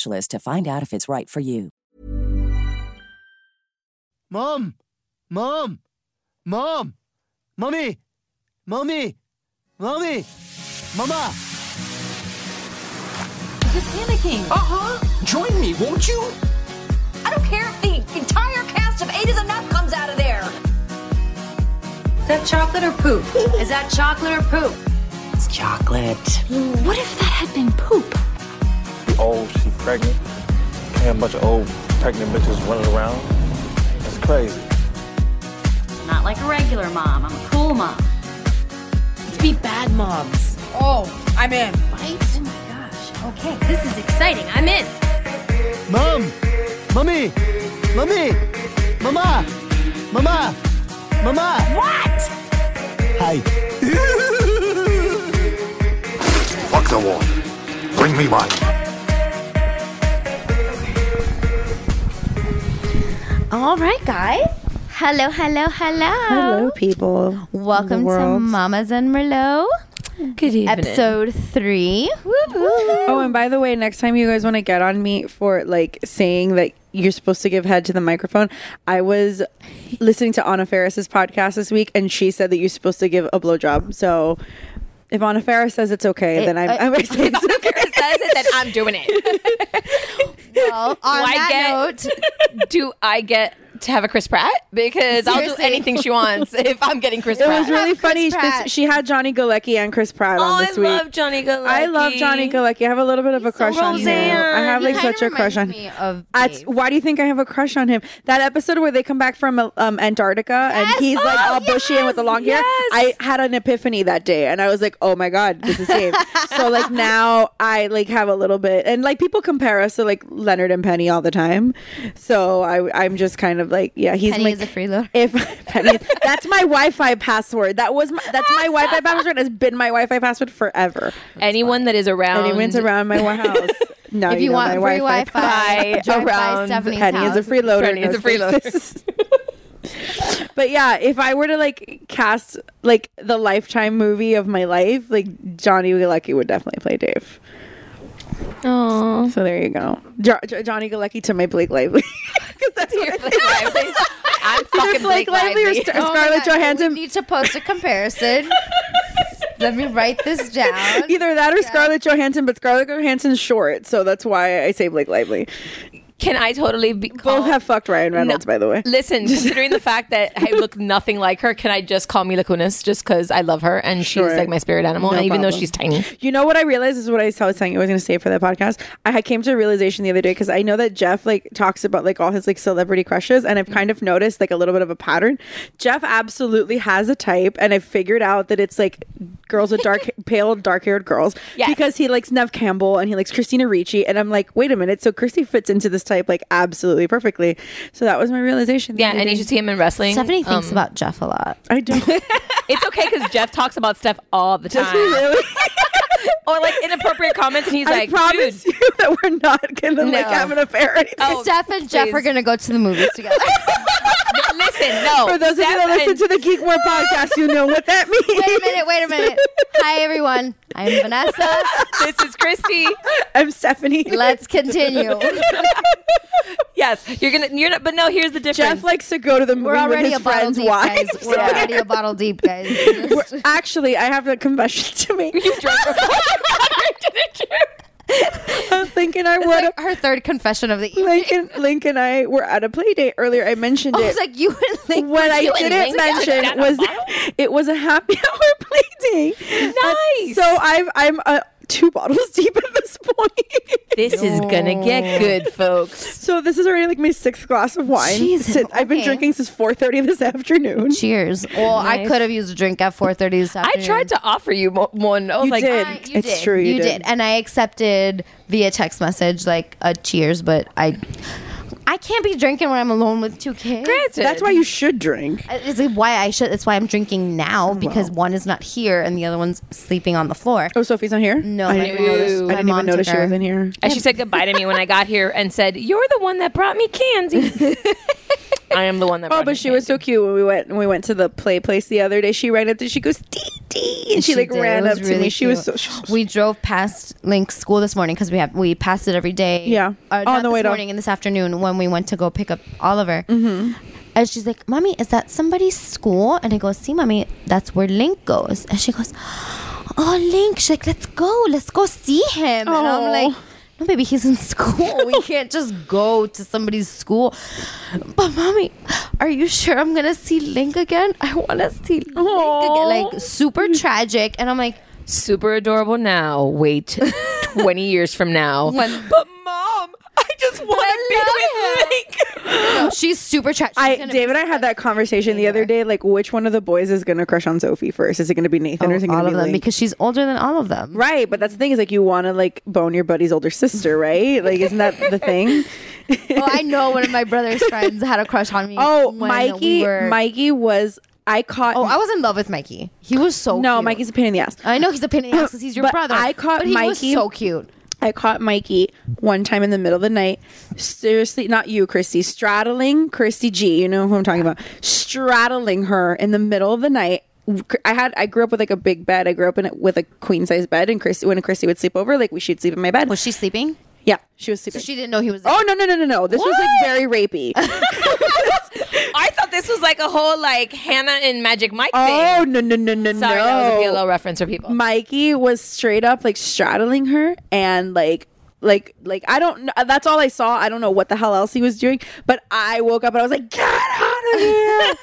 to find out if it's right for you. Mom! Mom! Mom! Mommy! Mommy! Mommy! Mama! You're panicking. Uh huh. Join me, won't you? I don't care if the entire cast of Eight is Enough comes out of there. Is that chocolate or poop? Is that chocolate or poop? It's chocolate. What if that had been poop? old, she pregnant. And a bunch of old pregnant bitches running around. It's crazy. Not like a regular mom. I'm a cool mom. Let's be bad moms. Oh, I'm in. Right? Oh my gosh. Okay, this is exciting. I'm in. Mom! Mommy! Mommy! Mama! Mama! Mama! What? Hi. Fuck the wall. Bring me one. All right, guys. Hello, hello, hello. Hello, people. Welcome to world. Mamas and Merlot, Good episode three. Oh, Woo-hoo. and by the way, next time you guys want to get on me for like saying that you're supposed to give head to the microphone, I was listening to Anna Ferris's podcast this week, and she said that you're supposed to give a blowjob. So if Anna Ferris says it's okay, then I'm, uh, I'm saying it's okay. says it, then I'm doing it. Well, on Do I that get- Do I get to have a Chris Pratt? Because I'll do Seriously. anything she wants if I'm getting Chris It Pratt. was really Chris funny. Pratt. This, she had Johnny Galecki and Chris Pratt oh, on I this week. love Johnny Galecki. I love Johnny Galecki. I have a little bit of a crush on him. I have He like kinda such a crush reminds on me of That's Dave. why do you think I have a crush on him? That episode where they come back from um, Antarctica and Yes. he's like Oh, all bushy and with the long hair. yes. I had an epiphany that day, and I was like, "Oh my god, this is Dave." so like now I like have a little bit, and like people compare us to like Leonard and Penny all the time. So I I'm just kind of like, yeah, he's Penny like is a freeloader. If Penny, that's my Wi-Fi password. That was my, that's my Wi-Fi password. Has been my Wi-Fi password forever. Anyone that is around. Anyone's around my wa- house. No, Um, If you know want my free Wi Fi, Bye. drive by Around Stephanie's Penny house. is a freeloader. Penny is no a freeloader. spaces. but yeah, if I were to like cast like the lifetime movie of my life, like Johnny Galecki would definitely play Dave. Aw. So there you go, jo- Jo- Johnny Galecki to my Blake Lively. 'Cause that's what Blake Lively. I'm fucking Blake, Blake Lively or Star- Oh my Scarlett God, Johansson. We need to post a comparison. Let me write this down. Either that or Scarlett Johansson, but Scarlett Johansson's short, so that's why I say Blake Lively. Can I totally be called? Oh. Both have fucked Ryan Reynolds, by the way. Listen, considering the fact that I look nothing like her, can I just call Mila Kunis just because I love her and Sure. she's like my spirit animal? No and even though problem. she's tiny, You know what I realized is what I was telling you I was going to say for that podcast. I had- came to a realization the other day because I know that Jeff like talks about like all his like celebrity crushes, and I've kind of noticed like a little bit of a pattern. Jeff absolutely has a type, and I figured out that it's like girls with dark, pale, dark-haired girls Yes. because he likes Nev Campbell and he likes Christina Ricci, and I'm like, wait a minute, so Christy fits into this type like absolutely perfectly. So that was my realization. the yeah, other and day. you should see him in wrestling. Stephanie thinks Um, about Jeff a lot. I don't. It's okay because Jeff talks about stuff all the time, Really? or like inappropriate comments, and he's I like, "Dude, Oh, promise you that we're not gonna like No. have an affair. or anything. Steph and Jeff please. are going to go to the movies together. listen, no." For those of you that Steph listen and- to the Geek More podcast, you know what that means. wait a minute, wait a minute. Hi, everyone. I'm Vanessa. this is Christy. I'm Stephanie. Let's continue. yes, you're gonna. You're not. But no, here's the difference. Jeff likes to go to the movie We're already with his a bottle friends' deep, guys. wives. We're already a bottle deep, guys. We're- actually, I have a confession to make. You drunk I'm thinking I would. her third confession of the evening. Lincoln, Link and I were at a play date earlier. I mentioned I it. was like, you and Link what were I doing didn't Link mention together. was that it was a happy hour play date. Nice. so I've, I'm uh, two bottles deep at this point. This is gonna get good, folks. So this is already like my sixth glass of wine. Jesus, Since- I've been okay. drinking since 4:30 this afternoon. Cheers. Well, I Nice. could have used a drink at 4:30 this afternoon. I tried to offer you mo- one. I was You like, did. I- You it's did. true. You, did. and I accepted via text message like a cheers, but I I can't be drinking when I'm alone with two kids. Uh, Granted. That's why you should drink. It's like why I should. That's why I'm drinking now because one is not here and the other one's sleeping on the floor. Oh, Sophie's not here. No, I my didn't even notice. I my didn't mom even notice took she her. wasn't here. And she said goodbye to me when I got here and said, "You're the one that brought me candy." I am the one that. Oh, brought me but she was so cute when we went when we went to the play place the other day. She ran up to she goes dee dee, and she, like did. ran It up was to really me. She was so. cute. She was so we drove past Link's school this morning because we have we passed it every day. Yeah. Oh, uh, On not the this way to- um, morning and this afternoon when we went to go pick up Oliver. Mm-hmm. And she's like, "Mommy, is that somebody's school?" And I go, "See, mommy, that's where Link goes." And she goes, "Oh, Link!" She's like, "Let's go, let's go see him." And I'm like. No, baby, he's in school. We can't just go to somebody's school. But, mommy, are you sure I'm gonna see Link again? I want to see Link again. Like super tragic. And I'm like, super adorable now. Wait, twenty years from now. When- but mom, I just want to be with Link. No, she's super trash. I David and I had that conversation the other day. Like, which one of the boys is gonna crush on Sophie first? Is it gonna be Nathan or is it gonna Oh, all be of them Link? because she's older than all of them. right, but that's the thing is like you want to like bone your buddy's older sister, right? Like, isn't that the thing? Oh, I know one of my brother's friends had a crush on me. Oh, when Mikey, we were- Mikey was I caught. Oh, I was in love with Mikey. He was so no, cute. Mikey's a pain in the ass. I know he's a pain in the ass because he's your But brother. I caught but he was Mikey- so cute. I caught Mikey one time in the middle of the night. Seriously, not you, Christy, straddling Christy G. You know who I'm talking about. Straddling her in the middle of the night. I had I grew up with like a big bed. I grew up in it with a queen size bed, and Christy when Christy would sleep over, like we she'd sleep in my bed. Was she sleeping? yeah, she was sleeping. She didn't know he was. There. oh no no no no no! This was like very rapey. I thought this was like a whole like Hannah and Magic Mike oh thing. no no no no Sorry, no! that was a PLO reference for people. Mikey was straight up like straddling her and like like like I don't know that's all I saw. I don't know what the hell else he was doing, but I woke up and I was like, "Get out of here.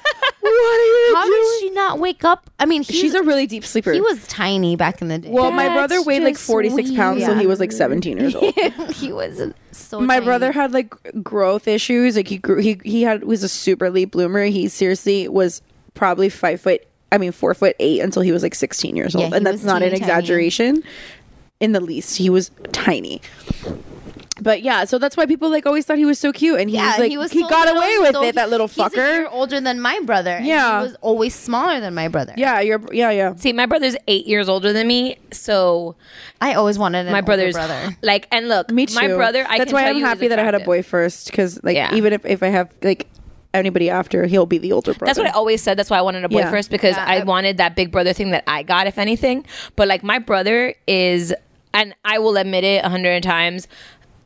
what are you How doing?" did she not wake up? I mean, he's She's a really deep sleeper. he was tiny back in the day. Well, my brother That's weighed like just 46 pounds, so weird. he was like 17 years old. he was so. my tiny. brother had like growth issues. Like he grew, he he had was a super late bloomer. He seriously was probably five foot. I mean, four foot eight until he was like 16 years Yeah, old, he and that's was not an teeny tiny. exaggeration in the least. He was tiny. But yeah, so that's why people like always thought he was so cute, and he was like he, so got little, away with so it, that little he's a year fucker. older than my brother. and Yeah. he was always smaller than my brother. Yeah, you're yeah yeah. See, my brother's eight years older than me, so I always wanted an my older brother's brother. like, and look, Me too. my brother. I that's can why tell I'm you is happy that I had a attractive. boy first, because like Yeah. even if if I have like anybody after, he'll be the older brother. That's what I always said. That's why I wanted a boy Yeah. first because Yeah, I, I- wanted that big brother thing that I got, if anything. But like my brother is, and I will admit it a hundred times.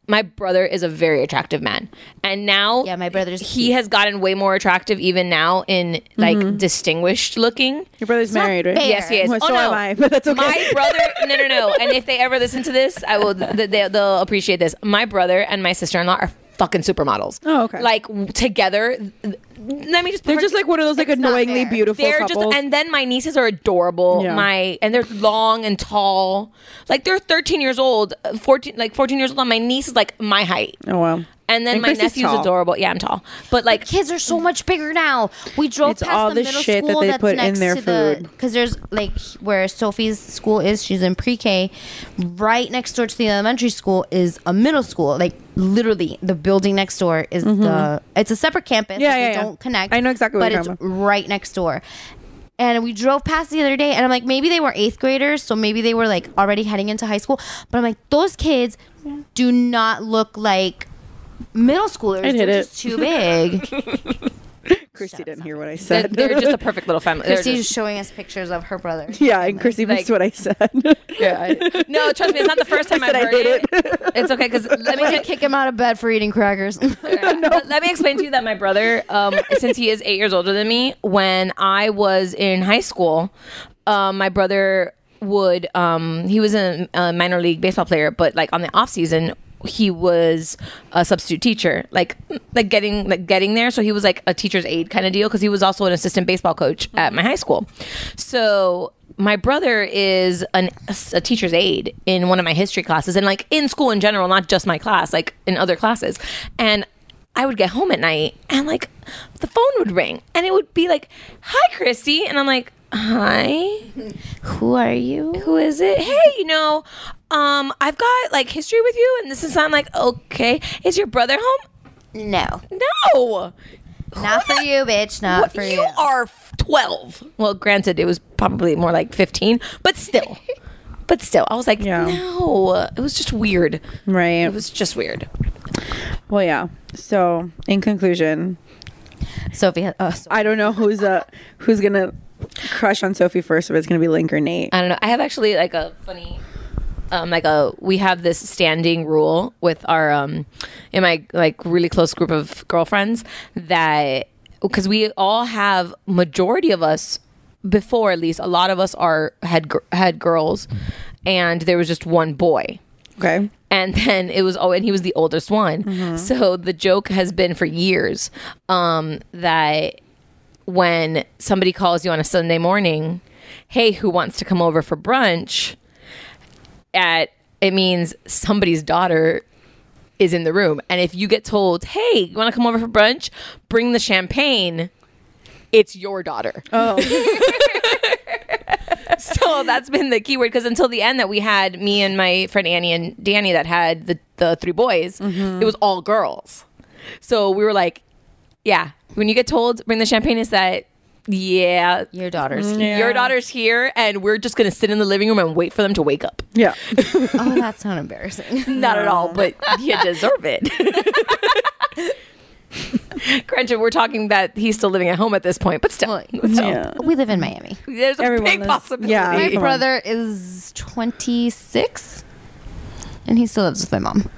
My brother is a very attractive man, and now Yeah, my brother's he cute. Mm-hmm. has gotten way more attractive even now in like distinguished looking. Your brother's married, right? fair. Yes, he is. Well, oh, so no. am I, but that's okay. My brother, no, no, no. And if they ever listen to this, I will. th- They, they'll appreciate this. My brother and my sister in law are fucking supermodels. Oh, okay. Like w- together. th- Let me just. They're just like one of those like not annoyingly fair. beautiful They're couples. just, and then my nieces are adorable. Yeah. My and they're long and tall. Like they're 13 years old, uh, 14, like 14 years old. My niece is like my height, oh wow. and then And my Christy's nephew's tall. adorable. Yeah, I'm tall, but like Kids are so much bigger now. We drove It's past all the the middle shit that school they that's put in next their to the food. because there's like where Sophie's school is. She's in pre-K. Right next door to the elementary school is a middle school. Like literally, the building next door is the. It's a separate campus. Mm-hmm. Yeah, like, yeah, they yeah. Don't connect. I know exactly what But you're it's talking right next door. And we drove past the other day, and I'm like, maybe they were eighth graders, so maybe they were like already heading into high school. But I'm like, those kids do not look like middle schoolers. I'd hit They're it. just too big. Christy didn't hear what I said. They're, they're just a perfect little family. They're Christy's just- showing us pictures of her brother. yeah, and Christy missed what I said. no, trust me, it's not the first time I've heard it. It's okay because let me kick him out of bed for eating crackers. Let- Let me explain to you that my brother, um, since he is eight years older than me, when I was in high school, um, my brother would um, he was a, a minor league baseball player, but like on the off season. He was a substitute teacher, like like getting like getting there. So he was like a teacher's aide kind of deal because he was also an assistant baseball coach at my high school. So my brother is an, a teacher's aide in one of my history classes and like in school in general, not just my class, like in other classes. And I would get home at night and like the phone would ring and it would be like, "Hi, Christy," and I'm like, "Hi." Who are you? Who is it? Hey, you know, um, I've got like history with you, and this is I'm like, okay, is your brother home? No, no, not for you, bitch. Not What- for you are f- twelve. Well, granted, it was probably more like fifteen, but still, but still, I was like, no, it was just weird, right? It was just weird. Well, yeah. So, in conclusion, Sophie, I don't know who's uh who's gonna crush on Sophie first, if it's gonna be Link or Nate. I don't know. I have actually like a funny, um, like a we have this standing rule with our um, in my like really close group of girlfriends that because we all have majority of us before at least a lot of us are had gir- had girls, and there was just one boy. Okay. And then it was oh, and he was the oldest one. So the joke has been for years um, that when somebody calls you on a Sunday morning, hey, who wants to come over for brunch? At it means somebody's daughter is in the room, and if you get told, hey, you want to come over for brunch? Bring the champagne. It's your daughter. Oh. so that's been the keyword because until the end that we had me and my friend Annie and Danny that had the, the three boys, Mm-hmm. it was all girls. So we were like, yeah, when you get told bring the champagne, is that yeah, Mm-hmm. your daughter's here. your daughter's here, and we're just gonna sit in the living room and wait for them to wake up. Yeah, oh, that's not embarrassing. not at all, but you deserve it. Granted, we're talking that he's still living at home at this point, but still, still. We live in Miami. there's a big possibility. yeah, my come on. brother is 26 and he still lives with my mom.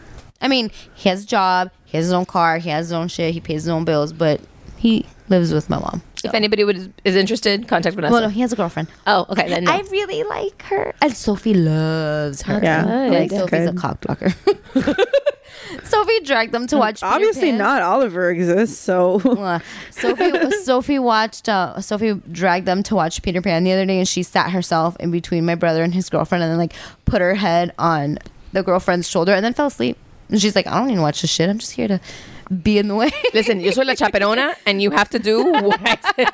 I mean, he has a job, he has his own car, he has his own shit, he pays his own bills, but he lives with my mom. If anybody would, is interested, contact Vanessa. Well, no, he has a girlfriend. Oh, okay. Then no. I really like her. And Sophie loves her. Yeah. Like, That's Sophie's good. a cock blocker. Sophie dragged them to watch. Peter Obviously, Pan. not Oliver exists. So, Uh, Sophie Sophie watched uh, Sophie dragged them to watch Peter Pan the other day and she sat herself in between my brother and his girlfriend and then like put her head on the girlfriend's shoulder and then fell asleep. And she's like, I don't even watch this shit. I'm just here to be in the way. Listen, yo soy la chaperona, and you have to do what I say.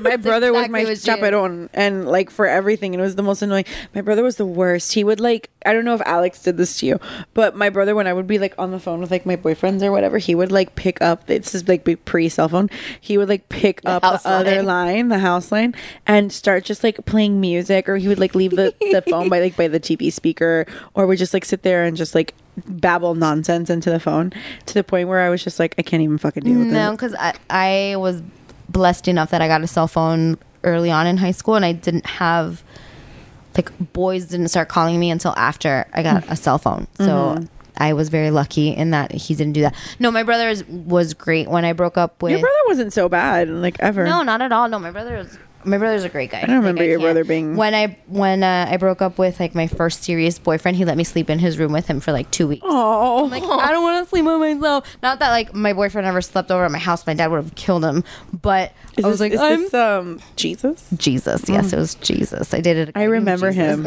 my brother was my exactly what she chaperone and like for everything and it was the most annoying my brother was the worst he would like i don't know if alex did this to you but my brother when i would be like on the phone with like my boyfriends or whatever he would like pick up this is like pre cell phone he would like pick up house the other line. line the house line and start just like playing music or he would like leave the, the phone by like by the tv speaker or would just like sit there and just like babble nonsense into the phone to the point where i was just like i can't even fucking deal with No, it because I, I was blessed enough that I got a cell phone early on in high school and I didn't have like boys didn't start calling me until after I got a cell phone. So Mm-hmm. I was very lucky in that he didn't do that. No, my brother is, was great when I broke up with your brother wasn't so bad like ever No, not at all. No, my brother is my brother's a great guy. I don't remember your brother being- when I when uh, I broke up with like my first serious boyfriend. He let me sleep in his room with him for like two weeks. oh I'm like I don't want to sleep by myself. Not that like my boyfriend ever slept over at my house. My dad would have killed him. But Is I was this- like, is I'm this, um, Jesus. Jesus. Yes, it was Jesus. I did it. I remember him.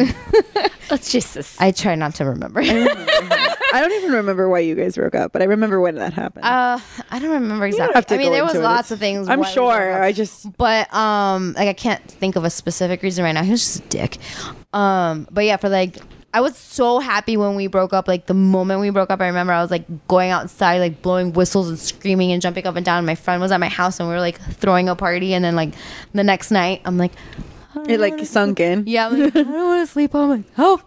Let's Jesus. I try not to remember. I don't even remember why you guys broke up, but I remember when that happened. Uh, I don't remember don't exactly. have to I mean, go there was into it. lots of things. I'm why we broke sure. up. I just but um like i can't think of a specific reason right now he was just a dick um but yeah for like i was so happy when we broke up like the moment we broke up i remember i was like going outside like blowing whistles and screaming and jumping up and down my friend was at my house and we were like throwing a party and then like the next night i'm like It like sunk in. Yeah, I'm like, I don't want to sleep on my oh.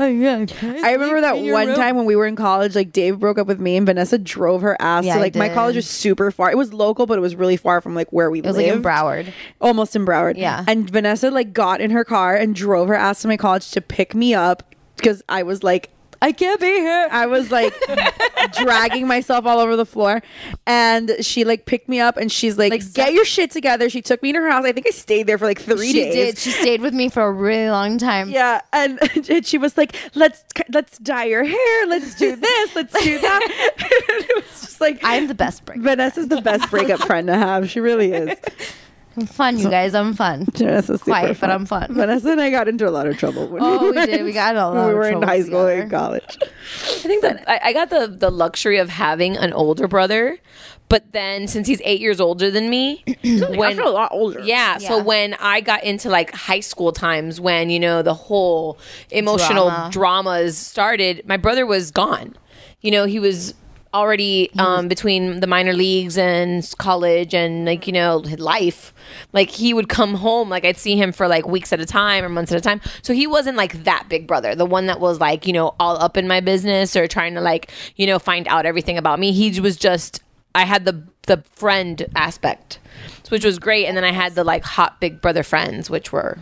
yeah, I, I remember that one time when we were in college, like Dave broke up with me and Vanessa drove her ass Yeah, to I like my did. college was super far. It was local, but it was really far from like where we It was, like, in Broward. Almost in Broward. Yeah. And Vanessa like got in her car and drove her ass to my college to pick me up because I was like I can't be here. I was like dragging myself all over the floor. And she like picked me up and she's like, get your shit together. She took me to her house. I think I stayed there for like three she days. did. She stayed with me for a really long time. Yeah, and, and she was like, "Let's let's dye your hair. Let's do this. Let's do that." it was just like I'm the best breakup. Vanessa's the best breakup friend to have. She really is. I'm fun, you guys. I'm fun. Vanessa's super Quiet, fun. but I'm fun. Vanessa and I got into a lot of trouble. When Oh, we were did. in- We got in a when lot We of were in trouble high school and college. I think that I, I got the the luxury of having an older brother, but then since he's eight years older than me, I feel a lot older. Yeah, So Yeah. when I got into like high school times, when you know the whole emotional Drama. dramas started, my brother was gone. You know, he was already um, between the minor leagues and college and like you know his life like he would come home like i'd see him for like weeks at a time or months at a time so he wasn't like that big brother the one that was like you know all up in my business or trying to like you know find out everything about me he was just i had the the friend aspect which was great and then i had the like hot big brother friends which were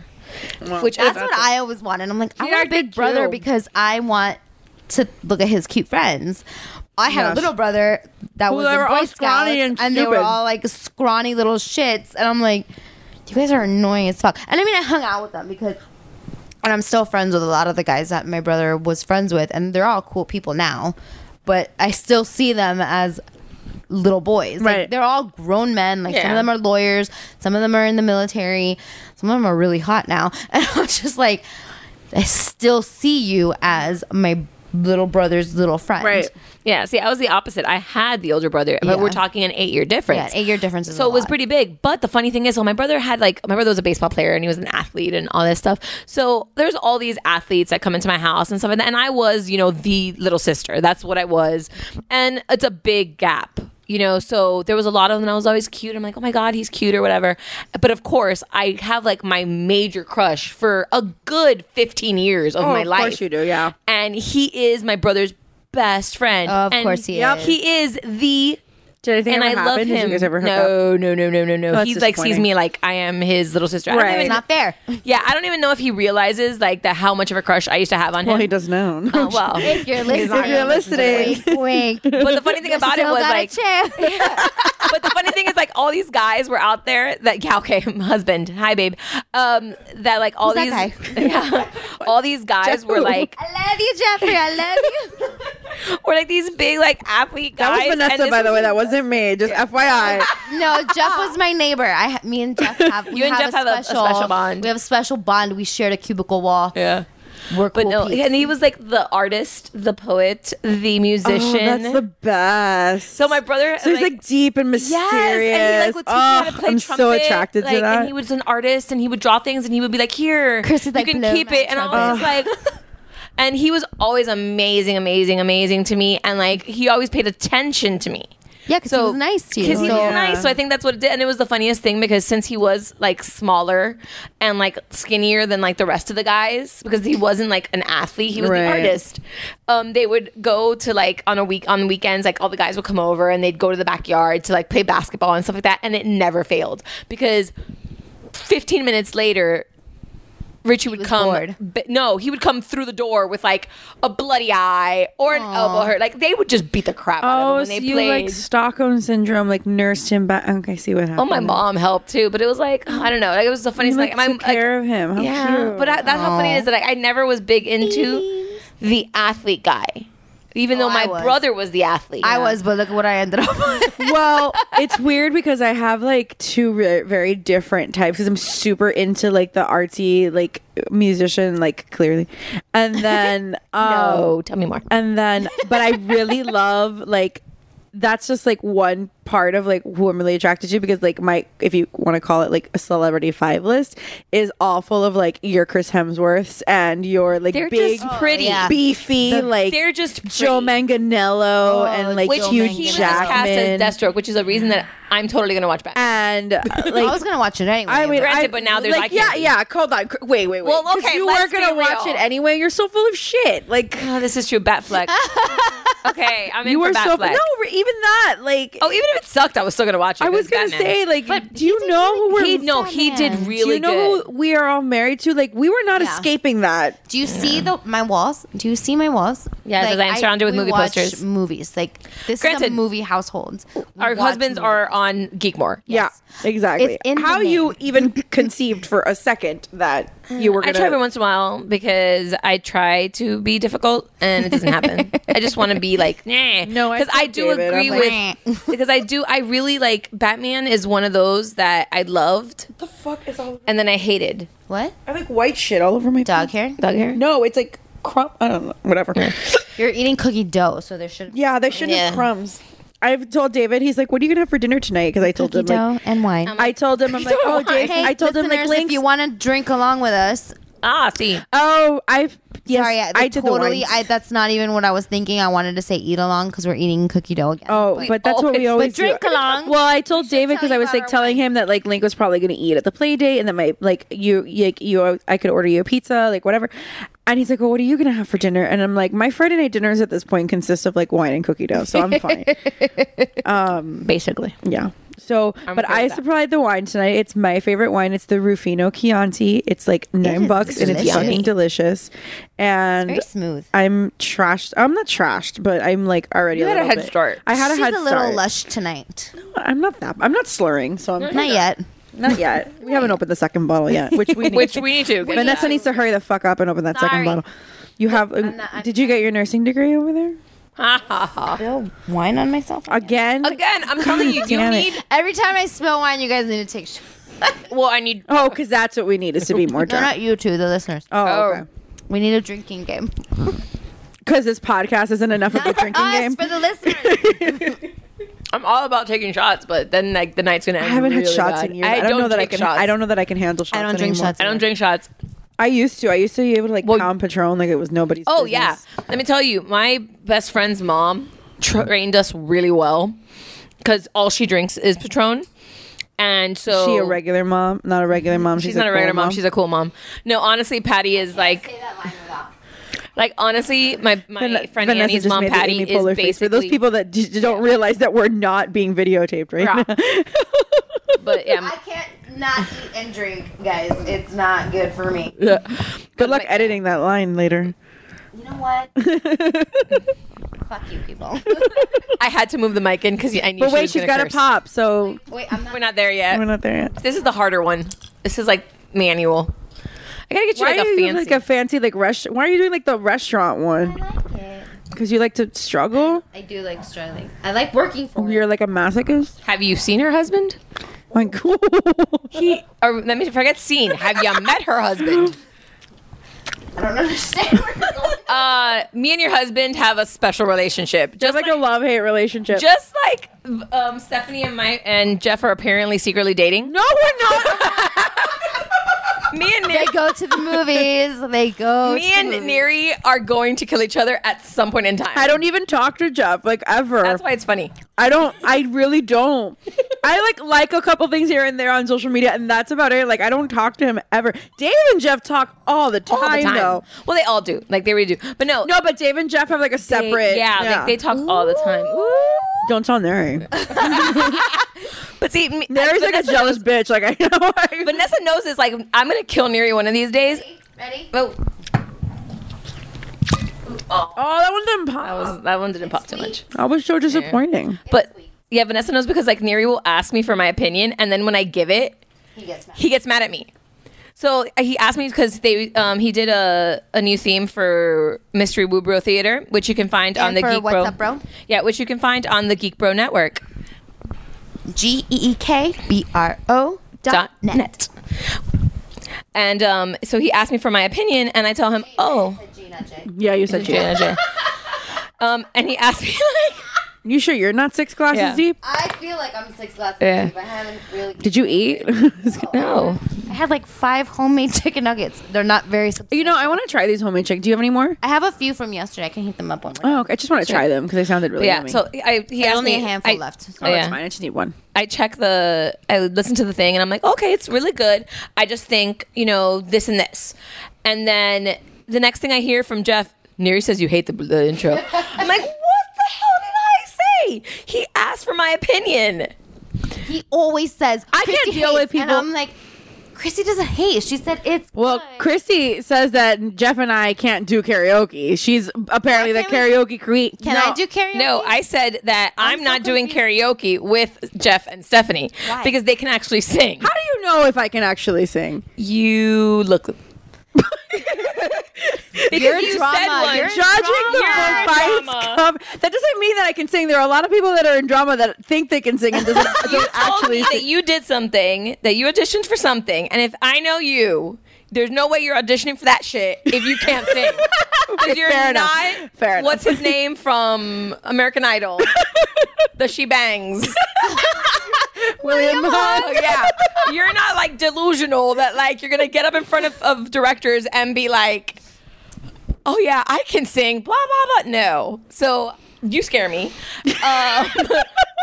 Which which that's is- what I always wanted. I'm like, See, I want a aren't they big brother cute? because I want to look at his cute friends. I had Yes. a little brother that Who was they in were Boy all scrawny Scouts, and they were stupid. all like scrawny little shits, and I'm like, you guys are annoying as fuck. And I mean, I hung out with them because. And I'm still friends with a lot of the guys that my brother was friends with, and they're all cool people now. But I still see them as little boys. Like, Right. they're all grown men. Like some Yeah. of them are lawyers, some of them are in the military, some of them are really hot now. And I'm just like, I still see you as my little brother's little friend. yeah see i was the opposite i had the older brother but we're Yeah. talking an eight year difference Yeah, eight year difference is so it was pretty big but the funny thing is so my brother had like my brother was a baseball player and he was an athlete and all this stuff so there's all these athletes that come into my house and stuff like that and i was you know the little sister that's what i was and it's a big gap you know so there was a lot of them and i was always cute i'm like oh my god he's cute or whatever but of course i have like my major crush for a good 15 years of Oh, my of life course you do, yeah. and he is my brother's best friend. Of And course he is. He is the. Did anything and ever I love happen? Did you him. guys ever hook no, no, no, no, no, no. That's he like sees disappointing. me like I am his little sister. I don't Right. even- It's not fair. Yeah, I don't even know if he realizes like the how much of a crush I used to have on him. Well, he does now. Oh, well, If you're He's not listening, gonna listen to wink, wink. But the funny thing You about it still was got a like, chance. but the funny thing is like all these guys were out there that yeah, okay, husband, hi babe, um, that like all Who's these, that yeah, all these guys were like I love you, Jeffrey. I love you. were like these big like athlete guys. That was and Vanessa, this by the was- way. That wasn't me. Just FYI. No, Jeff was my neighbor. I, ha- me and Jeff have. we You and have Jeff have a- a special bond. We have a special bond. We shared a cubicle wall. Yeah. We're But cool no, peeps. and he was like the artist, the poet, the musician. Oh, that's the best. So my brother, So he's like- like, deep and Yes, mysterious. and he like would teach me how to Oh, play I'm trumpet. so attracted like, to that. And he was an artist, and he would draw things, and he would be like, "Here, Chris is you like, can "Blow keep my it." And I was just like, and he was always amazing, amazing, amazing to me, and like he always paid attention to me. yeah, because he was nice to you. Because he so- was nice, so I think that's what it did. And it was the funniest thing because since he was like smaller and like skinnier than like the rest of the guys, because he wasn't like an athlete, he was the Right. artist. Um, they would go to like on a week on weekends, like all the guys would come over and they'd go to the backyard to like play basketball and stuff like that. And it never failed because 15 minutes later. Richie would was come. bored. But no, he would come through the door with like a bloody eye or an elbow hurt. Like they would just beat the crap out Oh, of him when so they you played. like Stockholm syndrome, like nursed him back. Okay, I see what happened. Oh, my mom helped too, but it was like I don't know. Like it was the funniest. like, Like, my took care of him. How yeah, cute. but I, that's how funny it is that I, I never was big into the athlete guy, even though my was. brother Oh, was the athlete. I was, but look what I ended up with. well, it's weird because I have like two re- very different types because I'm super into like the artsy like musician like clearly, and then um, No, Oh, tell me more. and then but I really love like that's just like one part of like who I'm really attracted to because like my if you want to call it like a celebrity five list is all full of like your Chris Hemsworths and your like They're big just pretty. Oh, yeah. beefy The- like they're just Oh, Joe Manganiello and like which Hugh he was cast as Jackman. Deathstroke, which is a reason that I'm totally gonna watch back. And uh, like, I was gonna watch it anyway. I mean, Granted, I- but now there's like, eye yeah, candy. yeah. Hold on, cr- wait, wait, wait. Well, 'Cause okay, you let's were gonna be watch real. it anyway. You're so full of shit. Like, Oh, this is true. Batfleck. okay, I'm in you for were so Batfleck. no, even that. Like, Oh, even if it sucked, I was still gonna watch it. I was gonna It's Batman. say, like, do you know who we're? he no, he did do really you know good. who we are all married to? Like, we were not escaping that. Do you see the my walls? Do you see my walls? Yeah, 'cause I'm surrounded with we movie watch posters. Movies like this is Granted, a movie household. We Our watch husbands movies. are on Geekmore. Yeah, exactly. It's in the How name. you even conceived for a second that you were I gonna? try every once in a while because I try to be difficult and it doesn't happen. I just want to be like, nah. No, I because I feel do David. agree I'm with because I do I really like Batman is one of those that I loved what the fuck is all? and then I hated. What? I have like white shit all over my Dog hair? Dog hair? No, it's like crumb. I don't know. Whatever. You're eating cookie dough, so there should yeah, there shouldn't have Yeah. crumbs. I've told David. He's like, "What are you gonna have for dinner tonight?" Because I told cookie him like, dough and wine. I told him, I'm like, Um, "Oh, Jason." Hey, I told him like, listeners, if links. you want to drink along with us, Ah, see. oh, I've yes, Sorry, I, I did totally. The wines. I that's not even what I was thinking. I wanted to say eat along because we're eating cookie dough again. Oh, but, that's what we always do. drink along. Well, I told David tell because you I was about like our telling him that like Link was probably going to eat at the play date, and then my like you like you I could order you a pizza, like whatever. And he's like, "Well, what are you going to have for dinner?" And I'm like, "My Friday night dinners at this point consist of like wine and cookie dough, so I'm fine." Basically. yeah. So, but okay with I that. supplied the wine tonight. It's my favorite wine. It's the Rufino Chianti. It's like nine is bucks, and it's delicious. fucking delicious. And Very smooth. I'm trashed. I'm not trashed, but I'm like already. You a had a little head bit- start. I had She's a head a little start. lush tonight. I'm not that. I'm not slurring, so I'm Not yet. not yet. We haven't opened the second bottle yet, which we need. Which we need to. Vanessa needs to hurry the fuck up and open that second Sorry. bottle. You have. did you get your nursing degree over there Ha, ha, ha. Spill wine on myself again? Again, I'm telling you, you Damn it. need Every time I spill wine, you guys need to take. Sh- well, I need Oh, because that's what we need is to be more no, drunk. not you two, the listeners. Oh, okay. We need a drinking game. Because this podcast isn't enough of a drinking Us game. for the listeners. I'm all about taking shots, but then like the night's gonna end I haven't had really shots bad. in years. I don't, know that I drink can. shots. I don't know that I can handle shots. I don't drink anymore. shots. I don't drink shots. I used to. I used to be able to like pound Patron like it was nobody's. Oh business. yeah, let me tell you, my best friend's mom trained us really well because all she drinks is Patron, and so She a regular mom, not a regular mom. Oh. She's, not a cool regular mom. She's a cool mom. No, honestly, Patty is like, like honestly, my my Van- friend Vanessa Annie's just mom made the Patty Amy is Poehler basically face. for those people that d- d- don't realize that we're not being videotaped right Right. now. But yeah, can't not eat and drink, guys. It's not good for me. Good luck editing that line later. You know what? Fuck you, people. I had to move the mic in because I knew. But she wait, was she's gonna got a curse. pop, so Wait, I'm not. We're not there yet. we're not there yet. This is the harder one. This is like manual. I gotta get you Why like are a you doing fancy. like a fancy like restaurant? Why are you doing like the restaurant one? like it. Because you like to struggle. I do like struggling. I like working for You're like a masochist. Have you seen her husband? Like, cool. Or let me forget seen. Have you met her husband? I don't understand. where you're going. Uh, me and your husband have a special relationship. Just like a love hate relationship. just like um, Stephanie and my and Jeff are apparently secretly dating. no, Oh, we're not. Me and they Neri, go to the movies. They go. me to the and movies. Neri are going to kill each other at some point in time. I don't even talk to Jeff like ever. That's why it's funny. I don't. I really don't. I like like a couple things here and there on social media, and that's about it. Like I don't talk to him ever. Dave and Jeff talk all the time, All the time. though. Well, they all do. Like they really do. But no, No, but Dave and Jeff have like a they, separate. yeah, Like, they talk all the time. Don't tell Neri. But see, me, Neri's like a Vanessa jealous bitch. Like I know. Vanessa knows this. Like, I'm gonna kill Neri one of these days. Ready? Oh, oh, that one didn't that pop. Um, was that one didn't pop too much. That was so disappointing. But yeah, Vanessa knows because like Neri will ask me for my opinion, and then when I give it, He gets mad. he gets mad at me. So uh, he asked me because they um, he did a, a new theme for Mystery Woo Bro Theater, which you can find on And the for Geek What's Bro. Up, Bro? Yeah, which you can find on the Geek Bro Network. G E E K B R O dot net. And um, so he asked me for my opinion, and I tell him, "Oh, Gina J. Yeah, you said Jay, Jay. Jay. um, and he asked me like, You sure you're not six glasses Yeah. deep? I feel like I'm six glasses Yeah. deep. I haven't really. Did you eat? no. I had like five homemade chicken nuggets. They're not very. You know, I want to try these homemade chicken. Do you have any more? I have a few from yesterday. I can heat them up one. Oh, okay. I just want to Sure. try them because they sounded really yeah. yummy. So I he There's asked only me- a handful I- left. Oh, yeah. that's fine. I just need one. I check the, I listen to the thing and I'm like, okay, it's really good. I just think, you know, this and this. And then the next thing I hear from Jeff, Neri says you hate the, the intro. I'm like, what the hell did I say? He asked for my opinion. He always says, I can't deal with people. And I'm like, Chrissy doesn't hate. She said it's. Well, Christy says that Jeff and I can't do karaoke. She's apparently the karaoke queen. Can I do karaoke? No, I said that I'm, not doing karaoke with Jeff and Stephanie because they can actually sing. How do you know if I can actually sing? You look. Because Your drama, your judging the drama. book by Your its drama. cover. That doesn't mean that I can sing. There are a lot of people that are in drama that think they can sing and doesn't. you told me that you did something, that you auditioned for something, and if I know you, there's no way you're auditioning for that shit if you can't sing. Because you're fair enough. not. Fair What's his name from American Idol? the She Bangs. William Hung. Oh, yeah. You're not like delusional that like you're gonna get up in front of, of directors and be like, oh yeah, I can sing, blah blah blah. No, so you scare me. Um,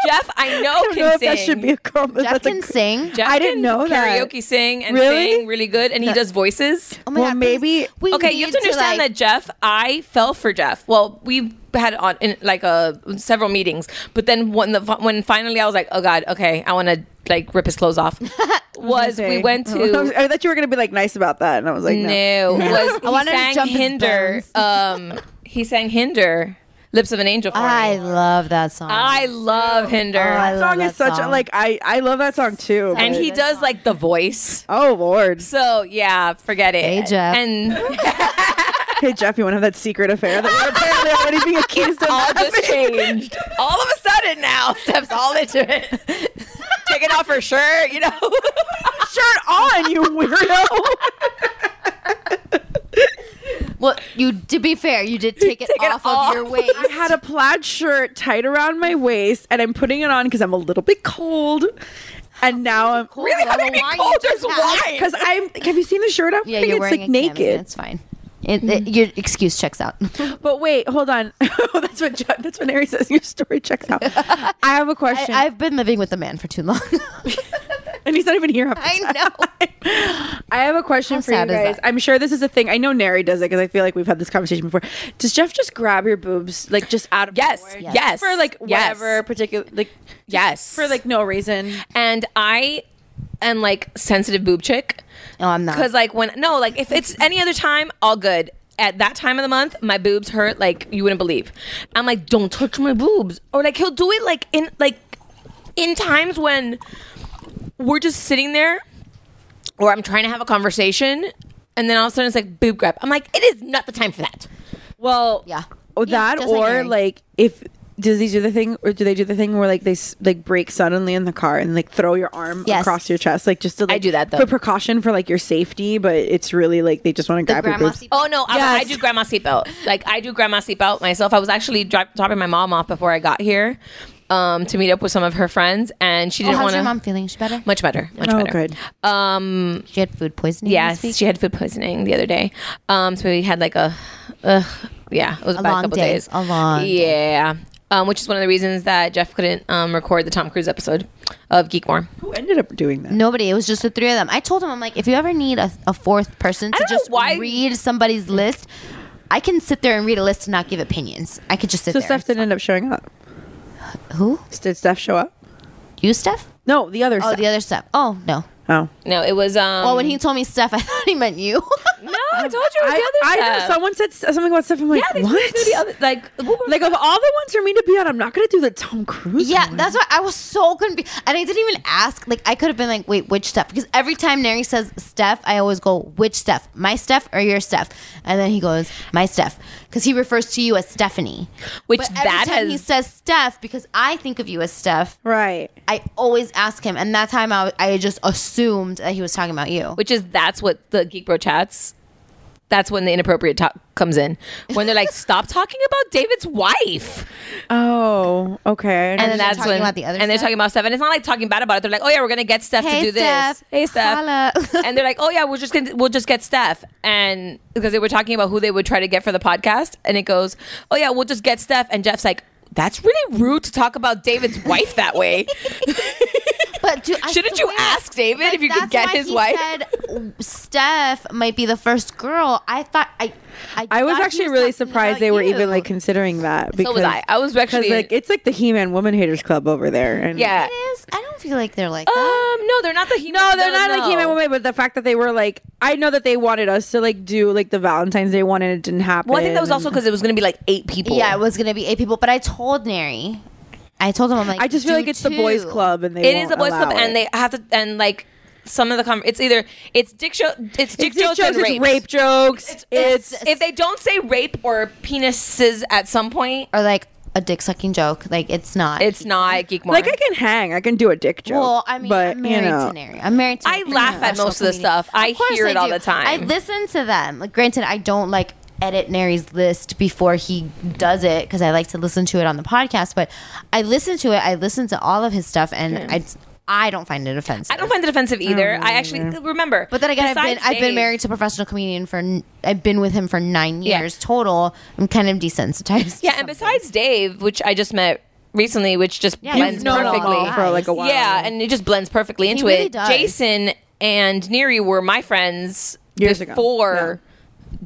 Jeff, I know I don't can know if sing. that should be a compliment. Jeff can sing. Jeff I can didn't know that. karaoke sing and Really? sing really good, and he does voices. Oh my well, maybe. okay, you have to need to, understand like- that Jeff. I fell for Jeff. Well, we had on in, like a several meetings, but then when the when finally I was like, oh god, okay, I want to like rip his clothes off. was we went I, was- to I thought you were going to be like nice about that, and I was like, no, no. was he wanted to sang jump his Hinder. Um, he sang Hinder, Lips of an Angel. For I love that song. I love Hinder. that song is such a like. I I love that song too. and but- he does like the voice. Oh lord. So yeah, forget it. Hey, Jeff. And Hey Jeff, you want to have that secret affair that we're apparently already being accused of? all having? just changed. All of a sudden now, Steph's all into it. Taking off her shirt, you know. shirt on, you weirdo. Well, you to be fair, you did take it, off, of your waist. I had a plaid shirt tied around my waist, and I'm putting it on because I'm a little bit cold. And now I'm Really? How can it be Why you cold? do There's that? wine. Because I'm. Have you seen the shirt I'm Yeah, wearing? you're It's wearing like a cami, naked. It's fine. It, it, your excuse checks out. But wait, hold on. that's what Ju- that's what Ari says. Your story checks out. I have a question, I, have been living with a man for too long. and he's not even here. half the I know. I have a question How for you sad is guys. that? I'm sure this is a thing. I know Neri does it because I feel like we've had this conversation before. Does Jeff just grab your boobs like just out of yes, nowhere? yes, for like yes. whatever particular like yes for like no reason? And I am like sensitive boob chick. No, I'm not. Because like when no, like if it's any other time, all good. At that time of the month, my boobs hurt like you wouldn't believe. I'm like, don't touch my boobs, or like he'll do it like in like in times when we're just sitting there, or I'm trying to have a conversation, and then all of a sudden it's like boob grab. I'm like, it is not the time for that. Well, yeah, or that just like or Neri. like, if does he do the thing or do they do the thing where like they s- like break suddenly in the car and like throw your arm Yes. across your chest like just to like, do that, though. for precaution for like your safety, but it's really like they just want to grab your boobs. Oh no, I, I do grandma seatbelt. Like I do grandma seatbelt myself. I was actually dri- dropping my mom off before I got here um, to meet up with some of her friends, and she Oh, didn't how's want your to. mom feeling? She better? Much better. Much Oh, better. good. Um, she had food poisoning. Yes, she had food poisoning the other day. Um, so we had like a, ugh, yeah, it was A a bad long couple day. days. A long day. Yeah. Um, which is one of the reasons that Jeff couldn't um, record the Tom Cruise episode of Geek More. Who ended up doing that? Nobody. It was just the three of them. I told him, I'm like, if you ever need a, a fourth person to just read somebody's list, I can sit there and read a list and not give opinions. I could just sit So there. Steph didn't end up showing up. Who did Steph show up? You, Steph? No, the other. Oh, the other Steph. Mm. Oh no. Oh. No, it was. um well, when he told me Steph, I thought he meant you. no, I told you it was I, the other I know Steph. someone said s- something about Steph. I'm like, Yeah, they what? do the other- like, like of all the ones for me to be on, I'm not gonna do the Tom Cruise. Yeah, that's why I was so confused, and I didn't even ask. Like, I could have been like, "Wait, which Steph?" Because every time Neri says Steph, I always go, "Which Steph? My Steph or your Steph?" And then he goes, "My Steph," because he refers to you as Stephanie. Which but every that time he has- says Steph, because I think of you as Steph, right? I always ask him, and that time I, I just assumed that he was talking about you. Which is that's what the Geek Bro chats that's when the inappropriate talk comes in. When they're like, "Stop talking about David's wife." Oh, okay. And, then that's when, and they're talking about stuff, and it's not like talking bad about it. They're like, "Oh yeah, we're gonna get Steph Hey, to do Steph. this." Hey, Steph. and they're like, "Oh yeah, we're just gonna we'll just get Steph," and because they were talking about who they would try to get for the podcast, and it goes, "Oh yeah, we'll just get Steph," and Jeff's like, "That's really rude to talk about David's wife that way." but do, I shouldn't you ask David if you could That's get why his he wife? Said, Steph might be the first girl. I thought I. I, I was thought he actually really talking surprised about they were you. even like considering that. So was I. I was 'cause, actually- like it's like the He-Man Woman Haters Club over there. And yeah, I don't feel like they're like. Um, no, they're not the He-Man. No, they're not like no. He-Man Woman, but the fact that they were like, I know that they wanted us to like do like the Valentine's Day one, and it didn't happen. Well, I think that was also because it was going to be like eight people. Yeah, it was gonna be eight people, but I told Neri. I told him I'm like. I just feel do like it's the boys' two. club, and they it is won't a boys club, allow and it. they have to and like some of the com- it's either it's dick show it's dick, dick jokes, jokes, and it's rape. rape jokes. It's, if they don't say rape or penises at some point, or like a dick sucking joke. Like it's not. it's not geek more. like I can hang, I can do a dick joke. Well, I mean, but I'm married you know, to Neri. I'm married to. I laugh at most of the stuff. I Of course hear it all do. the time. I listen to them. Like, granted, I don't like edit Neri's list before he does it because I like to listen to it on the podcast. But I listen to it. I listen to all of his stuff, and I, I don't find it offensive. I don't find it offensive either. I actually remember, Oh, but then again, I've been besides I've been Dave- married to a professional comedian for n- I've been with him for nine Yeah. years total. I'm kind of desensitized. Yeah, and besides Dave, which I just met recently, which just Yeah, blends you've known them all perfectly for, like, a while. Yeah, and it just blends perfectly into really it. does. Jason and Neri were my friends Years ago. before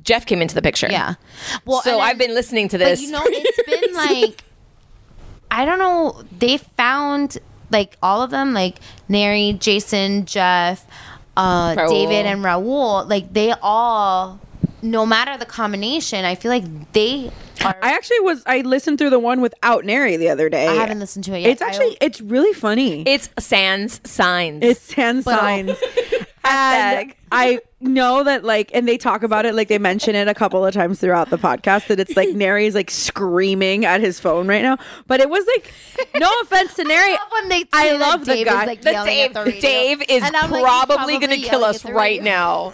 Jeff came into the picture. Yeah. Well, so and I've been listening to But this. you know, it's been like I don't know. They found like all of them, like Neri, Jason, Jeff, uh, Raul. David, and Raul. Like they all, no matter the combination, I feel like they. I actually was. I listened through the one without Neri the other day. I haven't listened to it yet. It's actually it's really funny. It's sans signs. It's sans signs. and I know that like, and they talk about it, like they mention it a couple of times throughout the podcast that it's like Neri is like screaming at his phone right now. But it was like, no offense to Neri. I love, when they I say that love the Dave is, guy. like, The yelling at Dave, the radio. Dave is And I'm like, probably, he's probably gonna kill yelling at us the right radio. now.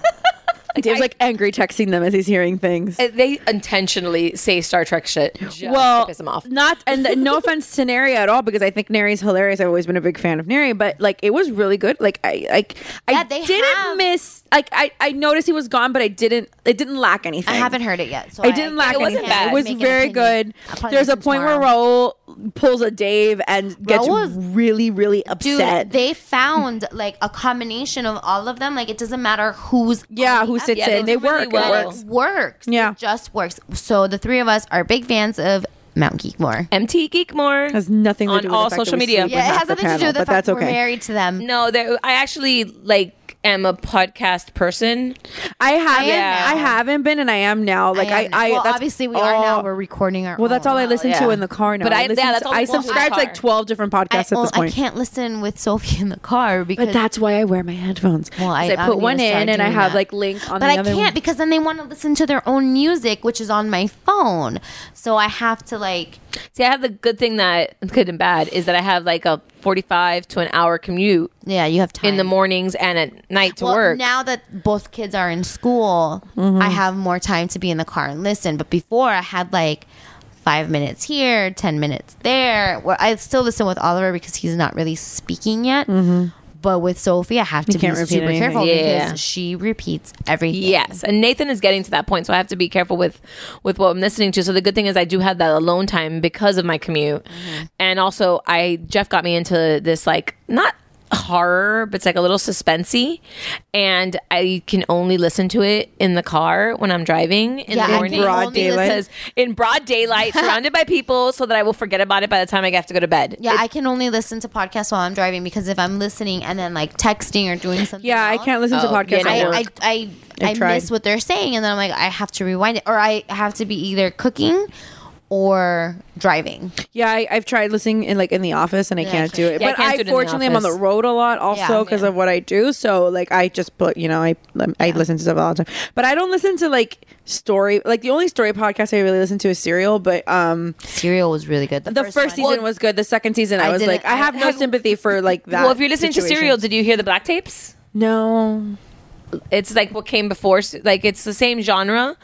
Dave's like angry texting them as he's hearing things. Uh, They intentionally say Star Trek shit just to well, piss him off. not and no offense to Neri at all because I think Neri's hilarious. I've always been a big fan of Neri, but like it was really good. Like I like I they didn't have- miss. Like I I noticed he was gone, but I didn't. It didn't lack anything. I haven't heard it yet. So I didn't lack It wasn't anything. bad. It was Make an very opinion. good. I'll probably There's a listen point where Raul pulls a Dave and gets Raul is- really, really Dude, upset. they found like a combination of all of them. Like it doesn't matter who's yeah, who sits Yeah, in? they They really work. well. It works. works. Yeah. It just works. So the three of us are big fans of Mount Geekmore. MT Geekmore Has nothing to on do with the all fact that social we media. sleep Yeah, it half has the nothing to do panel, with the but fact that's that we're okay. married to them. No, there. I actually like am a podcast person. I haven't. Yeah. I haven't been, and I am now. Like I, am- I. well, that's obviously we are now. all- We're recording our. Well, that's own. all I listen to in the car now. But I- yeah, listen that's to- all I we listen to in the subscribe to like car. twelve different I, podcasts at well, this I point. can't listen with Sophie in the car because But that's why I wear my headphones. well, I, 'Cause I'm I put gonna one start in, and I doing have that. like link on But the I other can't one. because then they want to listen to their own music, which is on my phone. So I have to like. See, I have the good thing that good and bad is that I have like a forty-five to an hour commute Yeah, you have time in the mornings and at night to well, work. Now that both kids are in school, Mm-hmm. I have more time to be in the car and listen. But before, I had like five minutes here, ten minutes there. Where I still listen with Oliver because he's not really speaking yet. But with Sophie, I have to be Mm-hmm. can't super repeat anything. careful Yeah. because she repeats everything. yes, and Nathan is getting to that point, so I have to be careful with with what I'm listening to. So the good thing is I do have that alone time because of my commute, Mm-hmm. and also I Jeff got me into this like not horror but it's like a little suspensey and i can only listen to it in the car when i'm driving in Yeah, the I morning can Broad only listen- daylight? in broad daylight surrounded by people so that i will forget about it by the time i have to go to bed Yeah, I can only listen to podcasts while I'm driving because if I'm listening and then like texting or doing something, Yeah, I else, can't listen to Oh, yeah, podcasts no, at work. I I I, I've I tried. miss what they're saying, and then I'm like, I have to rewind it, or I have to be either cooking or driving. Yeah, I, I've tried listening in like in the office and I Yeah, I can't do it. Yeah, I but can't do I, it in the fortunately am on the office. road a lot also Yeah. because of what I do. So like I just put you know I I listen to stuff all the time. But I don't listen to like story like the only story podcast I really listen to is Serial. But um Serial was really good. the first, season was good. The second season I, I was didn't- like I have no sympathy for like that. well if you're listening to situation. serial did you hear the black tapes no. it's like what came before. s- Like it's the same genre.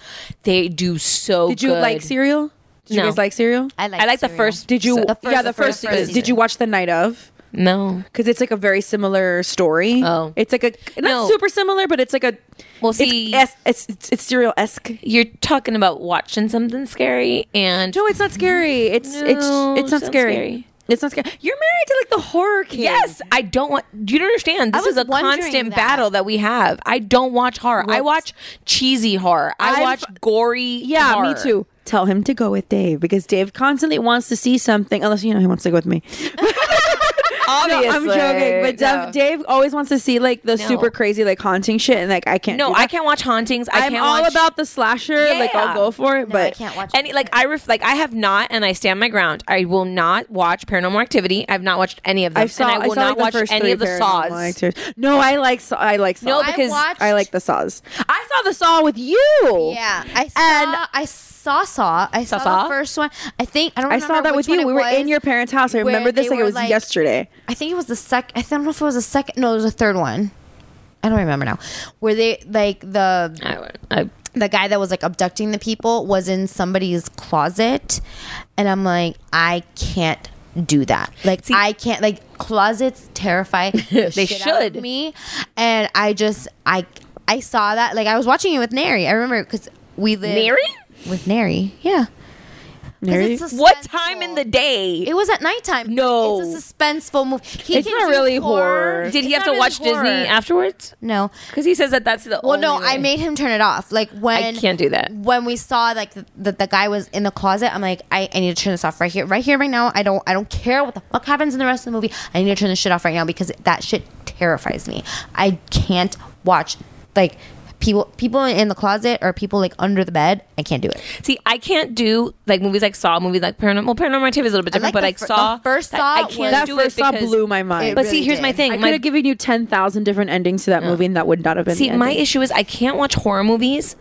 They do so. Did you like Serial? Did you guys like Serial? I like. I like the first. Did you? the yeah, the first, season. Did you watch the night of? No, because it's like a very similar story. Oh, it's like a not super similar, but it's like a well. See, it's it's, it's, it's serial esque. You're talking about watching something scary, and no, it's not scary. It's No, it's it's not sounds scary. scary. It's not scary. You're married to like the horror kid. Yes, I don't want. You don't understand. I This is was a wondering constant that. battle that we have. I don't watch horror. I watch cheesy horror. I I've- watch gory. Yeah, horror. me too. Tell him to go with Dave because Dave constantly wants to see something. Unless you know he wants to go with me. Obviously, I'm joking, but Dev- Dave always wants to see like the No. super crazy like haunting shit, and like I can't. No, do I that. can't watch hauntings. I I'm can't all watch- about the slasher. Like I'll Yeah. go for it, but any like I ref- like I have not, and I stand my ground. I will not watch Paranormal Activity. I've not watched any of them, I saw. and I will saw, not like, the watch first any three of the Paranormal saws. Activities. No, I like. Saw, I like. Saw. No, I because- watched- I like the saws. I saw the saw with you. Yeah, I saw. I saw saw. I saw, Saw? the first one. I think I don't. I Remember saw that which with you. one We it were was. in your parents' house. I where remember this they like it were, was like- yesterday. I think it was the second. I don't know if it was the second. No, it was the third one. I don't remember now. Where they like the the guy that was like abducting the people was in somebody's closet, and I'm like, I can't do that. Like I can't. Like closets terrify. the They shit out of should. me, and I just I I saw that. Like I was watching it with Nary. I remember because we live Neri? with Nary. Yeah. 'Cause Neri? it's What time in the day? It was at nighttime. No, It's a suspenseful movie. He It's can not do really horror. Did It's he have not to really watch Disney afterwards? No, because he says that that's the. Well, no, only I way. made him turn it off. Like when can't do that. When we saw like th- that the guy was in the closet, I'm like, I, I need to turn this off right here, right here, right now. I don't I don't care what the fuck happens in the rest of the movie. I need to turn this shit off right now because that shit terrifies me. I can't watch like people people in the closet or people like under the bed. I can't do it. See, I can't do like movies like Saw, movies like Paranormal. Well, Paranormal Activity is a little bit I different, like but the like fir- Saw, the first that- Saw I can't was- do That it first Saw because- blew my mind. But see, here's my thing. I could my, have given you ten thousand different endings to that movie, and that would not have been. see, the my ending. issue is I can't watch horror movies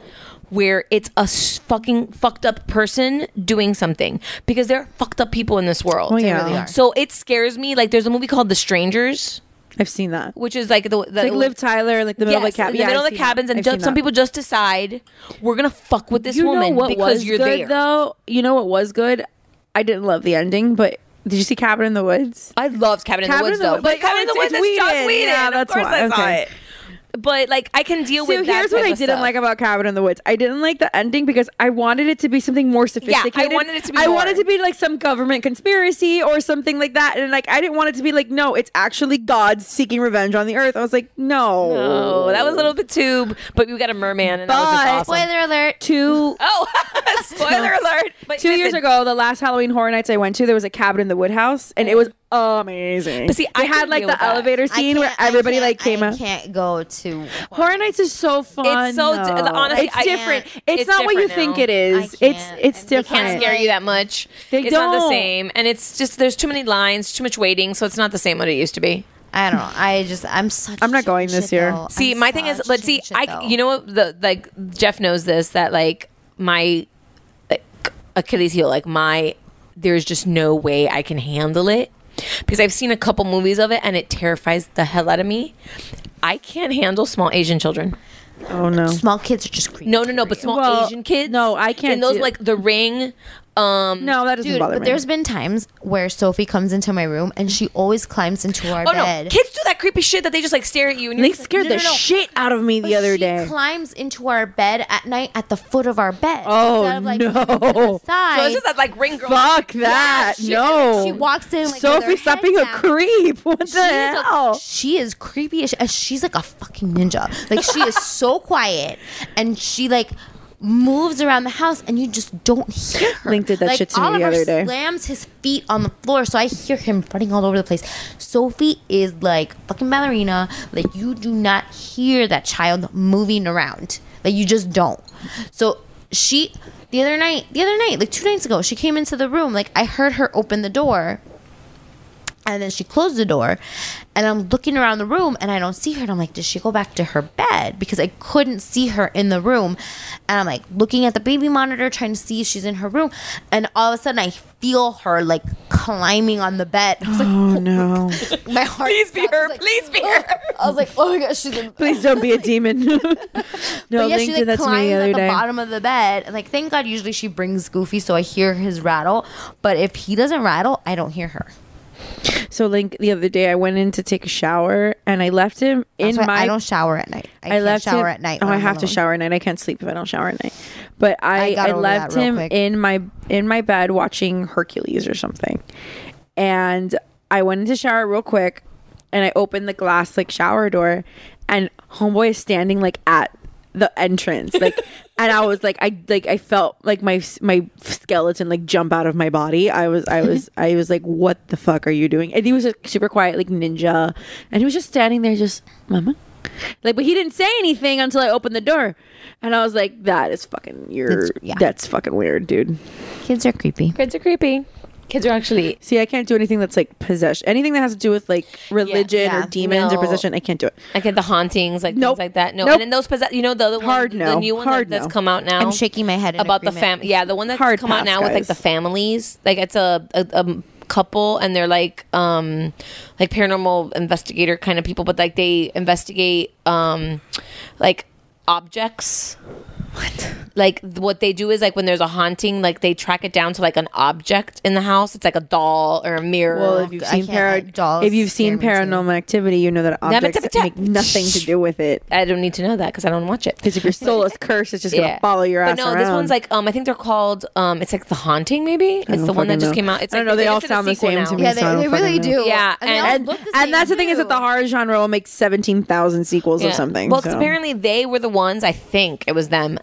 where it's a s- fucking fucked up person doing something because there are fucked up people in this world. Well, They yeah. really are. So it scares me. Like there's a movie called The Strangers. I've seen that. Which is like the, the like Liv Tyler, like the middle of the Yes, cab- in the yeah, middle I've of the seen that. cabins, and I've just- seen some that. people just decide we're gonna fuck with this you woman know what because was you're good there. though. You know what was good? I didn't love the ending, but did you see Cabin in the Woods? I loved Cabin in the Woods, though. But Cabin in the Woods is Joss Whedon. Yeah, Of that's course why. I saw Okay. it. But like I can deal So with that. here's what type I of didn't stuff. like about Cabin in the Woods. I didn't like the ending because I wanted it to be something more sophisticated. wanted it to be I more. wanted to be like some government conspiracy or something like that. And like I didn't want it to be like, no, it's actually God seeking revenge on the earth. I was like, no, No, that was a little bit too. But we got a merman, and that was just awesome. alert. Two Oh, spoiler alert! But two years listen, ago, the last Halloween Horror Nights I went to, there was a cabin in the wood house, and it was amazing. But see, they I had couldn't like deal the with that. elevator I scene where can't- I everybody can't- like came I out. can't go to Horror Nights is so fun. It's so d- though. honestly, it's I can't- different. It's, it's not what you different think now. it is. It's it's They different. can't scare you that much. They it's not the don't. same, and it's just there's too many lines, too much waiting, so it's not the same what it used to be. I don't know. I just I'm such. I'm not going this year. See, my thing is, let's see. I, you know, what the like Jeff knows this that like my like, Achilles heel, like my there's just no way I can handle it because I've seen a couple movies of it and it terrifies the hell out of me. I can't handle small Asian children. Oh no, small kids are just creepy. No, no, no. But small Well, Asian kids. No, I can't And those do- like The Ring. Um, no, that Dude, but there's been times where Sophie comes into my room and she always climbs into our Oh bed. no, kids do that creepy shit that they just like stare at you and you're They just like, scared no, the no, no. shit out of me the other day. climbs into our bed at night at the foot of our bed. Oh, instead of, like, no. moving to the side. So it's just that like ring girl. Oh, Fuck that. no. She walks in. Like, with her Sophie, stop head being a down. creep. What the She is a- hell? she is creepy as, as she's like a fucking ninja. Like she is so quiet and she like moves around the house and you just don't hear her. Link did that Like, shit to me Oliver the other day. slams his feet on the floor so I hear him running all over the place. Sophie is like fucking ballerina. Like you do not hear that child moving around. Like you just don't. So she the other night, the other night, like two nights ago, she came into the room. Like I heard her open the door And then she closed the door, and I'm looking around the room, and I don't see her. And I'm like, did she go back to her bed? Because I couldn't see her in the room. And I'm like looking at the baby monitor, trying to see if she's in her room. And all of a sudden, I feel her like climbing on the bed. I was like, Oh no. my heart. Please be her. please be her. I was like, oh my gosh, she's in. Please don't be a demon. no, but yeah, Link she did like that to me climbed the at other the day. bottom of the bed, and like thank God, usually she brings Goofy, so I hear his rattle. But if he doesn't rattle, I don't hear her. So Link, the other day I went in to take a shower and I left him in That's why my. I don't shower at night. I, can't left shower him- at night. Oh, when I I'm have to alone. shower at night. I can't sleep if I don't shower at night. But I, got I, over that left real him quick. in my in my bed watching Hercules or something, and I went into shower real quick, and I opened the glass like shower door, and homeboy is standing like at the entrance like and i was like i like i felt like my my skeleton like jump out of my body i was i was i was like what the fuck are you doing and he was like, super quiet like ninja and he was just standing there just mama like but he didn't say anything until i opened the door and i was like that is fucking your That's- yeah. that's fucking weird dude Kids are creepy. Kids are creepy. Kids are actually see i can't do anything that's like possession anything that has to do with like religion Yeah. or demons No. or possession i can't do it Like at the hauntings, like things like that. No, Nope. and then those possess. You know the, other one, Hard the no. new one Hard that, that's no. come out now. I'm shaking my head in about the agreement. family. Yeah, the one that's Hard come out pass, now with like guys. the families. Like it's a, a, a couple, and they're like um like paranormal investigator kind of people, but like they investigate um like objects like th- what they do is like when there's a haunting like they track it down to like an object in the house it's like a doll or a mirror well if you've seen dolls par- if you've seen paranormal activity you know that Never objects tap a tap. make nothing to do with it I don't need to know that because I don't watch it. Because if your soul is cursed, it's just gonna follow your but ass no, this around. one's like um, I think they're called um, it's like the haunting. Maybe it's don't the one that fucking just know. came out. It's I don't like know, they all did a sound the sequel same now. to me, Yeah, so I they- don't they fucking really know. do. Yeah, and, and, that's the thing is that the horror genre will make 17,000 sequels or Yeah. something. Well, 'cause so. apparently they were the ones. I think it was them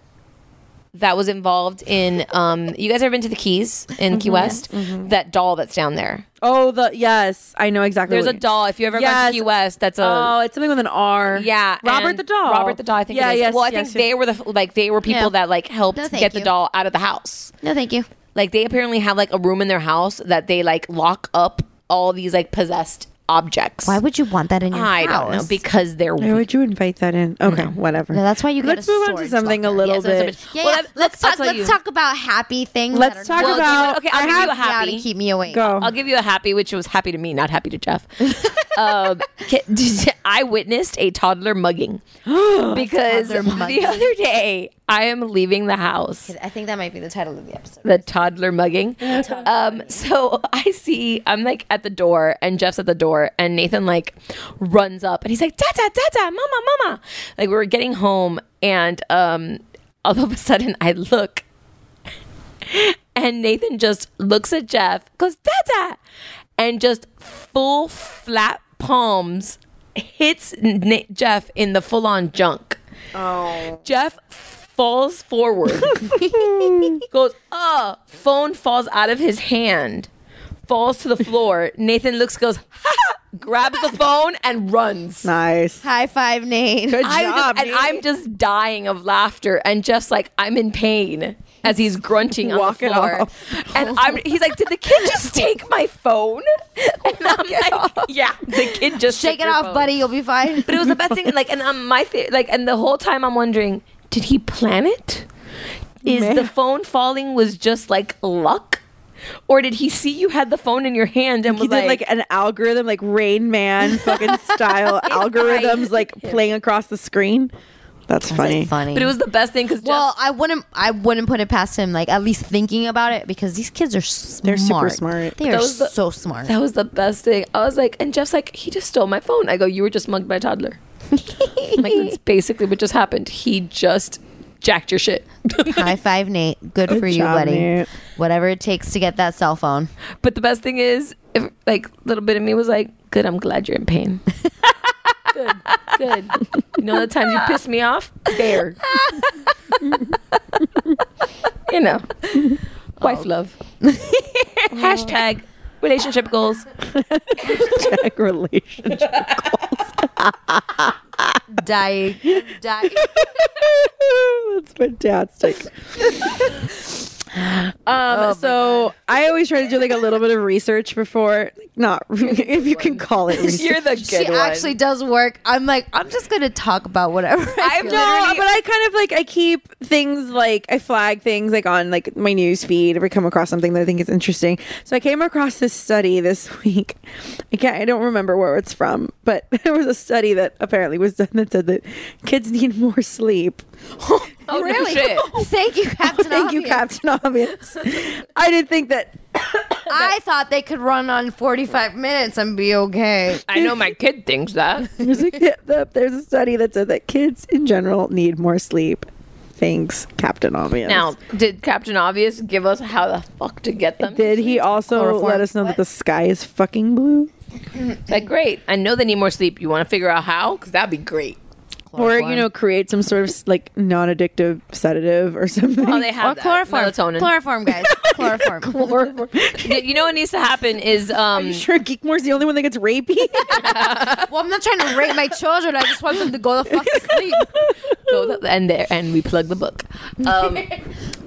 that was involved in. Um, you guys ever been to the Keys in Key Mhm. West? Mhm. That doll that's down there. Oh, the yes, I know exactly. There's what a doll. If you ever gone to Yes. Key West, that's a Oh, it's something with an R. Yeah, Robert and the doll. Robert the doll. I think. Yeah, it is. yes, Well, I yes, think yes. they were the like they were people Yeah. that like helped No, thank get the you. doll out of the house. No, thank you. Like they apparently have like a room in their house that they like lock up all these like possessed objects. Why would you want that in your I house? don't know because they're Why would you invite that in? Okay, whatever. No, that's why you. Let's move on to something a little bit. Yeah, yeah. let's talk. Let's talk about happy things. Let's that are talk not- about- okay, I'll I give have you a happy. to keep me awake. I'll, I'll give you a happy, which was happy to me, not happy to Jeff. um, ca- I witnessed a toddler mugging because Toddler mugging. the other day I am leaving the house. I think that might be the title of the episode. the toddler mugging. Um, so I see, I'm like at the door, and Jeff's at the door, and Nathan like runs up, and he's like, "Dada, dada, mama, mama!" Like we were getting home, and um, all of a sudden I look, and Nathan just looks at Jeff, goes, "Dada," and just full flat palms hits Na- Jeff in the full on junk. Oh. Jeff falls forward, goes, uh, phone falls out of his hand, falls to the floor. Nathan looks, goes, ha, grabs the phone and runs. Nice. High five, Nate. Good just, and I'm just dying of laughter and just like I'm in pain as he's grunting on Walk the it floor. And I'm he's like, Did the kid just take my phone? And I'm like, Yeah, the kid just Shake took it your off, phone." buddy. You'll be fine. But it was the best thing. Like, and um, my fa- like, and the whole time I'm wondering, did he plan it? Is Man. the phone falling was just like luck, or did he see you had the phone in your hand and He was did like, an algorithm, like Rain Man fucking style algorithms, like playing across the screen. That's funny. funny. But it was the best thing because well, I wouldn't. I wouldn't put it past him. Like at least thinking about it because these kids are smart. They're super smart. They That are was the- so smart. That was the best thing. I was like, and Jeff's like, he just stole my phone. I go, you were just mugged by a toddler. I'm like that's basically what just happened. He just jacked your shit. High five, Nate. Good, for you, job, buddy. Nate. Whatever it takes to get that cell phone. But the best thing is, if, like, little bit of me was like, good, I'm glad you're in pain. good, good. You know the times you pissed me off? There. you know, wife love. Hashtag relationship goals. Check relationship goals. Die, die. That's fantastic. Oh Um, so I always try to do like a little bit of research before not if you can call it research. You're the she actually does work. I'm like, I'm just gonna talk about whatever. I I'm no, but I kind of like I keep things like I flag things like on like my news feed if I come across something that I think is interesting. So I came across this study this week. I can't, I don't remember where it's from, but there was a study that apparently was done that said that kids need more sleep. Oh, really? Thank you, Captain. Thank you, Obvious. Captain Obvious. I didn't think that I thought they could run on 45 minutes and be okay. I know my kid thinks that. There's a, yeah, the- there's a study that said that kids in general need more sleep. Thanks, Captain Obvious. Now, did Captain Obvious give us how the fuck to get them? did he also Chloroform. let us know that the sky is fucking blue? Like, great. I know they need more sleep. You want to figure out how? Because that'd be great. Or you know, create some sort of like non-addictive sedative or something. Oh, they have or that. Melatonin. Chloroform, guys. Chloroform. chloroform. Y- you know what needs to happen is um. sure, Geekmore's the only one that gets rapey. well, I'm not trying to rape my children. I just want them to go the fuck to sleep. go th- and there and we plug the book. Um,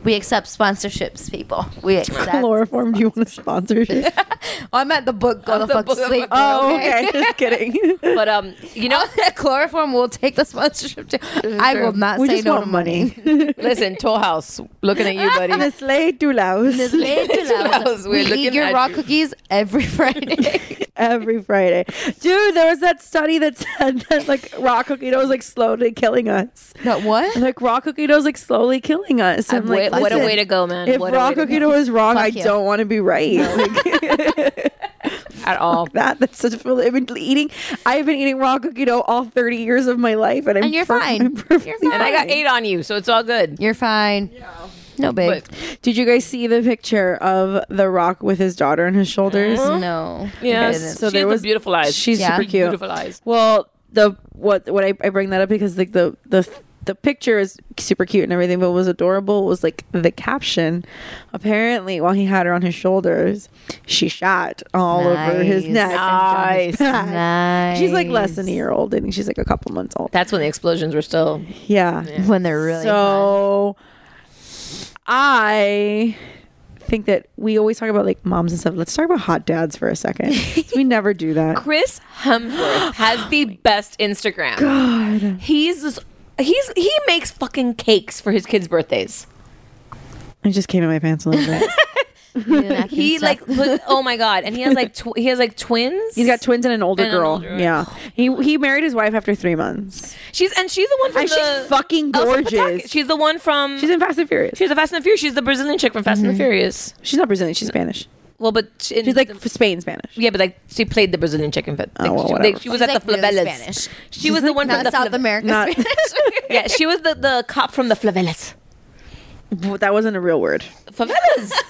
We accept sponsorships, people. We accept. chloroform. Do you want a sponsorship? I'm at the book. Go the, fuck to book, sleep. oh, okay. Just kidding. but um, you know, Chloroform will take the sponsorship. Too. I will not we say just no want to money. listen, Toll House, looking at you, buddy. Nestle Dulaus. Late to Laos, Laos. we're we looking eat your at raw you. cookies every Friday. every Friday. Dude, there was that study that said that like raw cookie dough is like slowly killing us. That what? Like raw cookie dough is like slowly killing us. I'm Wha- like, what a listen, way to go, man! If what a raw way to cookie dough is wrong, Fuck I you. don't want to be right. Like, go. at all. that that's such a I've been eating. I've been eating raw cookie dough all 30 years of my life, and I'm And you're per- fine. I'm perfectly You're And I got eight on you, so it's all good. You're fine. No big. But Did you guys see the picture of The Rock with his daughter on his shoulders? Uh-huh. no. Yeah, It isn't. so she there was beautiful eyes. She's Yeah. super cute. Beautiful eyes. Well, the what what I, I bring that up because like the the the picture is super cute and everything, but what was adorable was like the caption. Apparently, while he had her on his shoulders, she shot all over his Nice. neck. Nice. Nice. She's like less than a year old. I think she's like a couple months old. That's when the explosions were still. yeah. when they're really so I think that we always talk about like moms and stuff. Let's talk about hot dads for a second. 'Cause we never do that. Chris Hemsworth has the best Instagram. God, he's this, he's he makes fucking cakes for his kids' birthdays. I just came in my pants a little bit. fun. He like, put, oh my god, and he has like tw- he has like twins. He's got twins and an older And an girl. older one. yeah, he he married his wife after three months. She's and she's the one from And the, she's fucking Elsa gorgeous. Pataki. She's the one from She's in Fast and Furious. she's the Fast and the Furious. She's the Brazilian chick from Fast and the Furious. She's not Brazilian. She's Spanish. Well, but she, in She's like the- f- Spain Spanish. yeah, but like she played the Brazilian chick in Fast. Oh, well, she, whatever. she was She's, at the like, really Flavelas. Spanish. She was the one from not the South Fla- America. Not- Yeah, she was the, the cop from the Flavelas. But that wasn't a real word. Favelas.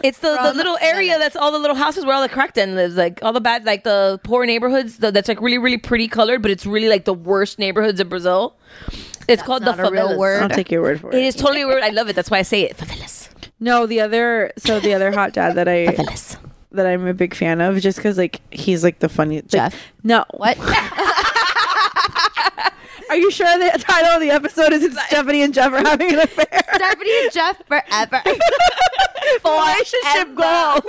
It's the, the little area that's all the little houses where all the crackdown lives, like all the bad, like the poor neighborhoods the, that's like really, really pretty colored, but it's really like the worst neighborhoods of Brazil. It's called not the a real favelas. word. I'll take your word for It it. is totally weird. I love it. That's why I say it. Favelas. No, the other so the other hot dad that I Favelas. that I'm a big fan of, just because like he's like the funniest. like- Jeff. no, what? Are you sure the title of the episode is "It's Stephanie and Jeff are having an affair"? Stephanie and Jeff forever. Relationship goals.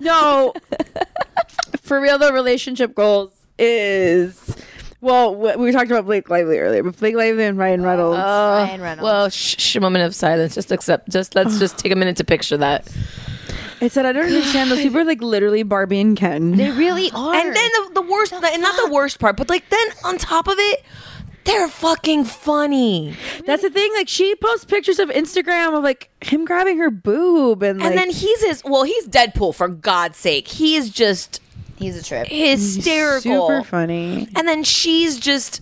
no, for real though, relationship goals is well. wh- We talked about Blake Lively earlier, but Blake Lively and Ryan Reynolds. Ryan Reynolds. Well, shh, shh, Oh, moment of silence. Just accept. Just let's just take a minute to picture that. I said I don't understand. Those people are like literally Barbie and Ken. they really are. And then the, the worst, and not the worst part, but like then on top of it, they're fucking funny. That's the thing. Like she posts pictures of Instagram of like him grabbing her boob and, And like, then he's his. Well, he's Deadpool for God's sake. He is just he's a trip. hysterical. super funny. And then she's just.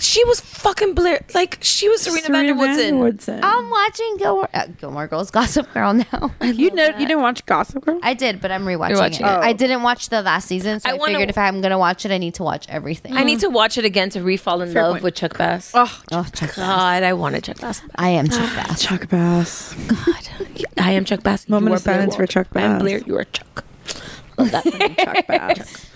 She was fucking Blair. Like she was Serena, Vanderwoodson. I'm watching Gilmore, uh, Gilmore Girls, Gossip Girl now. You know, you didn't watch Gossip Girl. I did, but I'm rewatching it. watching it. I didn't watch the last season, so I I, wanna- figured if I'm gonna watch it, I need to watch everything. I need to watch it again to refall in love with Chuck Bass. oh, Chuck Bass. God, I wanted Chuck Bass. I am Chuck Bass. Chuck Bass. God, I am Chuck Bass. You Moment of are Blair silence for Waldorf. Chuck I am Bass. Blair. You are Chuck. Chuck Bass.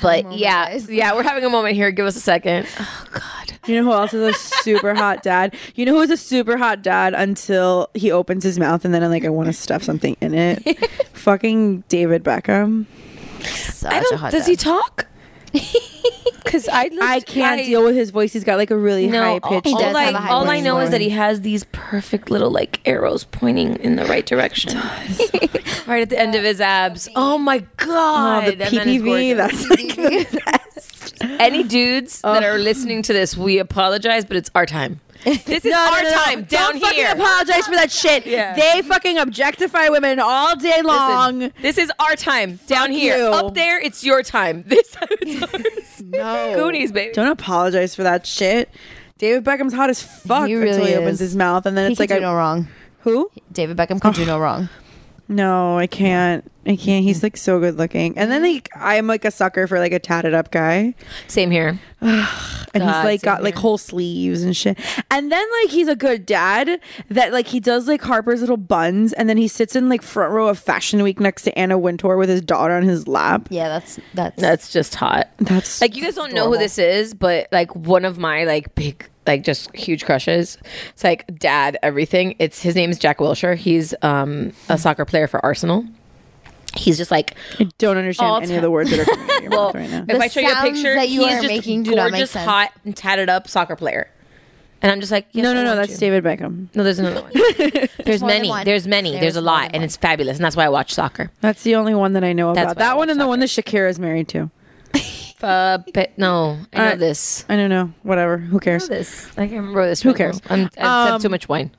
But yeah, yeah, we're having a moment here. Give us a second. Oh God. You know who else is a super hot dad? You know who is a super hot dad until he opens his mouth and then I'm like, I want to stuff something in it. Fucking David Beckham. I don't. does he talk? Because I I can't deal with his voice. He's got like a really high pitch. All, all I, all I know is that he has these perfect little like arrows pointing in the right direction, right at the end of his abs. Oh my god! Oh, the PPV. That's Oh. like the best. Any dudes that are listening to this, we apologize, but it's our time. This is our time down Don't here. fucking apologize for that shit. Yeah. They fucking objectify women all day long. This is our time down here. you. Up there, it's your time. This time it's ours. no. Goonies, baby. Don't apologize for that shit. David Beckham's hot as fuck He until really he opens is. his mouth, and then He it's could like do I- no wrong. Who? David Beckham could do no wrong. No, I can't. I can't. He's like so good looking, and then like I'm like a sucker for like a tatted up guy, Same here. and he's God, like same got like whole sleeves and shit. And then like he's a good dad that like he does like Harper's little buns, and then he sits in like front row of Fashion Week next to Anna Wintour with his daughter on his lap. Yeah, that's that's That's just hot. That's like you guys don't know who this is, but like one of my like big like just huge crushes. It's like dad everything. It's his name is Jack Wilshire. He's um a soccer player for Arsenal. He's just like I don't understand All any ti- of the words that are coming out of your mouth right now. if The I show you a sounds picture, that you he's are just making do not make gorgeous, sense. hot, and tatted up soccer player. And I'm just like, yes, No, I no, no. want That's you. David Beckham. No, there's another one. There's more than many. one. There's many. There's, There's a more lot, than and it's fabulous, and that's why I watch soccer. That's the only one that I know That's about. why I That one watch and the one that Shakira is married to. Uh, but no, I know Alright. this. I don't know. Whatever. Who cares? this. I can't remember this. Who right now. cares? I'm, Um, I've had too much wine.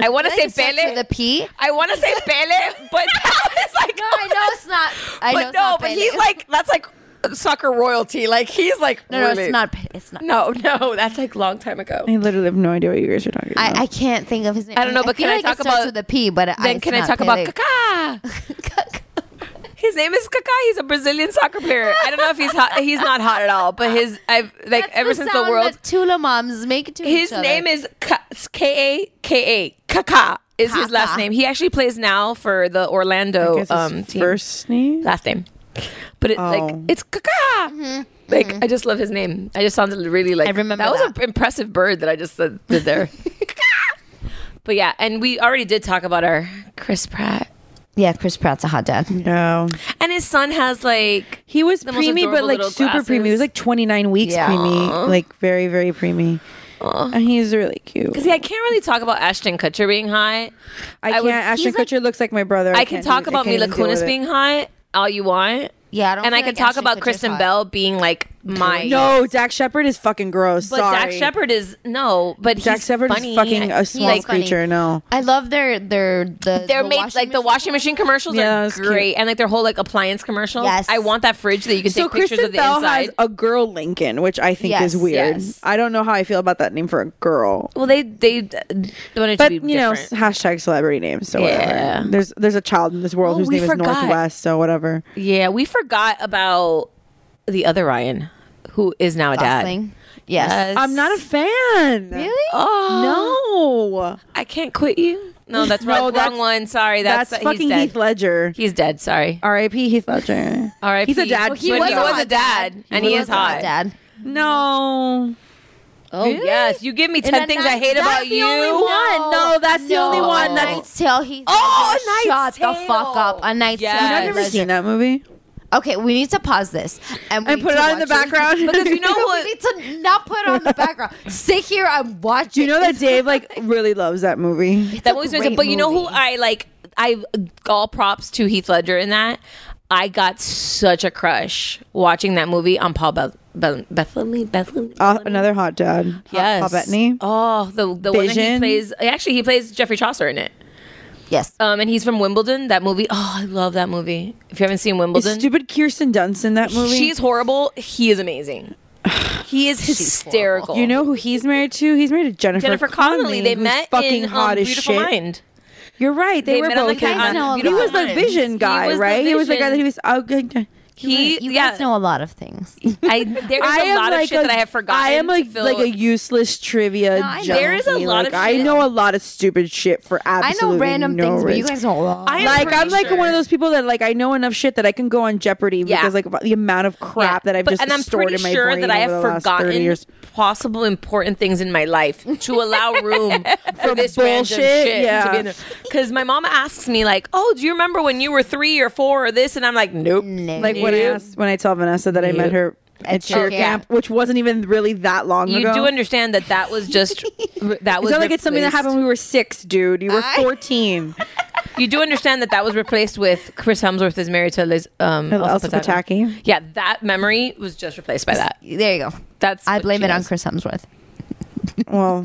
I want to say Pele. With a P? I want to say Pele, but that is like No, I know it's not. I know but it's no, not but Pele. he's like that's like soccer royalty. Like he's like No, no, really- it's not. Pele. It's not. No, no, that's like long time ago. I literally have no idea what you guys are talking about. I, I can't think of his name. I don't know, but feel can I like it talk starts about- with a P? But then can I talk about Kaká? His name is Kaká. He's a Brazilian soccer player. I don't know if he's hot. He's not hot at all, but his I've like ever since the world Tula moms make to His each other. name is Ka- K A K A Kaka is his Kaka. last name. He actually plays now for the Orlando guess his um team. first name. last name, but it like Oh. it's Kaka. Mm-hmm. Like I just love his name. I just sounded really like I remember that was that. an impressive bird that I just said, did there. Kaka. but yeah, and we already did talk about our Chris Pratt Yeah, Chris Pratt's a hot dad. No. and his son has like He was the most preemie, but adorable like little super preemie. He was glasses. like 29 weeks Yeah. preemie. Like very, very preemie. And he's really cute. because yeah, I can't really talk about Ashton Kutcher being hot. I I can't. would- Ashton he's like- Kutcher looks like my brother. I can can't talk even- about I can't Mila even deal with Kunis it. being hot all you want. Yeah, I don't. and feel I can like talk Ashton about Kutcher's Kristen hot. Bell being like my No, Dak Shepard is fucking gross. But Sorry. Dak Shepard is no, but Dak he's Shepard funny. is fucking a small like- creature. No. I love their their the. They're the made like washing the washing machine commercials Yeah, are that's cute. great, and like their whole like appliance commercials. Yes. I want that fridge that you can take So pictures Kristen of the Bell inside. has a girl Lincoln, which I think Yes, is weird. yes. I don't know how I feel about that name for a girl. well, they they uh, wanted But to you be know, different. hashtag celebrity names. So whatever. Yeah. there's there's a child in this world Oh, whose we name forgot. is Northwest. So whatever. yeah, we forgot about the other Ryan, who is now a Gosling. dad. Yes. I'm not a fan. really. Oh No, no, I can't quit you. No, that's No, wrong, wrong that's- one. Sorry, that's, that's, fucking he's dead. Heath Ledger. He's dead. Sorry. R.I.P. Heath Ledger. R.I.P. He's a dad. Well, he but was, no. a dad, and he, is was a hot hot. dad. No, Oh yes, you give me ten a things night- I hate that's about the you. only one. No, that's the only one. A That's- Knight's Tale. He. Oh, A shut Knight's the Tale. fuck up. A Knight's Yes. Tale. You've I've never seen that movie. Okay, we need to pause this and, we And need put to it on in the watch background. Because you know we what? need to not put it on the background. Sit here and watch. Do you it. know that It's- Dave like really loves that movie? that a movie's great amazing. But you know who movie. I like? I all props to Heath Ledger in that. I got such a crush watching that movie on Paul Beth- Beth- Bethany. Bethany. Uh, another hot dad. yes. Paul Bettany. Oh, the the one that he Vision. plays. Actually, he plays Jeffrey Chaucer in it. Yes. Um, and he's from Wimbledon. That movie. Oh, I love that movie. If you haven't seen Is Wimbledon, stupid Kirsten Dunst in that movie? she's horrible. He is amazing. He is hysterical. You know who he's married to? He's married to Jennifer. Jennifer Connelly. They who's met fucking in hot um, as Beautiful shit. Mind. You're right. They, They were met on the both. in cast that. on he Beautiful was the Mind. He Vision guy, was the right? He was the guy Vision. that he was. Oh, good, good. He, you yeah, guys know a lot of things. I, there is I a am lot of like shit a- that I have forgotten. I am like Phil. like a useless trivia. No, I know. There is a junkie. lot Like, of I shit. know a lot of stupid shit for absolutely random no things, but you reason. guys know a lot. I am like pretty I'm like sure. one of those people that like I know enough shit that I can go on Jeopardy because like the amount of crap that I've but, just and I'm stored pretty in my sure brain that I have over the last 30 forgotten years. possible important things in my life to allow room for this bullshit, random shit to be yeah. in there. Because my mom asks me like, "Oh, do you remember when you were three or four or this?" And I'm like, "Nope." Like when I Nope. asked, when I tell Vanessa that I met her at cheer okay. camp, which wasn't even really that long you ago. do understand that that was just that it's was not like it's something that replaced- happened when we were six, dude. You were 14. You do understand that that was replaced with Chris Hemsworth is married to Liz, um, Elsa Pataki. Yeah, that memory was just replaced by that. There you go. That's I what blame she it on is. Chris Hemsworth. Well,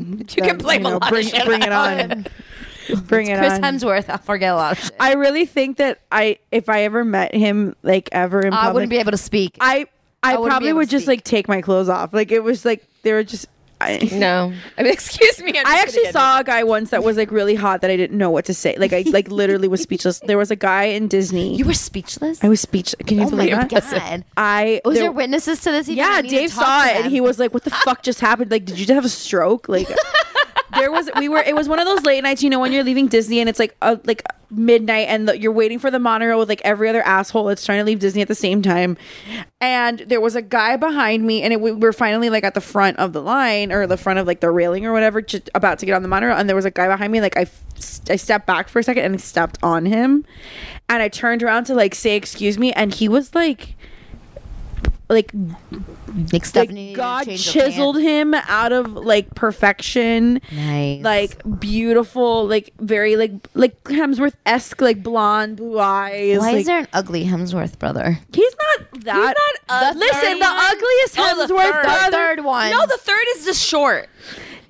You can blame a lot bring, of shit bring it on on. bring it Chris on. Hemsworth. I forget a lot of shit. I really think that I, if I ever met him, like ever in public, I wouldn't be able to speak. I, I, I wouldn't be probably able would to just like take my clothes off. Like it was like they were just. I, No, I mean, excuse me. I'm I just actually gonna get saw a guy once that was like really hot that I didn't know what to say. Like I like literally was speechless. There was a guy in Disney. You were speechless. I was speechless. Can you oh my believe that? god. I Was there, there- witnesses to this? You yeah, didn't even Dave talk saw to it and them. he was like, "What the fuck just happened? Like, did you just have a stroke?" Like, there was we were. It was one of those late nights, you know, when you're leaving Disney and it's like uh, like midnight and the, you're waiting for the monorail with like every other asshole that's trying to leave Disney at the same time. And there was a guy behind me, and it, we were finally like at the front of the line or the front of like the railing or whatever, just about to get on the monorail. And there was a guy behind me. Like I, f- st- I stepped back for a second and I stepped on him, and I turned around to like say excuse me, and he was like like Nick Stephanie like needed to God change her chiseled him out of like perfection, Nice. like beautiful, like very like like Hemsworth esque, like blonde, blue eyes. Why like- is there an ugly Hemsworth brother? He's not that. He's not ugly. Listen, the ugliest Oh, the Hemsworth third. brother. The third one. No, the third is just short.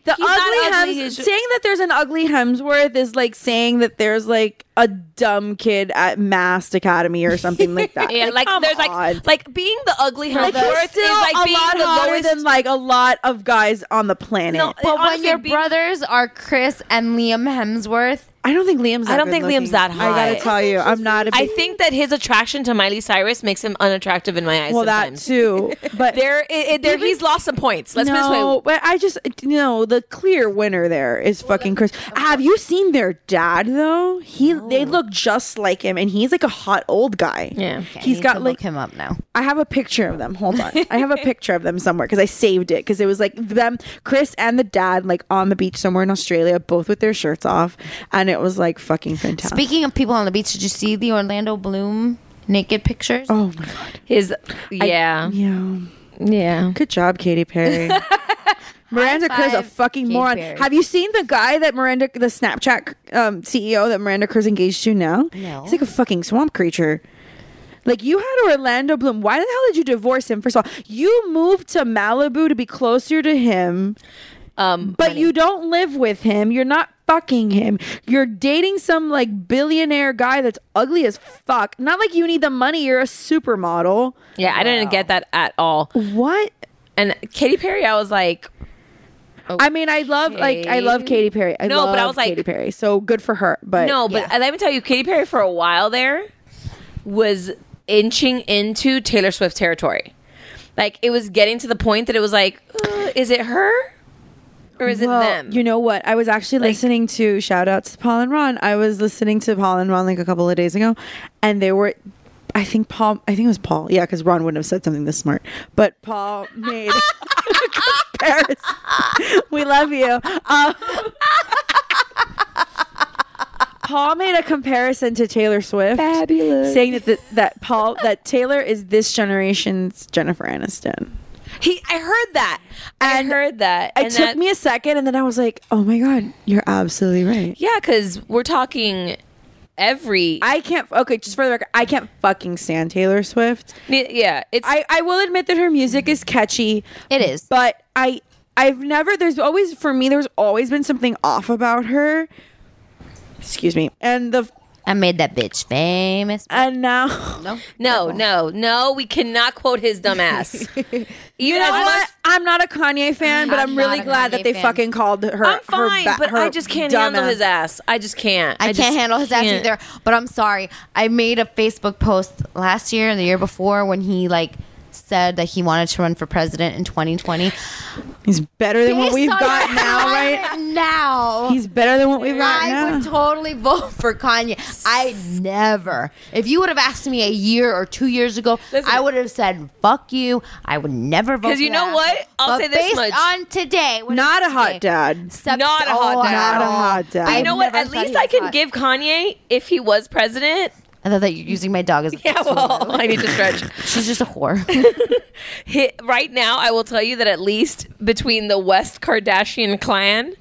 The He's not ugly, ugly, he's Hems- ju- saying that there's an ugly Hemsworth is like saying that there's like a dumb kid at Mast Academy or something like that. Yeah, like, come there's on. like like being the ugly Like, Hemsworth he's still is like a being lot the hotter lowest. than like a lot of guys on the planet. No, But when honestly, your being- brothers are Chris and Liam Hemsworth, I don't think Liam's. I that don't think good-looking. Liam's that I gotta hot. tell you, I'm not. A I big, think that his attraction to Miley Cyrus makes him unattractive in my eyes. well that sometimes. too, but there, it, it- there, he's lost some points. Let's put it this way. no, but I just no. The clear winner there is fucking Chris. Have you seen their dad though? He they look just like him, and he's like a hot old guy. Yeah. Okay, he's need to got look like him up now. I have a picture of them. Hold on, I have a picture of them somewhere because I saved it because it was like them, Chris and the dad, like on the beach somewhere in Australia, both with their shirts off, and it was like fucking fantastic. Speaking of people on the beach, did you see the Orlando Bloom naked pictures? oh my god, His, yeah, yeah. yeah. Good job, Katy Perry. Miranda High Kerr's a five, fucking Katy moron. Perry. Have you seen the guy that Miranda, the Snapchat um, CEO that Miranda Kerr's engaged to now? No. He's like a fucking swamp creature. Like you had Orlando Bloom. Why the hell did you divorce him? First of all, you moved to Malibu to be closer to him, Um, but you don't live with him. You're not fucking him. You're dating some like billionaire guy that's ugly as fuck. Not like you need the money. You're a supermodel. yeah, I didn't get that at all. What? And Katy Perry, I was like, I mean, I love like I love Katy Perry. I No, but I was like- Katy Perry, so good for her. But no, but let me tell you, Katy Perry for a while there was inching into Taylor Swift territory. Like it was getting to the point that it was like, uh, is it her or is Well, it them? You know what? I was actually listening to shout out to Paul and Ron. I was listening to Paul and Ron like a couple of days ago, and they were. I think Paul. I think it was Paul. Yeah, because Ron wouldn't have said something this smart. But Paul made a comparison. we love you. Um, Paul made a comparison to Taylor Swift, fabulous, saying that the, that Paul that Taylor is this generation's Jennifer Aniston. he, I heard that. I And heard that. It and took that- me a second, and then I was like, "Oh my god, you're absolutely right." Yeah, because we're talking every. I can't. Okay, just for the record, I can't fucking stand Taylor Swift. yeah, it's. I I will admit that her music is catchy. It is. but I I've never. There's always for me. There's always been something off about her. Excuse me. And the I made that bitch famous. And now, no, no, no, no. We cannot quote his dumb ass. You know what? I'm not a Kanye fan, but I'm, really glad that they fucking called her. I'm fine, her ba- but her I just can't dumb handle ass. his ass. I just can't. I, just can't handle his ass can't. either. But I'm sorry. I made a Facebook post last year and the year before when he like said that he wanted to run for president in 2020. He's better than what we've got now, right? Now He's better than what we've got I now. would totally vote for Kanye. I never. If you would have asked me a year or two years ago, I would have said "fuck you." I would never vote. Because you for know that. what? I'll But say this based much. on today, what Not is a hot today? dad. Except- not a oh, hot dad. not a hot dad. But you know what? I've At never thought least he I was can hot. give Kanye if he was president. I thought that you're using my dog as a Yeah, well, I need to stretch. She's just a whore. Hit, right now, I will tell you that at least between the West Kardashian clan,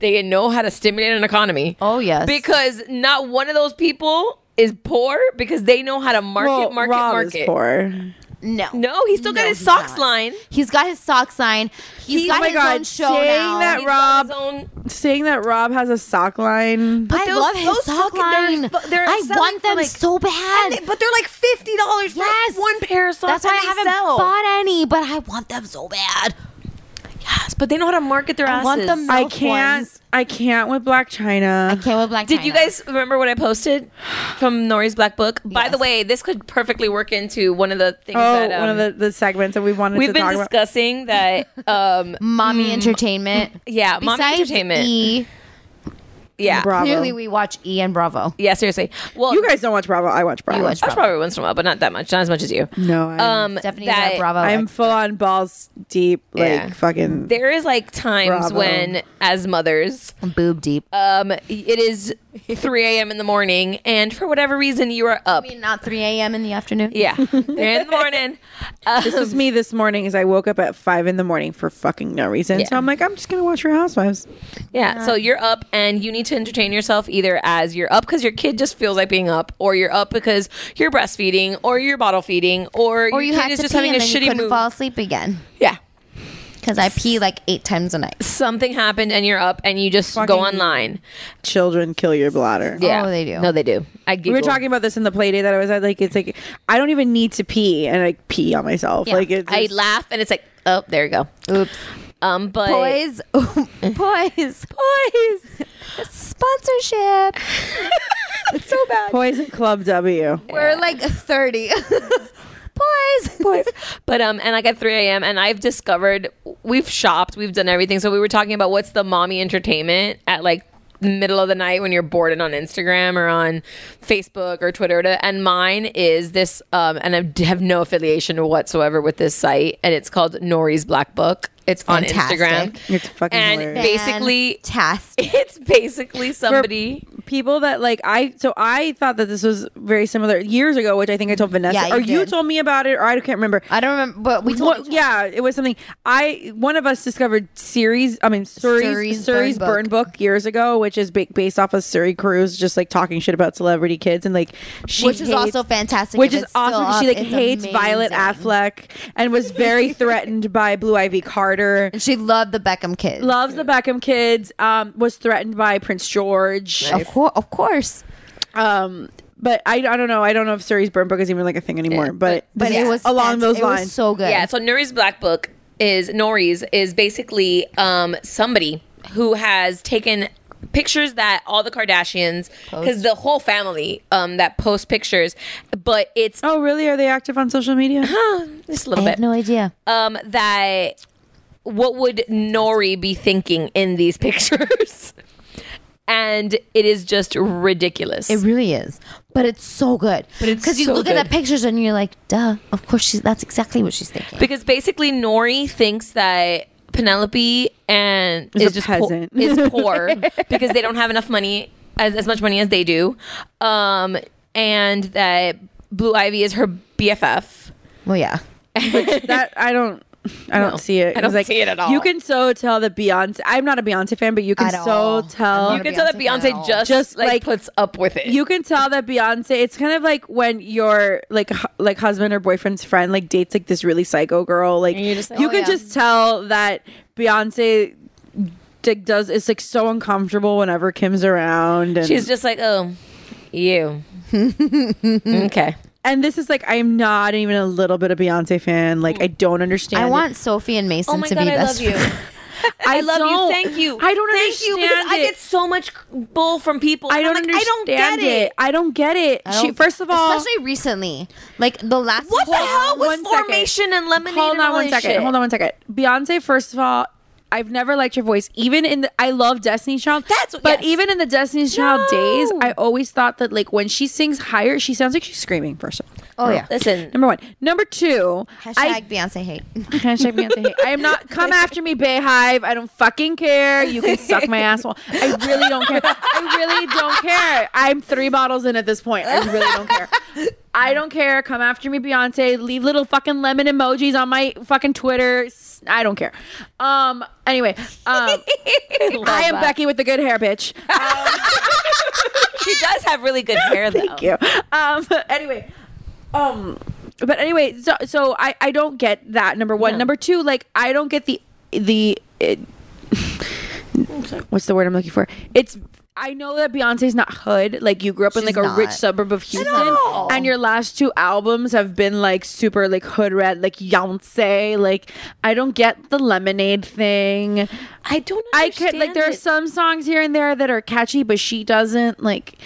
they know how to stimulate an economy. Oh yes. Because not one of those people is poor because they know how to market, Well, market, Rob market. is poor. no. No, he's still got No, his he's socks not. line. He's got his socks line. He's He- got oh my his God, own show saying now. that He's Rob, got his own. saying that Rob has a sock line. I those- love his those sock fucking- they're line. fu- they're I selling want for, them like- so bad. And they- but they're like fifty dollars for Yes. one pair of socks. That's why and I they haven't sell. bought any, but I want them so bad. Yes, but they know how to market their I asses. want them- I Mouth can't. ones. I can't with Black China. I can't with Black Did you China. guys remember what I posted from Nori's Black Book? By the Yes. way, this could perfectly work into one of the things Oh, that um, one of the, the segments that we wanted we've to been talk about. discussing. That um, Mommy Entertainment? yeah, mom Besides entertainment. E, yeah, Bravo. clearly we watch E and Bravo. yeah, seriously. Well, you guys don't watch Bravo. I watch Bravo. You watch I watch Bravo. probably once in a while, but not that much, not as much as you. No, I'm, Um, Stephanie's that a Bravo. I'm full on balls deep, like Yeah. fucking. there is like times Bravo. when, as mothers, expert. boob deep. um, it is 3 a.m. in the morning, and for whatever reason, you are up. I mean, not 3 a.m. in the afternoon. Yeah, three in the morning. this is me this morning. Is I woke up at five in the morning for fucking no reason. Yeah. So I'm like, I'm just gonna watch Real Housewives. Yeah, so you're up and you need to entertain yourself either as you're up because your kid just feels like being up, or you're up because you're breastfeeding, or you're bottle feeding, or, Or your you kid had to is just pee having and a then you shitty couldn't mood. fall asleep again Yeah, because I pee like eight times a night. something happened and you're up and you just go online. Children kill your bladder. Yeah, Oh, they do. No, they do. I We were talking about this in the play day that I was at. Like, it's like I don't even need to pee, and I pee on myself. Yeah. Like, it's I just- laugh and it's like, oh, there you go. Oops. Um, but Boys, boys, boys. Sponsorship. it's so bad. Poison Club W. We're like 30. boys, boys. But um, and like at 3 a.m. and I've discovered we've shopped, we've done everything. So we were talking about what's the mommy entertainment at like middle of the night when you're bored and on Instagram or on Facebook or Twitter. And mine is this, um, and I d- have no affiliation whatsoever with this site, and it's called Nori's Black Book. It's Fantastic. on Instagram. It's fucking and hilarious. basically. Fantastic. It's basically somebody. people that like I so I thought that this was very similar years ago, which I think I told Vanessa Mm-hmm. Yeah, you or you did. told me about it, or I can't remember. I don't remember, but we told Well, yeah, it was something I one of us discovered series. I mean, Surrey's Surrey's Surrey's Burn burn book. years ago, which is ba- based off of Surrey Cruz, just like talking shit about celebrity kids and like she Which is hates- also fantastic Which if is it's still awesome. She up. like It's hates Violet amazing. Affleck and was very threatened by Blue Ivy Carter. and she loved the Beckham kid. Loves the Beckham kids. Um, was threatened by Prince George. of, cour- of course. Um, but I, I don't know. I don't know if Suri's burn book is even like a thing anymore. but But this it is was along fant- those it was lines. so good. Yeah, so Nori's Black Book is Nori's is basically um, somebody who has taken pictures that all the Kardashians because the whole family um, that post pictures, but it's oh, really? Are they active on social media? just a I little have bit no idea. um, that what would Nori be thinking in these pictures? and it is just ridiculous. It really is, but it's so good. But it's you so look at good. the pictures and you're like, duh. Of course, she's that's exactly what she's thinking. Because basically, Nori thinks that Penelope and Is is, a just po- peasant. is poor because they don't have enough money as, as much money as they do, um, and that Blue Ivy is her BFF. well, yeah. that I don't. I don't No, see it. I don't 'Cause, like, see it at all. You can so tell that Beyonce. I'm not a Beyonce fan, but you can At so all. tell. I'm You not can tell that Beyonce fan at Beyonce all. just, Just, like, like, puts up with it. You can tell that Beyonce. It's kind of like when your like hu- like husband or boyfriend's friend like dates like this really psycho girl. Like you're just like, you "Oh, can yeah." just tell that Beyonce like does it's like so uncomfortable whenever Kim's around. And She's just like, oh, You. okay. And this is like I'm not even a little bit of Beyonce fan. Like I don't understand. I it. want Sophie and Mason Oh my to God, be I best love you. friends. I, love don't. you. Thank you. I don't thank you because understand I it. get so much bull from people. I and don't I'm like, understand I don't get it. I don't get it. I she don't- first of all, especially recently, like the last. What the Hold hell on was one second. formation and lemonade? hold and on all one this second. shit? Hold on one second. Beyonce, first of all, I've never liked your voice. Even in the, I love Destiny's Child. That's but even in the Destiny's Child days, I always thought that like when she sings higher, she sounds like she's screaming. First of all, Oh, yeah. Listen. Number one. Number two. Hashtag I Beyonce hate. Hashtag Beyonce hate. I am not come after me, Bayhive. I don't fucking care. You can suck my asshole. I really don't care. I really don't care. I'm three bottles in at this point. I really don't care. I don't care. Come after me, Beyonce. Leave little fucking lemon emojis on my fucking Twitter. S- I don't care. Um. Anyway, um, I am that. Becky with the good hair, bitch. She does have really good hair, though. Thank you. Um, anyway, um, but anyway, so so I I don't get that number one. Number two, like I don't get the the it, what's the word I'm looking for? It's I know that Beyonce's not hood. Like you grew up in She's like a rich not. suburb of Houston, not. and your last two albums have been like super like hood red, like Beyonce. Like I don't get the lemonade thing. I don't. I could like there are understand it. some songs here and there that are catchy, but she doesn't like.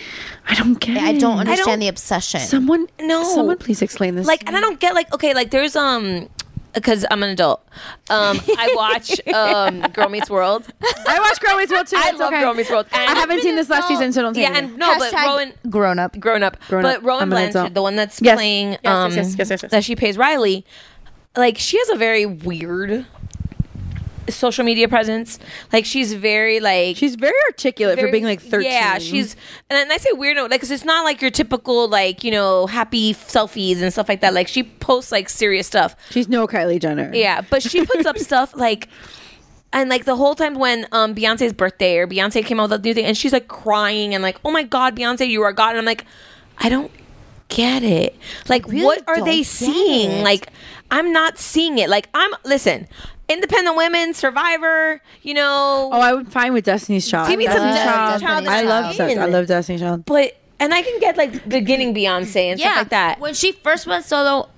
I don't get. Mm, I it. don't understand the obsession. Someone, No. someone, please explain this. like and i don't get like okay like there's um because i'm an adult um i watch um girl meets world I watch Girl Meets World too. i It's love okay. girl meets world and I haven't seen this last season, so don't say yeah anything. and no but Hashtag rowan grown up. grown up Grown but up. rowan I'm an adult. blanchard the one that's Yes. playing yes, um yes, yes, yes, yes. that she pays riley like she has a very weird social media presence like she's very like she's very articulate for very- being like thirteen. Yeah, she's and, I say weirdo like 'cause it's not like your typical like you know happy selfies and stuff like that. Like she posts like serious stuff. she's no Kylie Jenner. Yeah, but she puts up stuff like. And like the whole time when um Beyonce's birthday or Beyonce came out with a new thing and she's like crying and like, Oh my god, Beyonce, you are God and I'm like, I don't get it. Like really what are don't they get seeing? it. Like I'm not seeing it. Like I'm listen, independent women, survivor, you know Oh, I'm fine with Destiny's Child. Give me some Destiny's Destiny's Child. I love. Destiny's Destiny's- I Child. love Destiny's Child. but and I can get like beginning Beyonce and stuff like that. When she first went solo,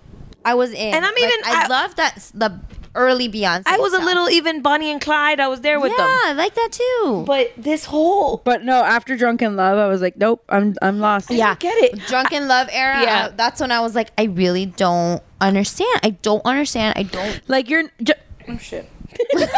I was in, And I'm Like, even- I, I- love that s- the early Beyonce. I was a stuff. little even Bonnie and Clyde. I was there with yeah, them. I like that too. But this whole But no, after Drunken Love, I was like, nope, I'm I'm lost. yeah, get it. Drunken love era. Yeah. Yeah, that's when I was like, I really don't understand. I don't understand. I don't. like you're. Ju- oh shit.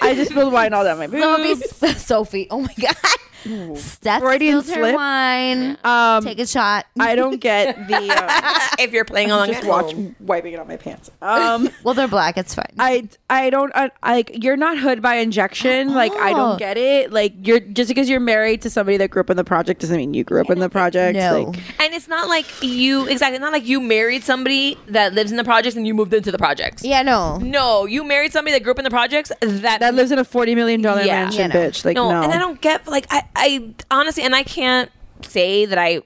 I just spilled wine all down my Sophie, boots. Sophie. Oh my god, Steph Freudian spilled her slip. wine. Um, Take a shot. I don't get the. Uh, if you're playing along, just watch wiping it on my pants. Um, well, they're black. It's fine. I I don't I, like you're not hood by injection. Like I all. don't get it. Like you're just because you're married to somebody that grew up in the project doesn't mean you grew up in the project. No. Like, and it's not like you exactly not like you married somebody that lives in the projects and you moved into the projects. yeah, no. No, you married somebody that grew up in the projects that that lives in a forty million dollar Yeah. mansion, Yeah, no. bitch. Like no, and I don't get like I I honestly and I can't say that I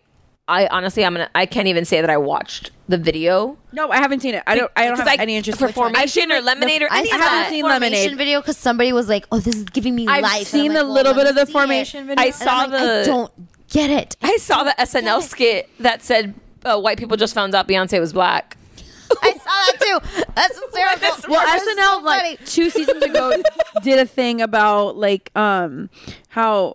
I honestly I'm gonna I can't even say that I watched the video. No, I haven't seen it. I don't. I don't have any interest. in formation or lemonade or I any saw of that. haven't seen the formation Lemonade. video because somebody was like, "Oh, this is giving me I've life." And seen I'm like, "Oh, a little let bit me of the see formation it. video. I And I'm saw like, the- I don't get it. I saw the SNL skit that said uh, white people just found out Beyonce was black. I saw that too. That's hysterical. Well, That's SNL so funny. like two seasons ago did a thing about like um how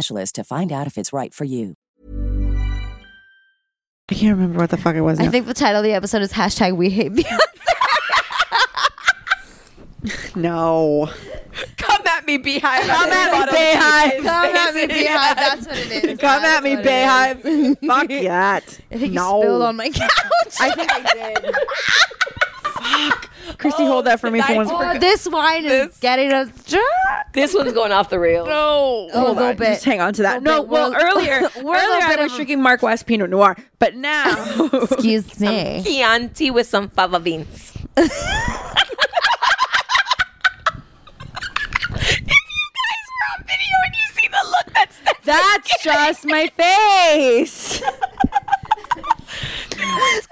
to find out if it's right for you. I can't remember what the fuck it was. I now. think the title of the episode is hashtag We Hate Beyonce. no. Come at me, beehive. Come at me, Beehive. Come at me, beehive. That's what it is. Come at me, That's Beehive. Fuck that. I think no. you spilled on my couch. I think I did. Christy, hold that for me for one. Oh, this wine is getting us drunk. This one's going off the rails. No, a little bit. Just hang on to that. No, Little bit. well, We're- we're earlier, a little earlier I bit was of a- drinking Mark West Pinot Noir, but now Excuse me. Chianti with some fava beans. video and you see the look that's that's just my face.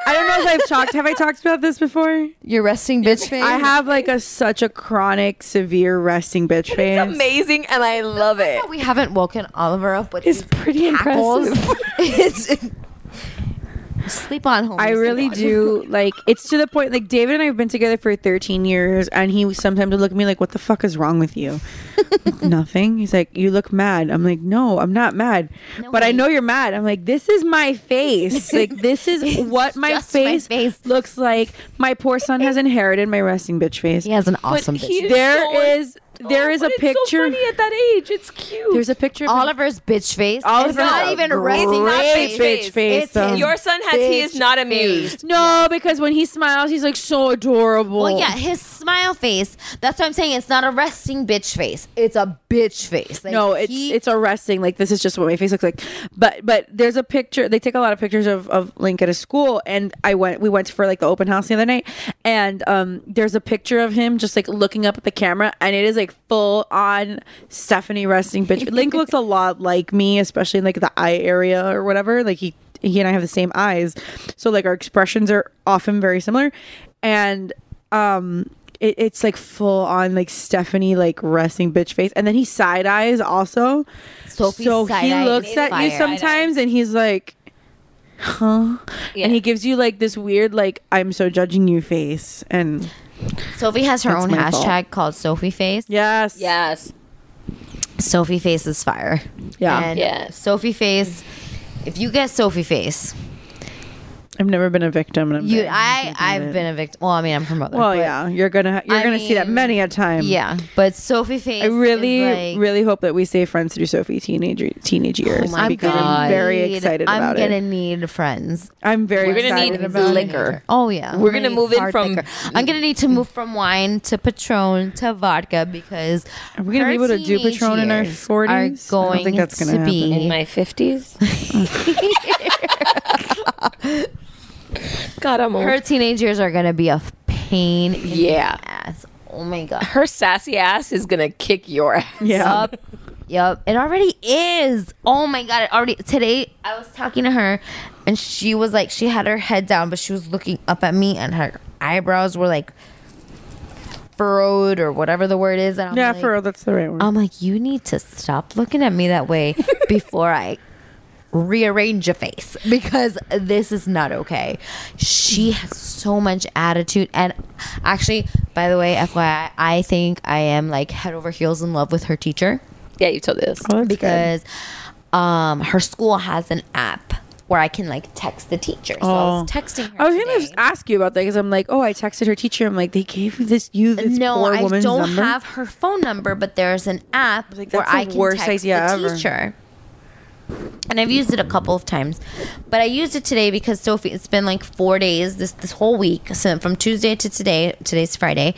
I don't know if I've talked. Have I talked about this before? Your resting bitch face. I have like a such a chronic, severe resting bitch face. Amazing, and I love it. We haven't woken Oliver up with It's these pretty cackles. impressive. It's- sleep on home. I really do. Like, it's to the point, like, David and I have been together for 13 years, and he sometimes would look at me like, What the fuck is wrong with you? Like, Nothing. He's like, You look mad. I'm like, No, I'm not mad. but I know you're mad. I'm like, This is my face. Like, this is what my just my face, face. looks like. My poor son has inherited my resting bitch face. He has an awesome bitch. face. There is. There Oh, is a picture. at that age. It's cute. There's a picture of him- Oliver's bitch face. Oliver's It's not a even great raising bitch face, um, It's though. his Your son has. He is bitch not face. amused. No, because when he smiles, he's like so adorable. Well, yeah, his smile face. That's what I'm saying. It's not a resting bitch face. It's a bitch face. Like, no, it's he- it's arresting. Like this is just what my face looks like. But but there's a picture. They take a lot of pictures of of Link at a school, and I went. We went for like the open house the other night, and um, there's a picture of him just like looking up at the camera, and it is like full on Stephanie resting bitch. Link looks a lot like me, especially in like the eye area or whatever. Like he he and I have the same eyes, so like our expressions are often very similar, and um it, it's like full on like Stephanie like resting bitch face, and then he side eyes also. Sophie's so he side-eye looks is at you fire. sometimes, and he's like, "Huh," and he gives you like this weird like "I'm so judging you" face, and Sophie has her That's own my fault. hashtag called Sophie Face. yes, Yes. Sophie Face is fire. Yeah. And Yes. Sophie Face. If you get Sophie Face, I've never been a victim, and I'm you very- I I've been a victim. Well, I mean I'm her mother. well, but- yeah, you're gonna you're I gonna see that mean, many a time. Yeah, but Sophie Face. I really, is like, Oh really hope that we stay friends through Sophie teenage teenage years my because God. I'm very excited I'm about gonna it. need friends. I'm very We're gonna excited need about it. liquor. Oh yeah, We're I'm gonna need move in hard from- liquor. I'm gonna need to move from wine to Patron to vodka because Are we gonna her be able to do teenage Patron in our years 40s? I Are don't going think that's gonna to happen. be In Oh my fifties. God, I'm old. her Her, teenage years are gonna be a pain. in the Yeah. ass. Oh my god. her sassy ass is gonna kick your ass. Yeah. Yup. Yep. It already is. Oh my god, it already today I was talking to her and she was like she had her head down, but she was looking up at me and her eyebrows were like furrowed or whatever the word is. And I'm yeah, like, for real, that's the right word. I'm like, you need to stop looking at me that way before I rearrange your face because this is not okay. She has so much attitude. And actually, by the way, FYI, I think I am like head over heels in love with her teacher Yeah, you told us. Oh, that's good. because um, her school has an app where I can like text the teacher. So I Oh. was texting her. I was gonna today. just ask you about that because I'm like, oh, I texted her teacher. I'm like, they gave this you this no, poor I woman's don't number? have her phone number, but there's an app Like, where that's the I can worst text idea the ever. teacher. And I've used it a couple of times, but I used it today because Sophie. It's been like four days this this whole week, so from Tuesday to today. Today's Friday,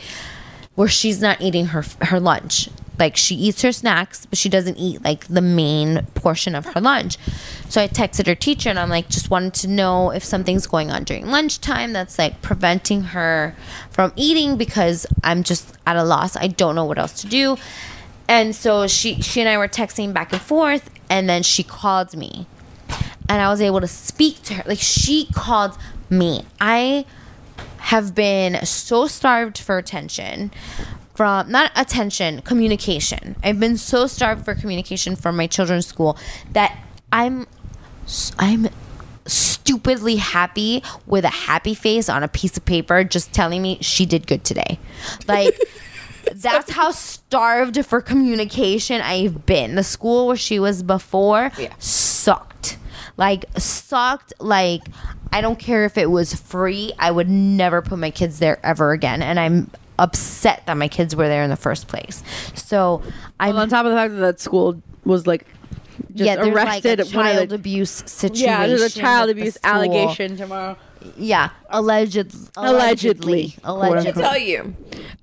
where she's not eating her her lunch. Like she eats her snacks, but she doesn't eat like the main portion of her lunch. So I texted her teacher, and I'm like, just wanted to know if something's going on during lunchtime that's like preventing her from eating because I'm just at a loss. I don't know what else to do. And so she she and I were texting back and forth, and then she called me, and I was able to speak to her. Like she called me. I have been so starved for attention from not attention communication i've been so starved for communication from my children's school that i'm s- i'm stupidly happy with a happy face on a piece of paper just telling me she did good today like that's how starved for communication i've been the school where she was before sucked like sucked like i don't care if it was free i would never put my kids there ever again and i'm upset that my kids were there in the first place so i'm on top of the fact that that school was like just yeah, there's arrested like a one of the- child abuse situation. Yeah, there's a child at the abuse school. allegation tomorrow. Yeah, alleged, allegedly, Allegedly, quote allegedly. unquote. tell you,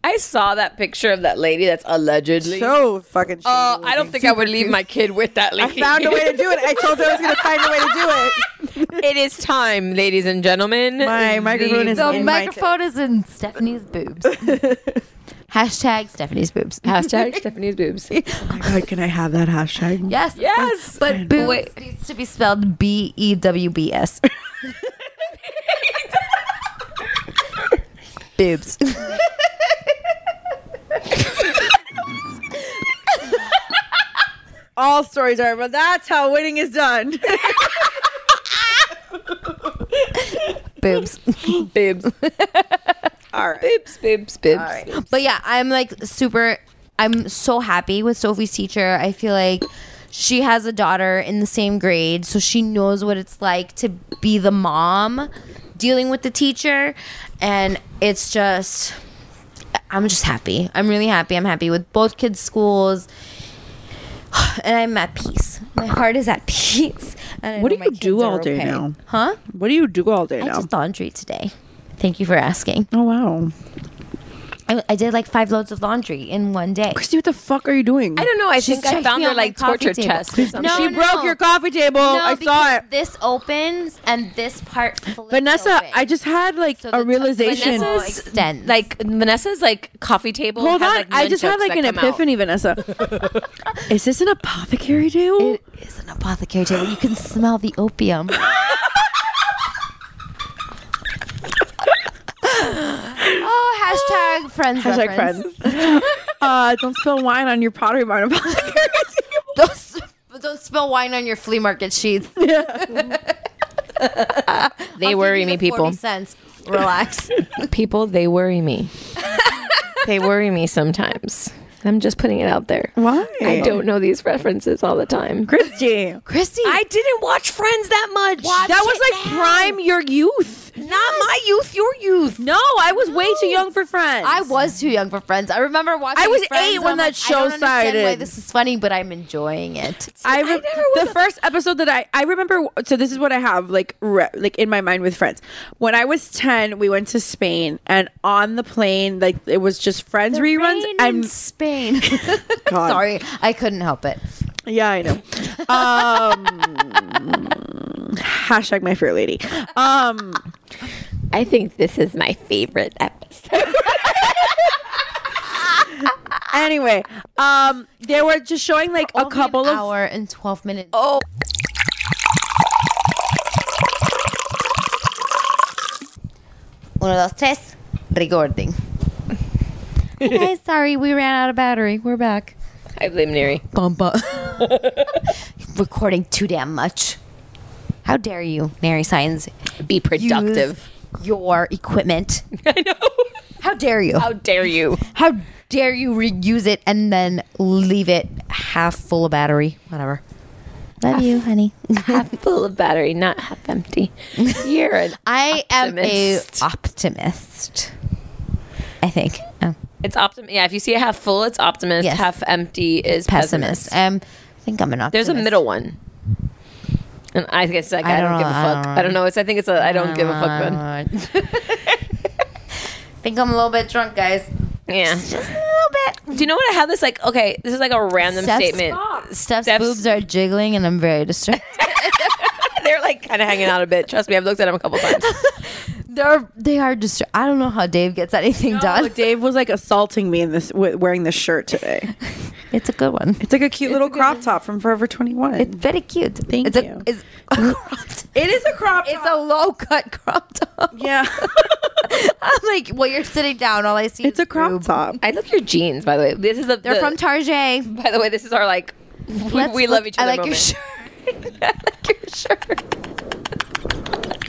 I saw that picture of that lady that's allegedly So fucking. Oh, I don't think I would leave my kid with that I lady. found a way to do it. I told her I was going to find a way to do it. it is time, ladies and gentlemen. My microphone is The microphone is in Stephanie's boobs. Hashtag Stephanie's boobs. Hashtag Stephanie's boobs. Oh my god, can I have that hashtag? Yes. Yes. But boobs needs to be spelled B E W B S. Boobs. All stories are, but that's how winning is done. boobs. boobs. All right. Boobs, boobs, boobs. But yeah, I'm like super. I'm so happy with Sophie's teacher. I feel like she has a daughter in the same grade, so she knows what it's like to be the mom dealing with the teacher. And it's just, I'm just happy. I'm really happy. I'm happy with both kids' schools. And I'm at peace. My heart is at peace. And I What know do my you kids do are all day okay. now? Huh? What do you do all day I now? just laundry today. Thank you for asking. Oh wow. I, I did like five loads of laundry in one day. Christy, what the fuck are you doing? I don't know. I think I checking found me her on my like coffee torture table. chest. No, or something. She no, broke no. your coffee table. No, I saw because it. This opens and this part. flips Vanessa, open. I just had like a realization. Vanessa's like Vanessa's like coffee table. Hold has, on, like, I just had nunchucks like that an come out. epiphany, Vanessa. is this an apothecary table? It's an apothecary table. You can smell the opium. oh, hashtag friends. Hashtag reference. friends. uh, don't spill wine on your pottery barn apothecary table. Don't, s- don't spill wine on your flea market sheets. They worry me, people. 40 cents. Relax. people, they worry me. they worry me sometimes. I'm just putting it out there. Why? I don't know these references all the time. Christy. Christy, I didn't watch Friends that much. That was like prime your youth. Not my youth, your youth. No, I was way too young for friends. I was too young for Friends. I remember watching. I was Friends, eight and when I'm that like, I show don't understand Why started. this is funny, but I'm enjoying it. I, re- the first episode that I I remember. So this is what I have like re- like in my mind with friends. When I was ten, we went to Spain, and on the plane, like it was just Friends reruns. I'm And Spain. God. Sorry, I couldn't help it. yeah, I know. Um, hashtag my fair lady. Um, I think this is my favorite episode. anyway, um, they were just showing like a couple An of hour and twelve minutes. Oh, Uno, dos, tres. Recording. Hey guys, sorry we ran out of battery. We're back. I blame Neri. Bum bum. Recording too damn much. How dare you, Mary Science? Be productive. Use your equipment. I know. How dare you? How dare you? How dare you reuse it and then leave it half full of battery? Whatever. Love you, honey. half full of battery, not half empty. You're an I am a Optimist. optimist. I think. Oh, it's optim. Yeah, if you see it half full, it's optimist. Yes. Half empty is pessimist. pessimist. Um, I think I'm an optimist. There's a middle one. And I guess like I, don't, give a fuck. I don't know. Uh, It's I think it's a I don't give a fuck one. I Uh, think I'm a little bit drunk, guys. Yeah. Just a little Do bit. you know what I have this like okay, this is like a random Steph's- statement. Steph's, Steph's- boobs are jiggling, and I'm very distracted. They're like kind of hanging out a bit. Trust me, I've looked at them a couple times. They're they are just. I don't know how Dave gets anything done. Oh, Dave was like assaulting me in this wi- wearing this shirt today. it's a good one. It's like a cute little crop top from Forever Twenty One. It's very cute. Thank It's a- you. it's it is a crop. It's a low cut crop top. Yeah. I'm like, well, you're sitting down. All I see. It's a crop top. I love your jeans, by the way. This is a, They're the- from Target. By the way, this is our like we, Let's we love look- each other. I like your moment. shirt.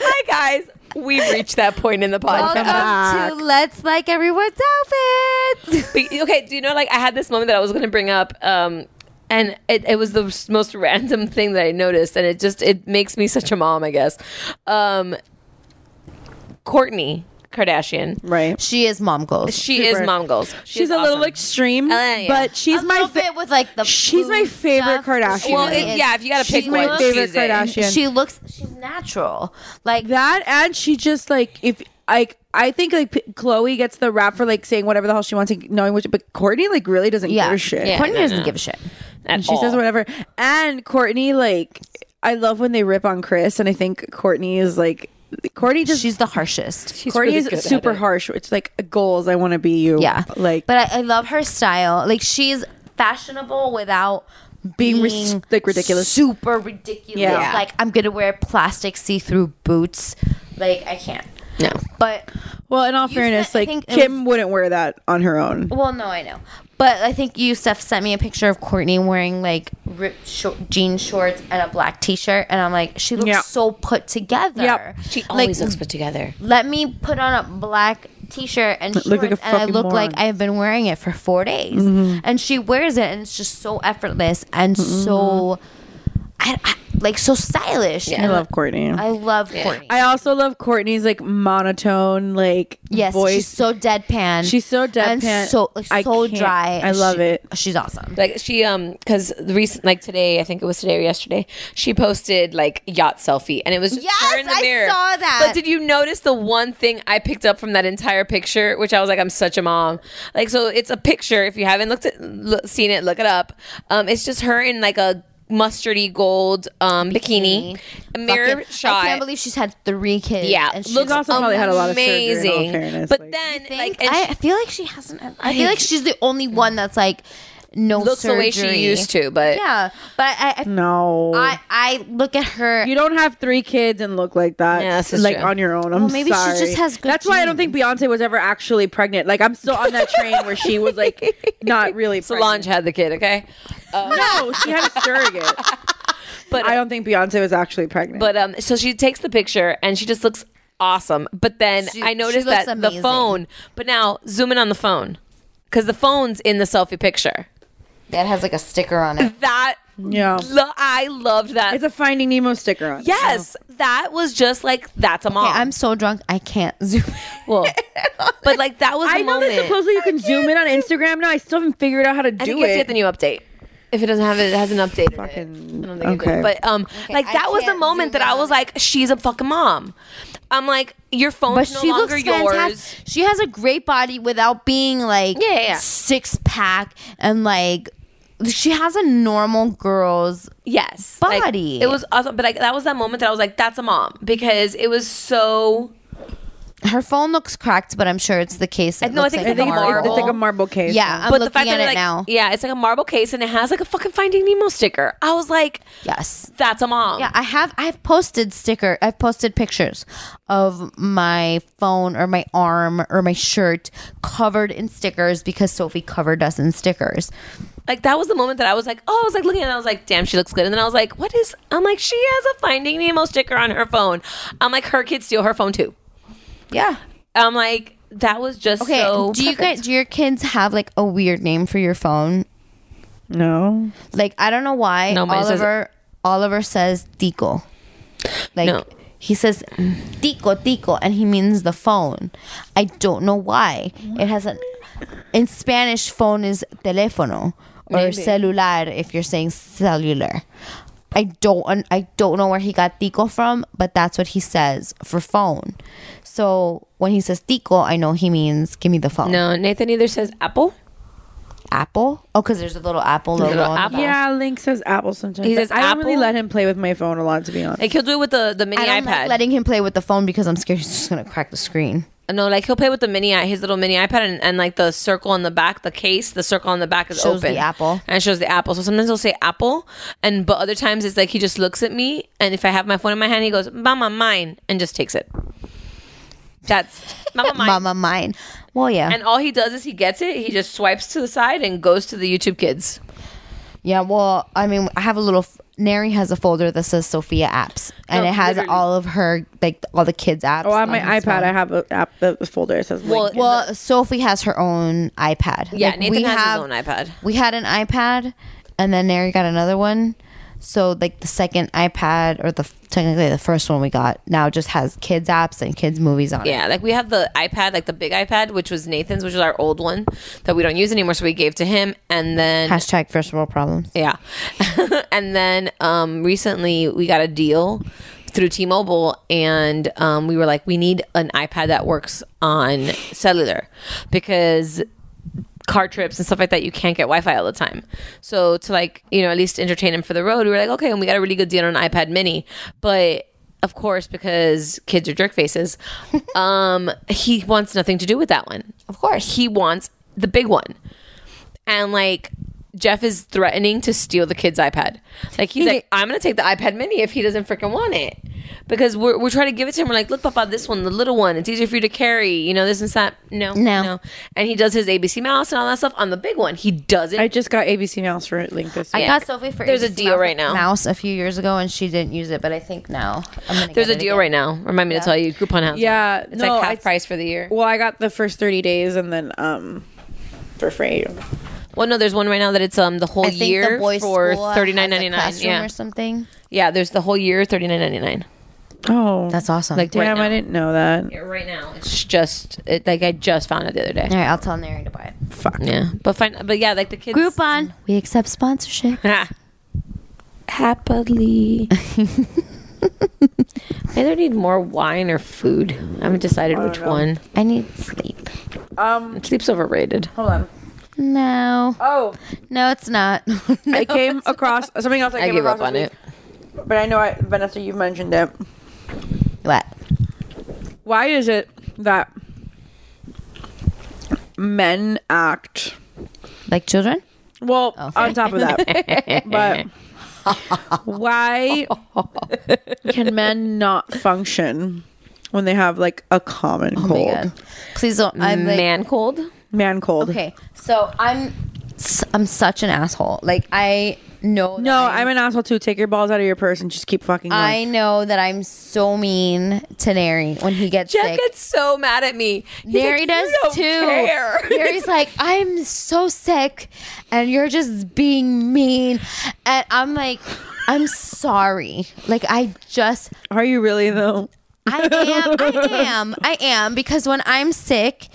Hi guys, we've reached that point in the podcast. Welcome to Let's Like Everyone's Outfits. But, okay, do you know like I had this moment that I was going to bring up um and it, it was the most random thing that I noticed and it just it makes me such a mom, I guess. Um Courtney Kardashian. Right. She is mom goals. She is mom goals. She she's is a awesome. little extreme, but she's my favorite with like the she's my favorite Kardashian. Well, it- yeah, if you got to pick she's my one, favorite she's it. Kardashian. She looks. She's natural. Like that, and she just like if like I think like P- Chloe gets the rap for like saying whatever the hell she wants, like, knowing which, but Courtney like really doesn't give a shit. Yeah, Courtney no, doesn't no. give a shit. And she says all. whatever, and Courtney like I love when they rip on Chris, and I think Courtney is like. Courtney just she's the harshest. She's Courtney really good is at super it. harsh. It's like goals. I want to be you. Yeah. like But I, I love her style. Like she's fashionable without being, ris- like, ridiculous. super ridiculous. Yeah. Like I'm gonna wear plastic see-through boots. Like I can't. No. But well, in all fairness, like Kim wouldn't wear that on her own. Well, no, I know. But I think Yusef sent me a picture of Courtney wearing like ripped short, jean shorts and a black t-shirt, and I'm like, she looks Yeah. so put together. Yep. She always like, looks put together. Let me put on a black t-shirt and Look shorts, like a and I fucking look like moron. I've been wearing it for four days. Mm-hmm. Mhm. And she wears it, and it's just so effortless and so, I, I, like so stylish. I love Courtney. I love Yeah. Courtney. I also love Courtney's like monotone, like Yes, voice. she's so deadpan. She's so And deadpan. so like, I so can't- dry. I love it. She's awesome. Like she um cuz recent like today, I think it was today or yesterday, she posted like yacht selfie and it was just her in the I mirror. saw that. But did you notice the one thing I picked up from that entire picture, which I was like I'm such a mom. Like so it's a picture if you haven't looked at look, seen it, look it up. Um it's just her in like a mustardy gold um bikini, a mirror Fucking- shot. I can't believe she's had three kids. Yeah, and looks she's also probably had a lot of surgery, in all amazing. fairness, But then, like, I, I feel like she hasn't. had- I feel I- like she's the only one that's like no Looks the way she surgery. used to, but- yeah, but I, I no. I, I look at her. You don't have three kids and look like that. Yeah, this is like true. on your own. I'm Well, maybe she sorry. just has good That's why I don't think Beyonce was ever actually pregnant. Like I'm still on that train where she was like not really. Solange had the kid, okay? no, she had a surrogate. But I don't think Beyonce was actually pregnant. But um, so she takes the picture and she just looks awesome. But then She- I she noticed looks that amazing. the phone. But now zoom in on the phone because the phone's in the selfie picture. That has like a sticker on it. That yeah, lo- I loved that. It's a Finding Nemo sticker on. it. Yes, that was just like that's a mom. I'm so drunk I can't zoom. Well, but like that was. I the know moment. that supposedly you can zoom in on Instagram now. I still haven't figured out how to do I think it. you have to get the new update. If it doesn't have it, it hasn't updated. Fucking, I don't think it okay. did. But um, like that was the moment that I was like, she's a fucking mom. I'm like, your But phone's no she longer looks yours. fantastic. She has a great body without being like Yeah, yeah. six pack and like she has a normal girl's yes Like, body. it was awesome, but like that was that moment that I was like, that's a mom because it was so. Her phone looks cracked, but I'm sure it's the case. It No, I looks think like it's like a marble. marble case. Yeah, I'm but the looking fact at that it like, now. yeah, it's like a marble case and it has like a fucking Finding Nemo sticker. I was like, yes, that's a mom. Yeah, I have. I've posted sticker. I've posted pictures of my phone or my arm or my shirt covered in stickers because Sophie covered us in stickers. Like that was the moment that I was like, oh, I was like looking at it, and I was like, damn, she looks good. And then I was like, what is I'm like, she has a finding Nemo sticker on her phone. I'm like, her kids steal her phone too. Yeah. I'm like, that was just Okay. so do you perfect. guys? Do your kids have like a weird name for your phone? No. Like I don't know why No, mine says- Oliver Oliver says Tico. Like No. he says Tico Tico and he means the phone. I don't know why. It has an in Spanish phone is teléfono or Maybe. celular if you're saying cellular. I don't un- I don't know where he got Tico from, but that's what he says for phone. So when he says Tico, I know he means give me the phone. No, Nathan either says apple Apple? Oh, because there's a little Apple logo. on the box. Yeah, Link says Apple sometimes. He but says I don't really Apple? let him play with my phone a lot, to be honest. Like he'll do it with the the mini I don't iPad. like letting him play with the phone because I'm scared he's just gonna crack the screen. no, like he'll play with the mini i- his little mini iPad and, and like the circle on the back, the case, the circle on the back is Shows the open. apple. and it shows the apple. So sometimes he'll say apple, and but other times it's like he just looks at me, and if I have my phone in my hand, he goes mama mine, and just takes it. That's mama mine. Mama mine. Well, yeah, And all he does is he gets it, he just swipes to the side and goes to the YouTube Kids. yeah. Well, I mean, I have a little. F- Neri has a folder that says Sophia apps, and No, it has literally. all of her like all the kids apps. Oh, on my his phone. iPad, I have a app that the folder that says Well, Link. well, Sophie has her own iPad. Yeah, Like, Nathan we has have- his own iPad. We had an iPad, and then Neri got another one. So like the second iPad, or the technically the first one we got now just has kids apps and kids movies on it. Yeah, like we have the iPad, like the big iPad, which was Nathan's, which was our old one that we don't use anymore, so we gave to him. And then Hashtag first world problems. Yeah. and then um, recently we got a deal through T Mobile, and um, we were like, we need an iPad that works on cellular because car trips and stuff like that, you can't get Wi Fi all the time. So, to like, you know, at least entertain him for the road, we were like, okay, and we got a really good deal on an iPad mini. But of course, because kids are jerk faces, um, he wants nothing to do with that one. Of course. He wants the big one and like Jeff is threatening to steal the kid's iPad. Like he's like, I'm gonna take the iPad Mini if he doesn't freaking want it, because we're we're trying to give it to him. We're like, look, Papa, this one, the little one, it's easier for you to carry. You know, this and that. No, No. And he does his ABC mouse and all that stuff on the big one. He doesn't. I just got ABC Mouse for Link this I week. got Sophie for There's a ABC deal mouse, right now. Mouse a few years ago, and she didn't use it, but I think now I'm gonna There's get a it deal again. right now. Remind me to tell you, Groupon has. Yeah, it's no, like half it's- price for the year. Well, I got the first 30 days and then um for free. Well, no, there's one right now that it's um the whole I think the year boys' for school uh, has thirty nine a ninety nine. classroom Yeah, or something. yeah. There's the whole year thirty nine ninety nine. Oh, that's awesome. Like right damn, now. I didn't know that. Right now, it's just it, like I just found it the other day. All right, I'll tell Neri to buy it. Fuck. Yeah, but fine, but yeah, like the kids. Groupon. We accept sponsorship. Happily. I either need more wine or food. I haven't decided which one. I need sleep. Um, Sleep's overrated. hold on. No. Oh, No, it's not. I came across something else. I, I came give across up on this week, But I know, I, Vanessa, you've mentioned it. What? Why is it that men act Like children? well on top of that? but why can men not function when they have like a common Oh cold? my god. Please don't. I'm like, Man cold. Man cold. Okay, so I'm s- I'm such an asshole. Like I know. that No, I'm an asshole too. Take your balls out of your purse and just keep fucking going. I know that I'm so mean to Neri when he gets Jeff sick. gets so mad at me. He's Neri like, does "You don't too. care." Neri's like, I'm so sick, and you're just being mean, and I'm like, I'm sorry. Like I just Are you really though? I am. I am. I am because when I'm sick,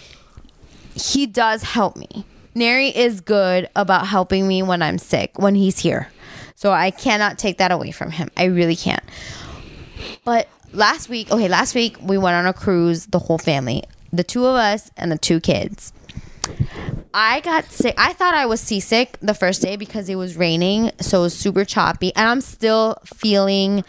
he does help me. Neri is good about helping me when I'm sick, when he's here. So I cannot take that away from him. I really can't. But last week, okay, last week we went on a cruise, the whole family, the two of us and the two kids. I got sick. I thought I was seasick the first day because it was raining, so it was super choppy, and I'm still feeling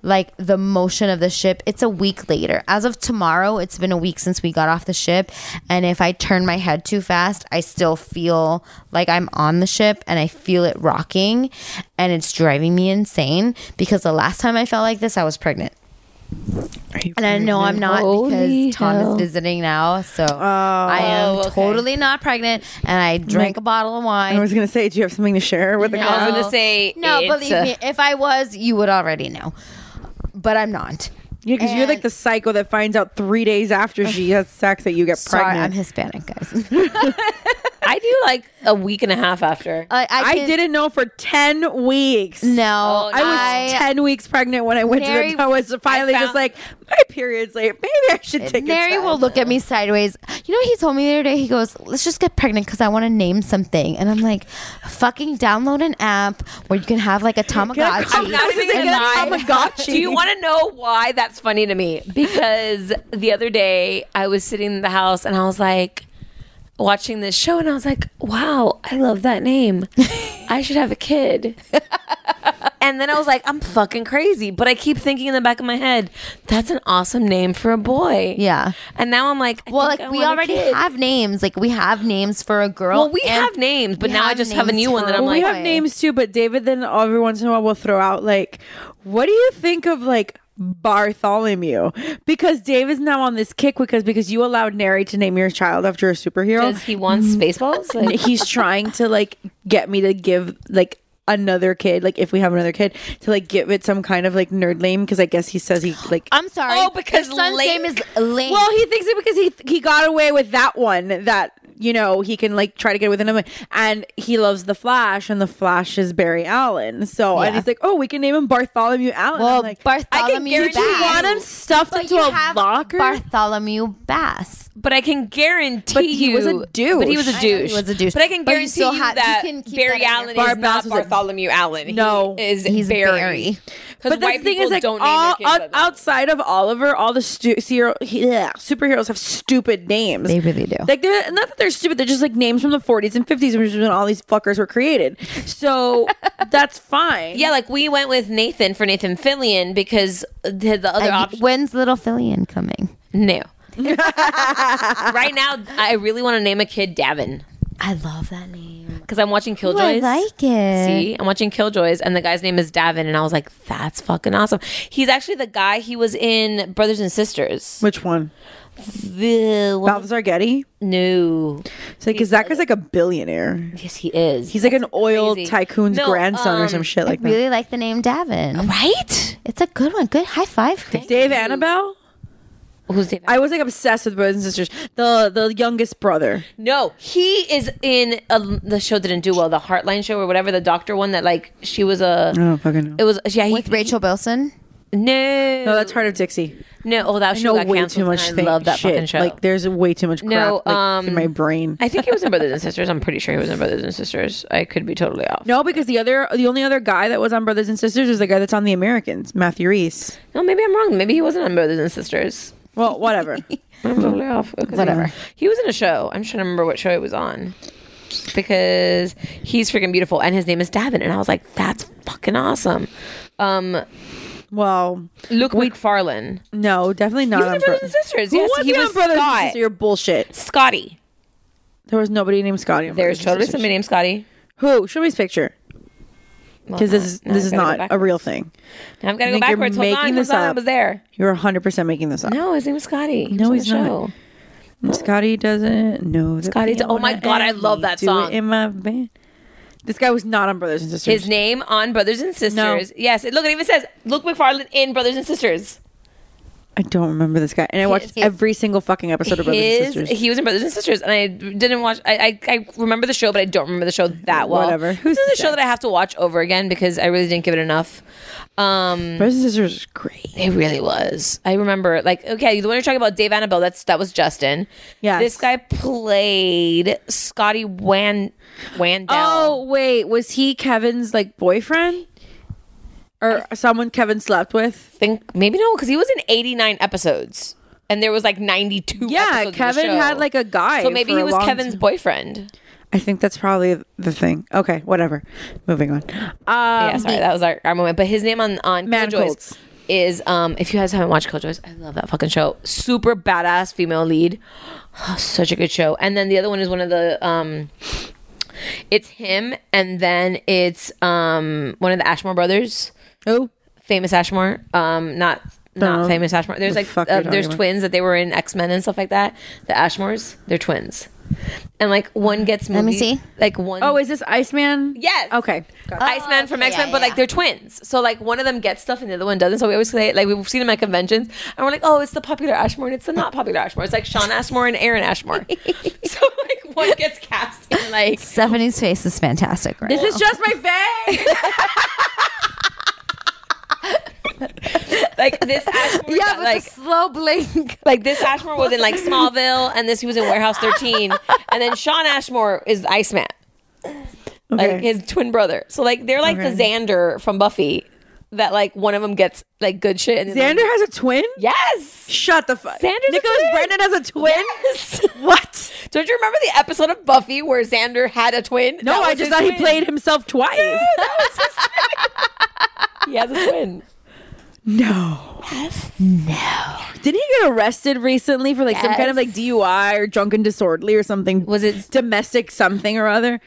like the motion of the ship. It's a week later. As of tomorrow, it's been a week since we got off the ship, and if I turn my head too fast, I still feel like I'm on the ship and I feel it rocking, and it's driving me insane because the last time I felt like this, I was pregnant. And I know I'm not Holy because Tom hell. is visiting now, so I am Oh, okay. totally not pregnant. And I drank a bottle of I wine. was gonna say, do you have something to share with the No. I was gonna say no, it's, believe uh, me, if I was, you would already know. But I'm not. Yeah, because you're like And- the psycho that finds out three days after she has sex that you get Sorry, I'm pregnant. Hispanic, guys. I do like a week and a half after. I, I I can- didn't know for ten weeks. No, Oh, I was ten weeks pregnant when I went Mary- to the. I was finally I just found- like my period's late. Maybe I should take. Mary a will look at me sideways. You know what he told me the other day? He goes, "Let's just get pregnant because I want to name something." And I'm like, "Fucking download an app where you can have like a Tamagotchi." I'm not even and gonna like- lie. Do you want to know why that's funny to me? Because the other day I was sitting in the house and I was like, watching this show and I was like, wow, I love that name. I should have a kid. and then I was like, I'm fucking crazy. But I keep thinking in the back of my head, that's an awesome name for a boy. Yeah. And now I'm like, well, like we already have names. Like we have names for a girl. Well, we have names, but we now I have just have a names new one for that a I'm Well, like, we have names too, but David then every once in a while will throw out like, "What do you think of like Bartholomew?" Because David's now on this kick because because you allowed Neri to name your child after a superhero. Does he want Spaceballs? And he's trying to like get me to give like another kid, like if we have another kid, to like give it some kind of like nerd name because I guess he says he like I'm sorry. Oh, because his son's Link- name is Link. Well, he thinks it because he he got away with that one that you know he can like try to get within him, and he loves the Flash, and the Flash is Barry Allen. So and Yeah. he's like, oh, we can name him Bartholomew Allen. Well, I'm like, I can Bartholomew guarantee you Bass. want him stuffed But into you a have locker. Bartholomew Bass. but I can guarantee But he you. was a But he was douche. a I know he douche. was a douche. But I can But you guarantee still you have- you that can keep Barry that in Allen your- is Barbass not was a- Bartholomew Allen. No. he is He's Barry. Barry. Because the white thing people is, like, don't all name their kids out- that. outside of Oliver, all the stu- zero- yeah, superheroes have stupid names. They really do. Like they're not that they're stupid; they're just like names from the 40s and 50s, which is when all these fuckers were created. So that's fine. yeah, like we went with Nathan for Nathan Fillion because the, the other And option. when's little Fillion coming? No. right now, I really want to name a kid Davin I love that name. because I'm watching Ooh, I Killjoys. like it. See, I'm watching Killjoys, and the guy's name is Davin, and I was like, "That's fucking awesome." He's actually the guy he was in Brothers and Sisters. Which one? The one- Balthazar Getty. no, It's like, 'cause that guy's like a billionaire. yes, he is. He's like an oil crazy. tycoon's No, grandson or um, some shit like I that. really like the name Davin. right. It's a good one. Good high five. Chris. Dave Annabelle? Who's David? I was like obsessed with brothers and sisters. The the youngest brother. No, he is in a, the show didn't do well, the Heartline show or whatever, the doctor one that like she was a. Oh fucking It was yeah. He, with Rachel Bilson. no, No, that's Heart of Dixie. No, oh that I show know got way canceled. too much. and I thing- love that shit. fucking show. Like there's way too much crap No, like, in um, my brain. I think he was in Brothers and Sisters. I'm pretty sure he was in Brothers and Sisters. I could be totally off. no, because the other the only other guy that was on Brothers and Sisters is the guy that's on The Americans, Matthew Reese. no, maybe I'm wrong. Maybe he wasn't on Brothers and Sisters. Well, whatever. Mm-hmm. I'm totally off. Okay. Whatever. He was in a show. I'm trying to remember what show it was on. Because he's freaking beautiful and his name is Davin. And I was like, that's fucking awesome. Um, well, Luke McFarlane. no, definitely not was on in Brothers and Sisters. Who Yes, would he be was on Brothers Scott. and Sisters? You're bullshit. Scotty. There was nobody named Scotty. on There's Brothers and totally Sisters. somebody named Scotty. Who? Show me his picture. Well, Because now- this is now this I've is gotta go not a backwards. real thing. Now I've got I to go think you're backwards. Hold on, making hold this on. I up. was there. You're 100% making this up. No, his name was Scotty. No, he's on the not. show. Scotty doesn't know. that Scotty we do- oh my wanna God, I end love me. that Do it song. in my band. This guy was not on Brothers and Sisters. His name on Brothers and Sisters. Yes, it, look, it even says Luke McFarlane in Brothers and Sisters. I don't remember this guy. And I watched his- every single fucking episode of Brothers and His, Sisters. he was in Brothers and Sisters, and I didn't watch. I, I, I remember the show, but I don't remember the show that well. Whatever. Who's Who's this is to a show say? that I have to watch over again because I really didn't give it enough. Um, Brothers and Sisters is great. it really was. I remember, like, okay, the one you're talking about, Dave Annabelle. That's that was Justin. Yes. this guy played Scotty Wan Wandell. Oh, wait. Was he Kevin's like boyfriend? Or someone Kevin slept with? think maybe no, because he was in 89 episodes, and there was like 92. Yeah, episodes of the Kevin show. had like a guy. So maybe for he a was long Kevin's time. boyfriend. I think that's probably the thing. Okay, whatever. Moving on. Um, yeah, sorry, that was our, our moment. But his name on on Man Killjoys Colts. is um if you guys haven't watched Killjoys, I love that fucking show. Super badass female lead, such a good show. And then the other one is one of the um, it's him, and then it's um one of the Ashmore brothers, Oh, famous Ashmore, um not. Not Dunno. famous Ashmore. There's Oh. like The fuck uh, you're talking there's about. twins that they were in X Men and stuff like that. The Ashmores, they're twins, and like one gets Let me movies- see. like one Oh, is this Iceman? Yes. Okay. Iceman from okay, X Men, yeah, but yeah, like they're twins. So like one of them gets stuff and the other one doesn't. So we always say like we've seen them at conventions and we're like, oh, it's the popular Ashmore and it's the not popular Ashmore. It's like Sean Ashmore and Aaron Ashmore. so like one gets cast in like Stephanie's face is fantastic right This now. is just my face. like this Ashmore. got, like slow blink. like this Ashmore was in like Smallville and this he was in Warehouse 13 and then Sean Ashmore is Iceman, okay. like his twin brother. So like they're like the Xander from Buffy. that like one of them gets like good shit. And Xander has a twin? Yes. Shut the fuck. Xander's Nicholas Brandon has a twin? Yes. what? Don't you remember the episode of Buffy where Xander had a twin? No, That I was just his thought he twin. played himself twice. He has a twin. No. No. Didn't he get arrested recently for like some kind of like DUI or drunken disorderly or something? Was it domestic something or other?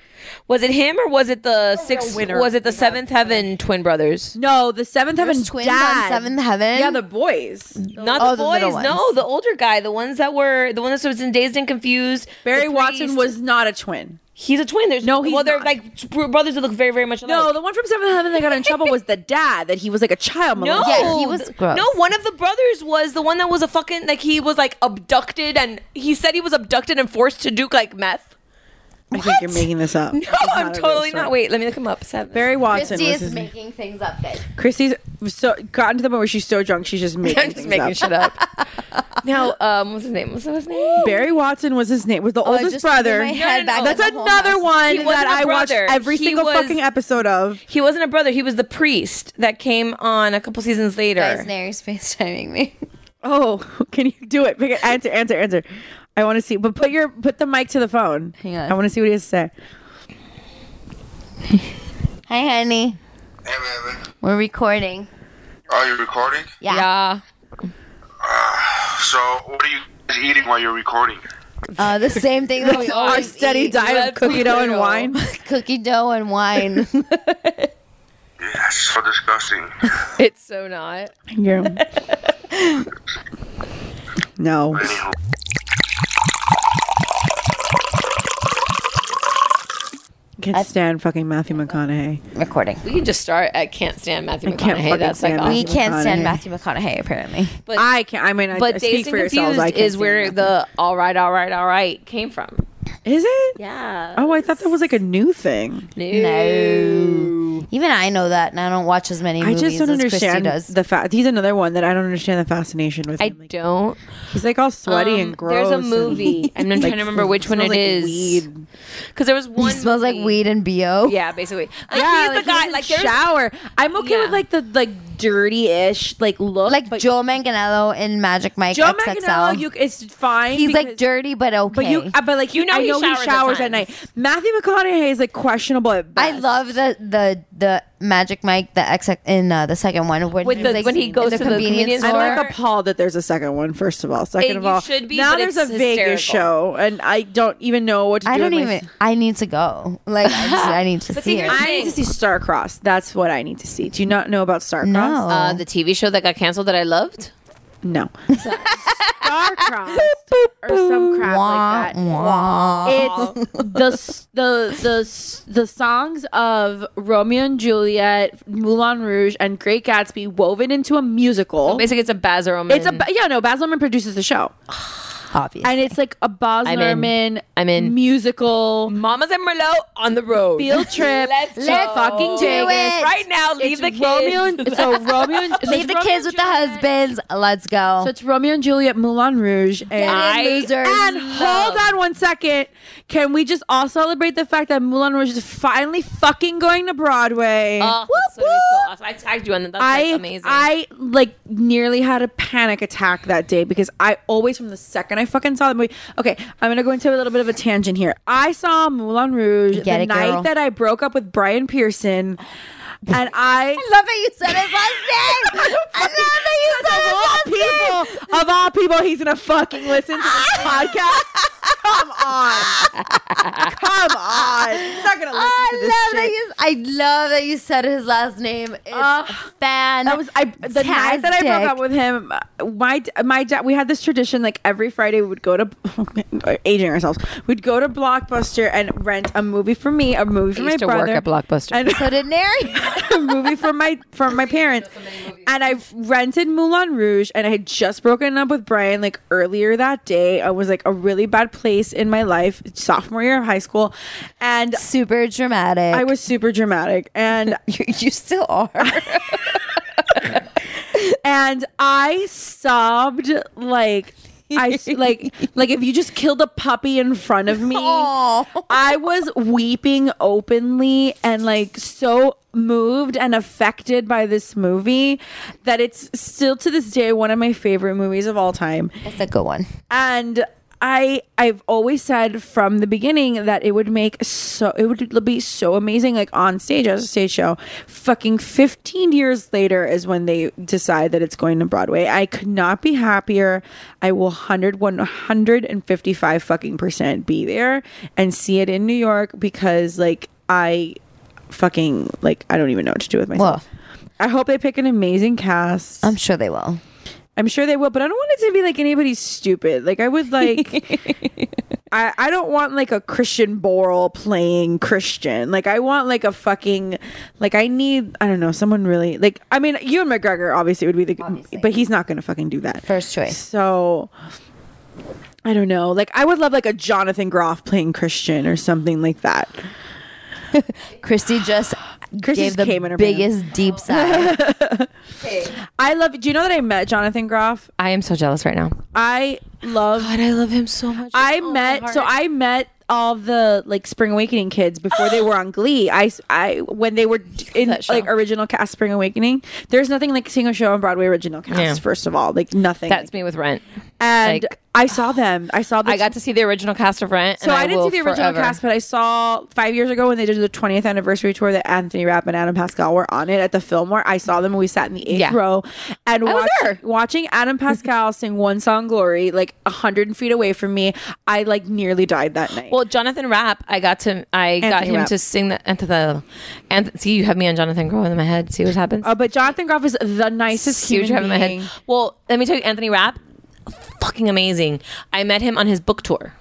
Was it him or was it the six? winner. Was it the Seventh Heaven twin brothers? No, the Seventh Heaven twins dad. on Seventh Heaven. Yeah, the boys. Not Oh, the the middle boys. no, ones. the older guy, the ones that were the one that was in Dazed and Confused. Barry Watson was not a twin. He's a twin. There's No, he's well, they're not. like t- brothers that look very, very much alike. No, the one from Seventh Heaven that got in trouble was the dad that he was like a child No, molester. th- No, one of the brothers was the one that was a fucking like he was like abducted and he said he was abducted and forced to do like meth. I think you're making this up. No, I'm totally not. Wait, let me look him up. Seven. Barry Watson Christy was is his name. making things up, guys. Christy's so gotten to the point where she's so drunk she's just making I'm just things making up. shit up. no, um, what's his name? What's his name? Barry Watson was his name. Was the Oh, it oldest just came in brother. my head No, no, back That's in the whole another house. one He wasn't that a I watched brother. every He single was- fucking episode of. He wasn't a brother. He was the priest that came on a couple seasons later. Guys, Nary's FaceTiming me. Oh, can you do it? Pick it. Answer, answer, answer. I want to see. But put your put the mic to the phone. Hang on. I want to see what he has to say. Hi, honey. We're recording. Are you recording? Yeah. yeah. So, what are you guys eating while you're recording? Uh, the same thing that we Our always steady eat. diet of That's cookie dough and brutal. wine. cookie dough and wine. Yeah, it's so disgusting. It's so not. no. Can't stand fucking Matthew McConaughey. Recording. We can just start. I can't stand Matthew I can't McConaughey. fucking That's like stand awesome. we can't stand McConaughey. Matthew McConaughey apparently. But I can't. I mean, I, but I Dazed speak and for yourselves. I Confused can't is stand where Matthew. the all right, all right, all right came from. Is it? Yeah. Oh, I thought that was like a new thing. No. Even I know that, and I don't watch as many I movies just don't as Christy understand does. the fact. He's another one that I don't understand the fascination with. I him. Like, don't. He's like all sweaty Um, and gross. There's a and, movie. I'm trying like, to remember which one smells it like is. weed. Because there was one. He smells like weed and bo. Yeah, basically. Like, Yeah, he's like, the guy. doesn't like there's- shower. I'm okay Yeah. with like the like dirty-ish like look. Like Joe Manganiello in Magic Mike Joe XXL. Manganiello, you it's fine. He's like because- dirty but okay. But you, uh, but like you, You know I he know he showers showers, at at, times. night. Matthew McConaughey is like questionable at best. I love the the the Magic Mike the XX in uh, the second one when, With he's, the- like, when he in goes to the convenience I'm store. like appalled that there's a second one. First of all, second It- of you all, should be, now but there's it's a Vegas hysterical. show, and I don't even know what to do. I don't with my- even. I need to go. Like I, just, I need to But see, see it. here's the I need to see Starcross. That's what I need to see. Do you not know about Starcross? No. Uh, the TV show that got canceled that I loved. No. Starcross or some crap like that. It's the s- the the s- the songs of Romeo and Juliet, Moulin Rouge, and Great Gatsby woven into a musical. Basically, it's a Baz Luhrmann. It's a ba- yeah no. Baz Luhrmann produces the show, Uh, Obviously. and it's like a Baz I'm in. Luhrmann I'm in. musical Mamas and Merlot on the road. field trip. Let's to go. fucking Do Vegas. it. Right now, leave It's the kids. Romeo and so Romeo and so Leave it's the Romeo kids and with the husbands. Let's go. So it's Romeo and Juliet, Moulin Rouge, and I losers. And hold on one second. Can we just all celebrate the fact that Moulin Rouge is finally fucking going to Broadway? Oh, that's gonna be so awesome. I tagged you on that. That's I like, amazing. I like nearly had a panic attack that day because I always from the second I fucking saw the movie. Okay, I'm gonna go into a little bit of a tangent here. I saw Moulin Rouge Get the it, night girl. that I broke up with Brian Pearson, and I I love that you said his last name. I love that you said his last name. people of all people he's gonna fucking listen to this podcast come on come on he's not gonna listen I to this love that shit. you. I love that you said his last name. It's fan. that was I. The night that I broke Fantastic. up with him, uh, my d- my dad. We had this tradition like every Friday we would go to aging ourselves. We'd go to Blockbuster and rent a movie for me, a movie for my used to work brother. at Blockbuster. and So did Nary. a movie from my from my parents, and I rented Moulin Rouge, and I had just broken up with Brian like earlier that day. I was like a really bad place in my life, sophomore year of high school, and Super dramatic. I was super dramatic, and you, you still are. and I sobbed like I s- like like if you just killed a puppy in front of me. I was weeping openly and like so moved and affected by this movie that it's still to this day one of my favorite movies of all time. It's a good one. And I I've always said from the beginning that it would make so it would be so amazing like on stage as a stage show. Fucking 15 years later is when they decide that it's going to Broadway. I could not be happier. I will 100 155 fucking percent be there and see it in New York because like I fucking like I don't even know what to do with myself. I hope they pick an amazing cast. I'm sure they will. I'm sure they will, but I don't want it to be like anybody's stupid. Like I would like I, I don't want like a Christian Borle playing Christian. Like I want like a fucking like I need I don't know someone really like I mean Ewan McGregor obviously would be the but he's not gonna fucking do that first choice. So I don't know. Like I would love like a Jonathan Groff playing Christian or something like that. Christy just Christy gave the came in her biggest deep sigh. I love. Do you know that I met Jonathan Groff? I am so jealous right now. I love. God, I love him so much. I met. So I met all the like Spring Awakening kids before they were on Glee. I I when they were in like original cast Spring Awakening. There's nothing like seeing a show on Broadway original cast. Yeah. First of all, like nothing. That's me with Rent. and I saw them. I saw. The I got to see the original cast of Rent. So and I, didn't will see the original forever. cast, but I saw five years ago when they did the 20th anniversary tour that Anthony Rapp and Adam Pascal were on it at the Fillmore. I saw them and we sat in the eighth Yeah. row and I was watch- watching Adam Pascal sing "One Song Glory" like a hundred feet away from me. I like nearly died that night. Well, Jonathan Rapp, I got to I got Anthony him Rapp. to sing the and the and see you have me on Jonathan Groff in my head. See what happens. Uh, but Jonathan Groff is the nicest See what you have human in my being. head. Well, let me tell you, Anthony Rapp, fucking amazing. I met him on his book tour.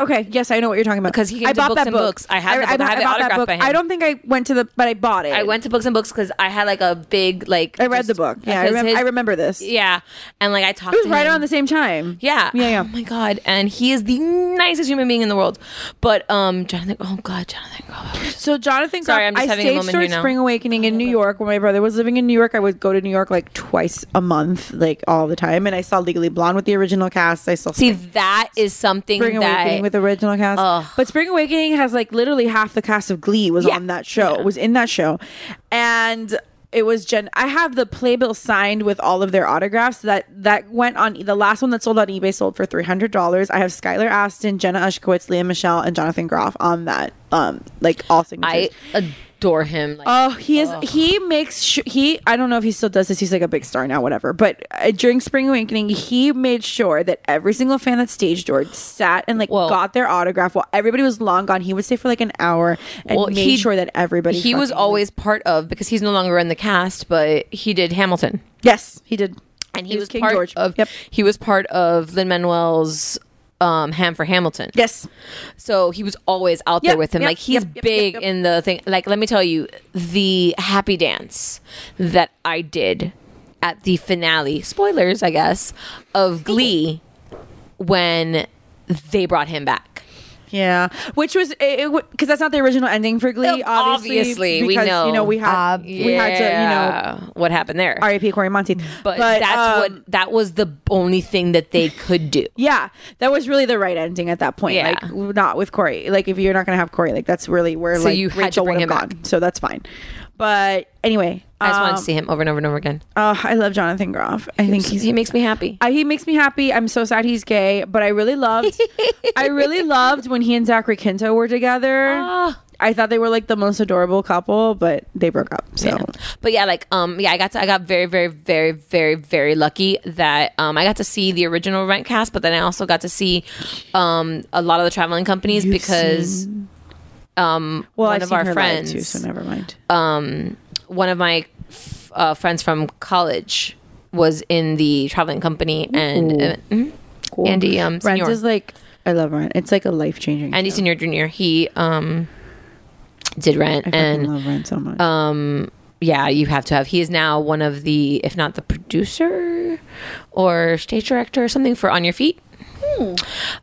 Okay, yes, I know what you're talking about Because he came I to bought Books that and book. Books. I had the book. I have it bought that autographed book. by him. I don't think I went to the, but I bought it. I went to Books and Books because I had like a big like. I read the book. Yeah, I, because remem- his- I remember this. Yeah, and like I talked. It was to right him. around the same time. Yeah. Yeah, yeah. Oh my god. And he is the nicest human being in the world. But um Jonathan oh god, Jonathan So Jonathan Groff, Sorry, I'm just I having a staged moment during here now. Oh Spring Awakening in New York when my brother was living in New York. I would go to New York like twice a month, like all the time. And I saw Legally Blonde with the original cast. I saw See that is something Spring that Awakening with the original cast. But Spring Awakening has like literally half the cast of Glee was on that show, was in that show. And it was Jen. I have the playbill signed with all of their autographs. That that went on the last one that sold on eBay sold for three hundred dollars. I have Skylar Aston, Jenna Ushkowitz, Leah Michelle, and Jonathan Groff on that. Um, like all signatures. I adore him. Like Oh, he is. He makes. Sh- he. I don't know if he still does this. He's like a big star now, whatever. But uh, during Spring Awakening, he made sure that every single fan that stage doored sat and like got their autograph while everybody was long gone. He would stay for like an hour and Well, made he- sure that everybody. he was fucking- always part of because he's no longer in the cast, but he did Hamilton. Yes, he did. And he, He was was, King part George. of he was part of Lin Manuel's um Ham for Hamilton. Yes. So he was always out Yep, there with him. yep, like he's yep, yep, big yep, yep. in the thing. Like let me tell you, the happy dance that I did at the finale, spoilers, I guess, of Glee when they brought him back. Yeah, which was because that's not the original ending for Glee. Obviously, Obviously, we because, know. You know, we had we had to. You know, Yeah, what happened there. R.I.P. Corey um, Monteith. but, that's what that was the only thing that they could do. Yeah, that was really the right ending at that point. Yeah. Like w- not with Corey. Like if you're not gonna have Corey, like that's really where So like you had to Rachel would bring have him gone. So that's fine. But anyway, I just wanted um, to see him over and over and over again. Oh, I love Jonathan Groff. I think he's, he makes me happy. I, he makes me happy. I'm so sad he's gay, but I really loved. I really loved when he and Zachary Quinto were together. Ah. I thought they were like the most adorable couple, but they broke up. So But yeah, like um yeah, I got to I got very very very very very lucky that um I got to see the original Rent cast, but then I also got to see um a lot of the traveling companies because um well, one I've of seen our her live, friends too, so never mind. um one of my f- uh, friends from college was in the traveling company and Ooh. uh, mhm. Andy um Rent Senior. is like I love Rent. It's like a life changing. Andy Senior Junior. He um did Rent I fucking and love Rent so much. um yeah you have to have he is now one of the if not the producer or stage director or something for on your feet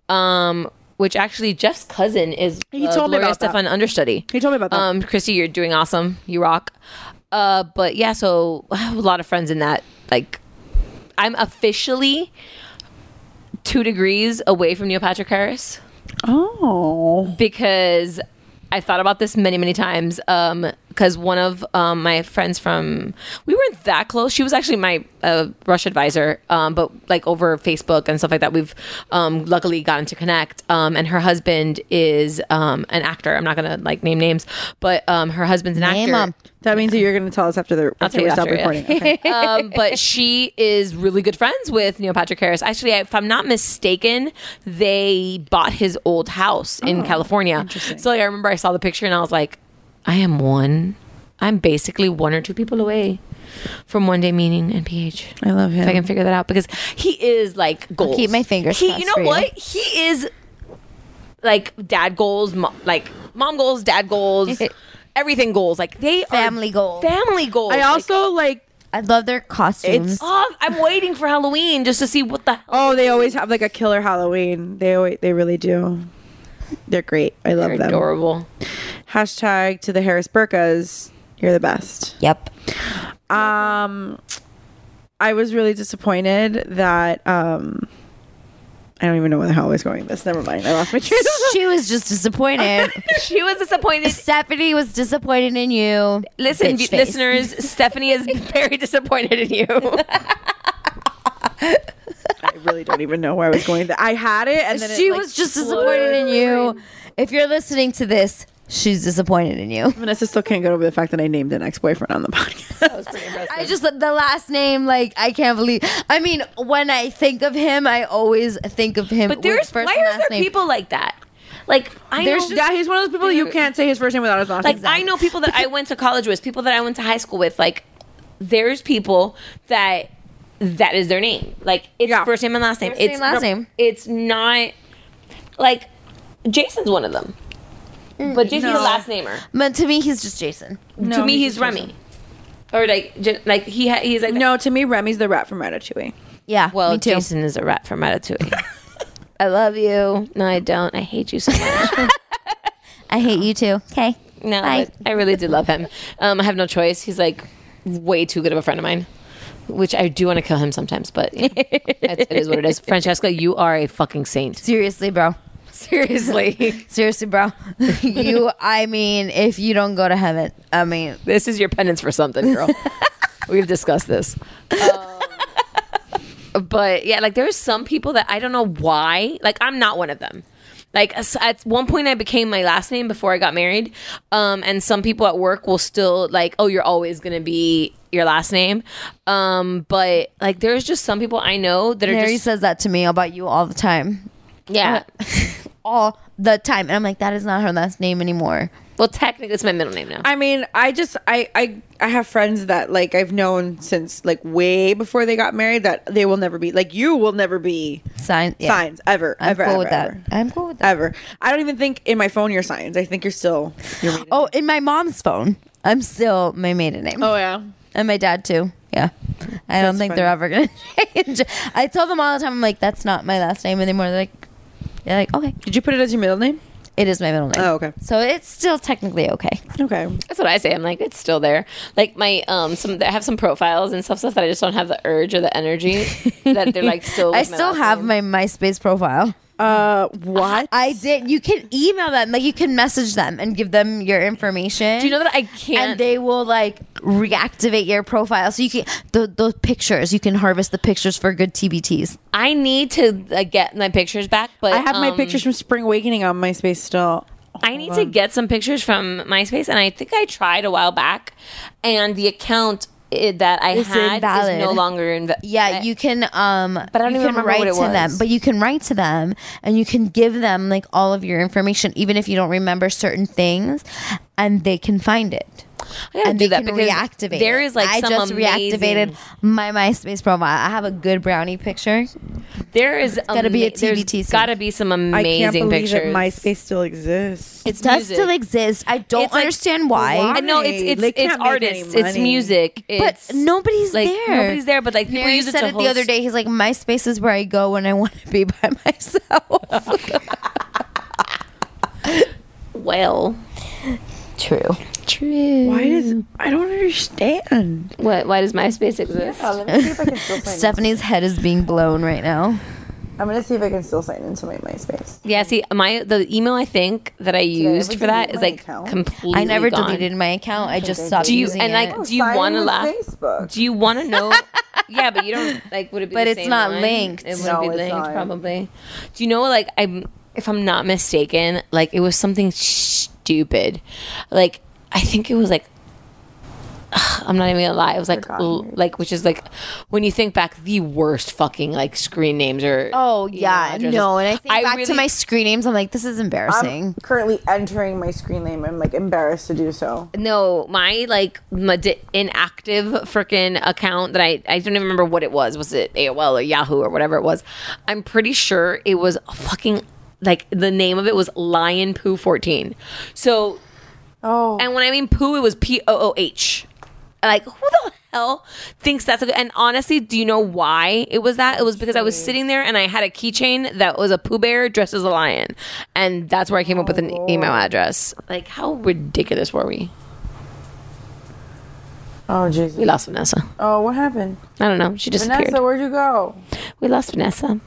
um which actually jeff's cousin is Hmm. uh, He told me Gloria about that. Stefan understudy he told me about that um christy you're doing awesome you rock uh but yeah so i have a lot of friends in that like i'm officially two degrees away from Neil Patrick Harris. Oh. Because I thought about this many, many times. Because one of um, my friends from, we weren't that close. She was actually my uh, Rush advisor, um, but like over Facebook and stuff like that, we've um, luckily gotten to connect. Um, and her husband is um, an actor. I'm not going to like name names, but um, her husband's an actor. That means that you're going to tell us after the I'll after tell we you stop after, yeah. recording. Okay. um, but she is really good friends with Neil Patrick Harris. Actually, if I'm not mistaken, they bought his old house Oh, in California. So like, I remember I saw the picture and I was like, I am one. I'm basically one or two people away from one day meeting NPH. I love him. If I can figure that out, because he is like goals. Oh. keep my fingers He, crossed you know for you. what? He is like dad goals, mo- like mom goals, dad goals, everything goals. Like they family goals, family goals. I also like. I love their costumes. It's oh, I'm waiting for Halloween just to see what the hell. Oh, they always have like a killer Halloween. They always, they really do. They're great. I love them. Adorable. Hashtag to the Harris Burkas. You're the best. Yep. Um, I was really disappointed that um, I don't even know where the hell I was going. with This. Never mind. I lost my train. of thought. she was just disappointed. she was disappointed. Stephanie was disappointed in you. Listen, Bitch v- face. listeners, Stephanie is very disappointed in you. I really don't even know where I was going. with that. I had it, and then it, she like, was just disappointed in you. If you're listening to this, she's disappointed in you. Vanessa still can't get over the fact that I named an ex-boyfriend on the podcast. I just the last name, like I can't believe. I mean, when I think of him, I always think of him. But with there's first why and is last there name. people like that? Like I know, There's, yeah, he's one of those people you can't say his first name without his last like name. I know people that I went to college with, people that I went to high school with. Like there's people that that is their name. Like it's first name and last name. First it's name, last name. It's not like Jason's one of them, but Jason's a no. last namer. But to me, he's just Jason. to me, he's, Remy. Or like, j- like he ha- he's like No, to me, Remy's the rat from Ratatouille. Yeah. Well, me too. Jason is a rat from Ratatouille. I love you. No, I don't. I hate you so much. I hate you too. Okay. no, Bye. but I really do love him. Um, I have no choice. He's like way too good of a friend of mine, which I do want to kill him sometimes. But you know, it's- it is what it is. Francesca, you are a fucking saint. Seriously, bro. Seriously, Seriously, bro. you. I mean, if you don't go to heaven, I mean, this is your penance for something, girl. We've discussed this. Um, but yeah, like there's some people that I don't know why. Like I'm not one of them. Like as- at one point, I became my last name before I got married. Um, and some people at work will still like, oh, you're always gonna be your last name. Um, but like there's just some people I know that are Mary just says that to me about you all the time, yeah. all the time, and I'm like, that is not her last name anymore. Well, technically, it's my middle name now. I mean, I just I I I have friends that like I've known since like way before they got married that they will never be like you will never be Sign. Yeah. signs ever I'm ever cool ever, with that. ever I'm cool with that. ever. I don't even think in my phone you're signs. I think you're still. You're maiden. Oh, in my mom's phone, I'm still my maiden name. Oh, yeah. And my dad too. Yeah. I don't That's think they're funny. ever gonna change. I tell them all the time, I'm like, that's not my last name anymore. They're like they're like, okay. Did you put it as your middle name? It is my middle name. Oh, okay. So it's still technically okay. Okay. That's what I say. I'm like, it's still there. Like my um, some I have some profiles and stuff stuff that I just don't have the urge or the energy that they're like still. I with my still last have name. my MySpace profile. Uh, what? I did you can email them, like you can message them and give them your information. Do you know that I can't? and they will like reactivate your profile so you can the, those pictures you can harvest the pictures for good tbts I need to uh, get my pictures back, but I have my um, pictures from Spring Awakening on MySpace still. I need to get some pictures from MySpace, and I think I tried a while back, and the account i that I It's had invalid. is no longer in. Yeah, you can. Um, but I don't you even can remember write what it to them. was. But you can write to them, and you can give them like all of your information, even if you don't remember certain things, and they can find it. I gotta and do they that can because reactivate. there it. is, like, I some just reactivated amazing- my MySpace profile. I have a good brownie picture. There is gotta be a ama- there's TBT soon. Gotta be some amazing I can't believe pictures. that MySpace still exists. It does music. still exist. I don't It's, like, understand why. I know it's They it's it's can't make any artists, it's money. music, But it's nobody's like, there. Nobody's there, but like people Mary use it said to it the other host- day. He's like, MySpace is where I go when I want to be by myself. Well, True. Why does I don't understand? what? Why does MySpace exist? Stephanie's head is being blown right now. I'm gonna see if I can still sign into my MySpace. Yeah, see, my the email I think that I used for that is delete my like account? completely. I never gone. deleted my account. I just Okay, stopped do you using and like it. do you want to laugh? Do you want to know? yeah, but you don't like. Would it be? But the it's same not line? linked. It wouldn't No, be it's linked not. probably. Do you know? Like I'm, if I'm not mistaken, like it was something stupid. Like I think it was like. I'm not even gonna lie. It was like, l- like, which is like, when you think back, the worst fucking like screen names or Oh yeah, addresses. no. And I Um, think I back to really- my screen names. I'm like, this is embarrassing. I'm currently entering my screen name. I'm like embarrassed to do so. No, my like my di- inactive freaking account that I I don't even remember what it was. Was it AOL or Yahoo or whatever it was? I'm pretty sure it was fucking like the name of it was Lion Poo 14. So oh, and when I mean poo, it was P O O H. Like who the hell thinks that's a good? And honestly, do you know why it was that? It was because I was sitting there and I had a keychain that was a Pooh Bear dressed as a lion, and that's where I came up with an email address. Like how ridiculous were we? Oh Jesus. We lost Vanessa. Oh, what happened? I don't know. She disappeared. Vanessa, where'd you go? We lost Vanessa.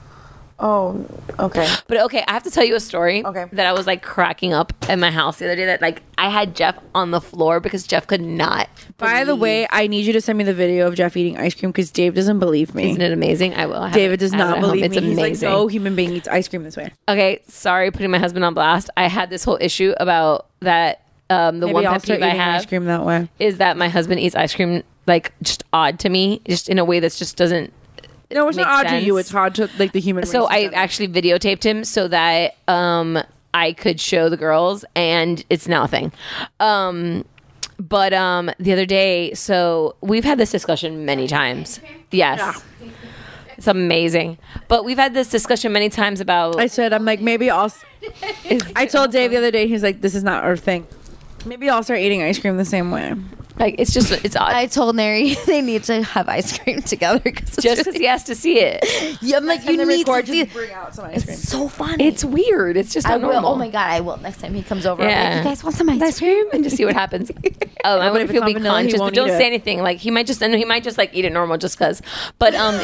Oh, okay. But okay, I have to tell you a story okay. that I was like cracking up at my house the other day that like I had Jeff on the floor because Jeff could not. By the way, I need you to send me the video of Jeff eating ice cream because Dave doesn't believe me. Isn't it amazing? I will. I have David it- does I have it not at home. believe It's me. He's like, amazing. no human being eats ice cream this way. Okay, sorry putting my husband on blast. I had this whole issue about that um the Maybe one I'll pet start peeve I eating have ice cream that way. is that my husband eats ice cream like just odd to me, just in a way that's just doesn't No, it's make not odd to you. sense. It's hard to like the human. so I actually videotaped him so that um I could show the girls and it's now a thing. Um but um the other day so we've had this discussion many times. Yes. It's amazing. But we've had this discussion many times about I said, I'm like, maybe I'll. s- I told Dave the other day, he's like, this is not our thing. Maybe I'll start eating ice cream the same way. Like it's just it's odd. I told Nary they need to have ice cream together because just because he has to see it. Yeah, I'm like, you need to see. Bring out some ice cream. It's so funny. It's weird. It's just I not normal. will. Oh my god, I will next time he comes over. I'm like, Yeah. you guys want some ice cream? And just see what happens. Um, I wonder if if he'll it's be not vanilla, he conscious, but won't don't eat say it. anything. Like he might just, and he might just like eat it normal just because. But um,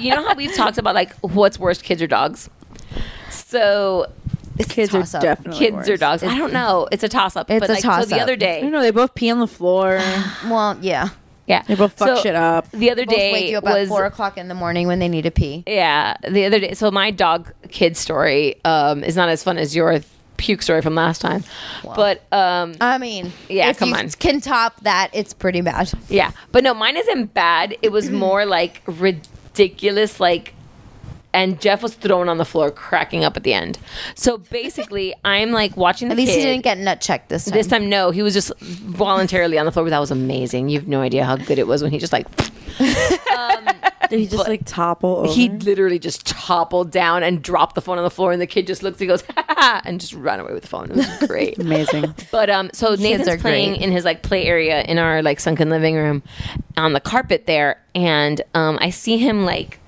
you know how we've talked about like what's worse, kids or dogs? So kids are toss-up. definitely kids or worse. dogs. I don't know. It's a toss up. It's but, a like, So toss-up. the other day, You know, they both pee on the floor. well, yeah. Yeah. They both fuck So, shit up. The other Both day wake you up was at four o'clock in the morning when they need to pee. Yeah, the other day. So my dog kid story um, is not as fun as your puke story from last time, but um, I mean, yeah, if come you on. can top that, it's pretty bad. Yeah, but no, mine isn't bad. It was more like ridiculous, like, and Jeff was thrown on the floor, cracking up at the end. So basically, I'm like watching. The At least he kid. didn't get nut checked this time. This time, no, he was just voluntarily on the floor. But that was amazing. You have no idea how good it was when he just like Did he just like topple over? he literally just toppled down and dropped the phone on the floor, and the kid just looked. He goes, ha, ha, ha, and just ran away with the phone. It was great. Amazing. But um, so are Nathan's playing great. in his like play area in our like sunken living room on the carpet there, and um, I see him like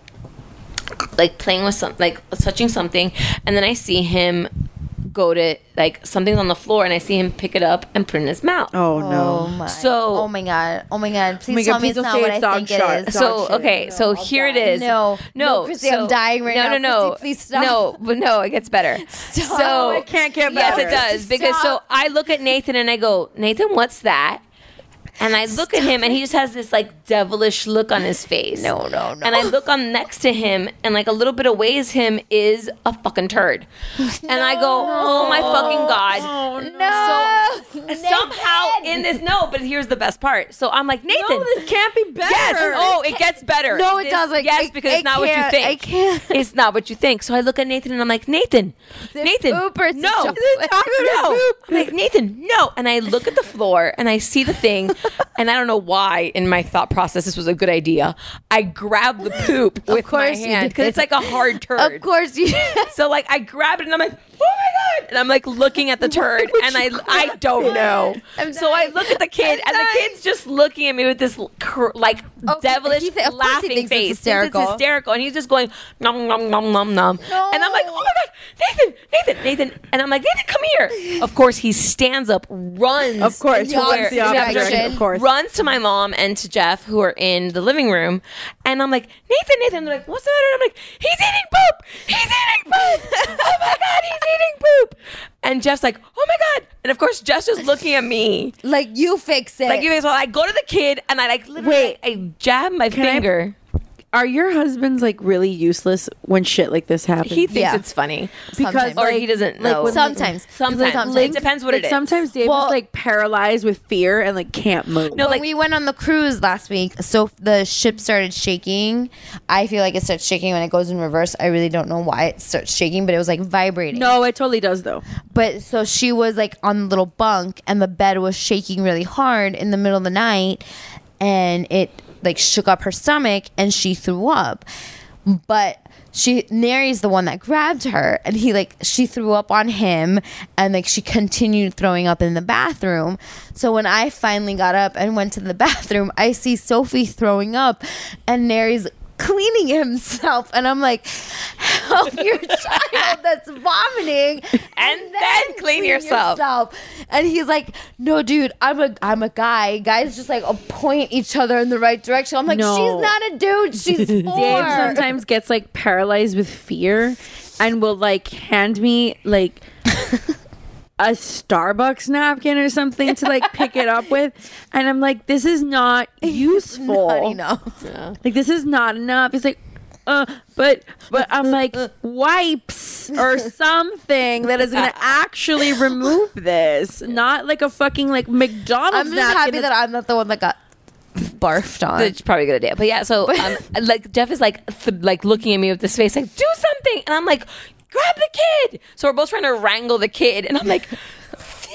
like playing with some like touching something, and then I see him go to like something's on the floor, and I see him pick it up and put it in his mouth. Oh no! my. So, oh my god, oh my god! Please my tell God, me please it's don't not say what it's I dog think shit. it is. So okay, so here it is. No, no, no, Chrissy, I'm dying right no, now. No, no, Chrissy, please stop. Oh, No, but no, it gets better. So it can't get Yes, it better. does because so I look at Nathan and I go, Nathan, what's that? And I look at him, and he just has this like devilish look on his face. No, no, no. And I look on next to him, and like a little bit away is him is a fucking turd. And I go, oh my fucking god. Oh, No. So somehow in this, no. But here's the best part. So I'm like, Nathan, this can't be better. Yes. Oh, it gets better. No, it This- doesn't. Yes, It- because it it's not what you can't. think. It can't. It's not what you think. So I look at Nathan and I'm like, Nathan, Nathan, no, no. I'm like, Nathan, no. And I look at the floor and I see the thing, and I don't know why in my thought process this was a good idea. I grab the poop with course my you hand because did. it's like a hard turd. Of course you. so like I grab it and I'm like, oh my god, and I'm like looking at the turd and I I don't know. so I look at the kid and the kid's just looking at me with this cr- like devilish of course Oh, he laughing thinks it's face. He thinks hysterical. hysterical, and he's just going nom nom nom nom nom. And I'm like, oh my god, Nathan, Nathan, Nathan. And I'm like, Nathan, come here. Of course, he stands up, runs. Of course, to runs the opposite direction, of course. Runs to my mom and to Jeff, who are in the living room. And I'm like, Nathan, Nathan. They're like, what's the matter? I'm like, he's eating poop. He's eating poop. Oh my God, he's eating poop. And Jeff's like, oh my God. And of course, Jeff's just looking at me. Like, you fix it. Like, you guys, well, I go to the kid and I like literally Wait. I, I jab my Can I- finger. Are your husbands like really useless when shit like this happens? He thinks it's funny Because, or like- he doesn't like, know. when- Sometimes. sometimes, Sometimes. it depends what like, it is. Sometimes Dave is like paralyzed with fear and like can't move. No, like we went on the cruise last week, so the ship started shaking. I feel like it starts shaking when it goes in reverse. I really don't know why it starts shaking, but it was like vibrating. No, it totally does though. But so she was like on the little bunk, and the bed was shaking really hard in the middle of the night, and it like shook up her stomach, and she threw up. But she Nary's the one that grabbed her, and he like she threw up on him, and like she continued throwing up in the bathroom. So when I finally got up and went to the bathroom, I see Sophie throwing up, and Nary's cleaning himself, and I'm like, "Help your child that's vomiting, and, then, clean yourself. And he's like, "No, dude, I'm a I'm a guy. Guys just like point each other in the right direction." I'm like, No. "She's not a dude. She's four. Dave sometimes gets like paralyzed with fear and will like hand me like a Starbucks napkin or something to like pick it up with. And I'm like, this is not useful. Oh. Not enough. Like this is not enough. He's like, uh, but but I'm like wipes or something that is gonna actually remove this, not like a fucking like McDonald's. I'm just napkin happy that's- that I'm not the one that got barfed on. It's probably a good idea. But yeah, so um, like Jeff is like th- like looking at me with this face, like do something, and I'm like, grab the kid. So we're both trying to wrangle the kid, and I'm like.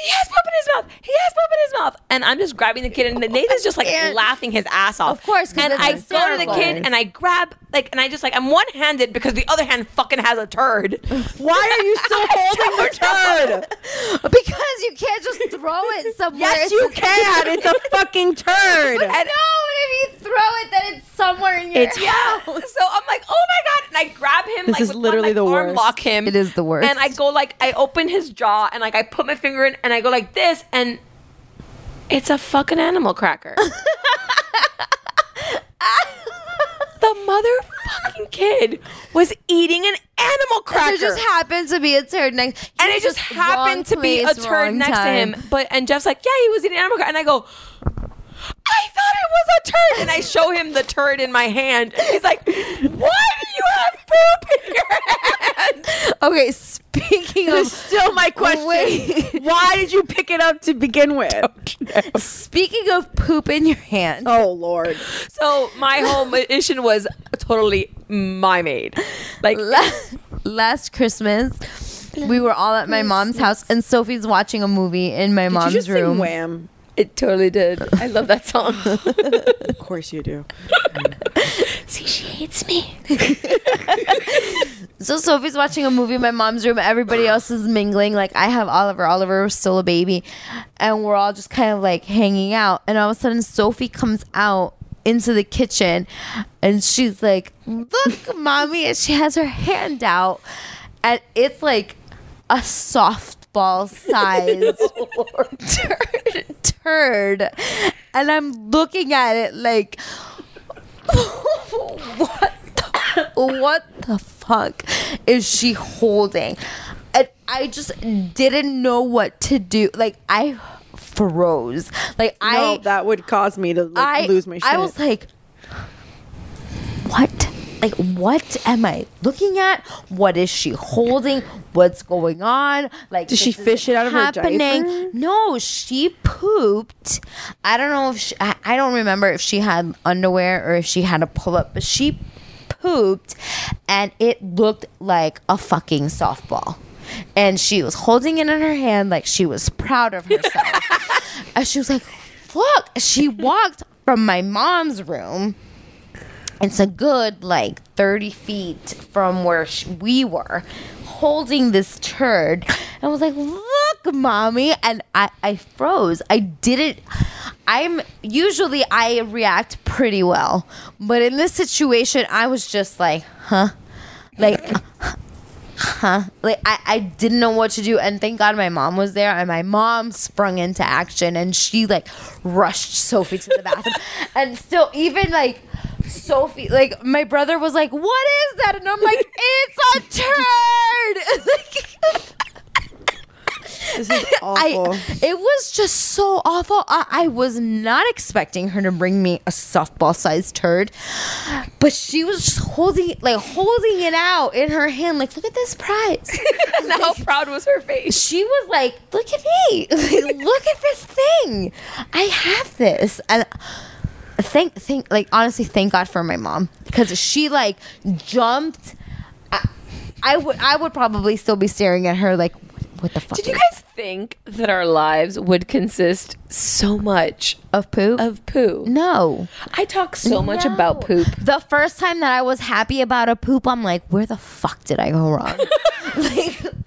He has poop in his mouth. He has poop in his mouth, and I'm just grabbing the kid, and Nathan's just like laughing his ass off. Of course, 'cause and it's I go to the hysterical. kid and I grab like, and I just like I'm one handed because the other hand fucking has a turd. Why are you still holding the turd? because you can't just throw it somewhere. Yes, you can. It's a fucking turd. no, but if you throw it, then it's somewhere in your It's- yeah. house. So I'm like, oh my god! And I grab him. This like, is with literally one, the like, arm worst. Lock him. It is the worst. And I go like, I open his jaw and like I put my finger in and I go like this and it's a fucking animal cracker. the motherfucking kid was eating an animal cracker. There just happened to be a turd next, he and it was just wrong happened to be a place, turd wrong next time. to him. But and Jeff's like, yeah, he was eating animal cracker. And I go, I thought it was a turd. And I show him the turd in my hand. And he's like, what? You have poop in Okay, speaking There's of still my question. Why did you pick it up to begin with? speaking of poop in your hand. Oh lord. So my whole mission was totally my made. Like Last Christmas, we were all at my mom's house, and Sophie's watching a movie in my mom's just sing room. Wham? it totally did. I love that song. Of course you do. See, she hates me. So Sophie's watching a movie in my mom's room. Everybody else is mingling. Like I have Oliver. Oliver was still a baby, and we're all just kind of like hanging out. And all of a sudden, Sophie comes out into the kitchen, and she's like, "Look, mommy!" And she has her hand out, and it's like a softball sized turd, turd. And I'm looking at it like, what the, what the fuck is she holding? And I just didn't know what to do. Like, I froze. Like, No, I. that would cause me to like, I lose my shit. I was like, what? Like, what am I looking at? What is she holding? What's going on? Like, Did she this fish isn't it out of her diaper? No, she pooped. I don't know if she, I, I don't remember if she had underwear or if she had a pull up, but she pooped, and it looked like a fucking softball. And she was holding it in her hand like she was proud of herself. And she was like, look, she walked from my mom's room. It's a good like 30 feet from where sh- we were holding this turd. And I was like, look, mommy. And I, I froze. I didn't. I'm usually I react pretty well. But in this situation, I was just like, huh? Like, huh? Like I, I didn't know what to do, and thank God my mom was there, and my mom sprung into action, and she like rushed Sophie to the bathroom, and still even like Sophie, like my brother was like, "What is that?" and I'm like, "It's a turd." This is awful. it was just so awful. I, I was not expecting her to bring me a softball sized turd, but she was just holding, like holding it out in her hand. Like, look at this prize. and how proud was her face? She was like, look at me. Like, look at this thing. I have this, and thank, thank, like honestly, thank God for my mom because she like jumped. I, I would, I would probably still be staring at her like, what, what the fuck? Did you guys think that our lives would consist so much of poo? Of poo. No. I talk so much about poop. The first time that I was happy about a poop, I'm like, where the fuck did I go wrong?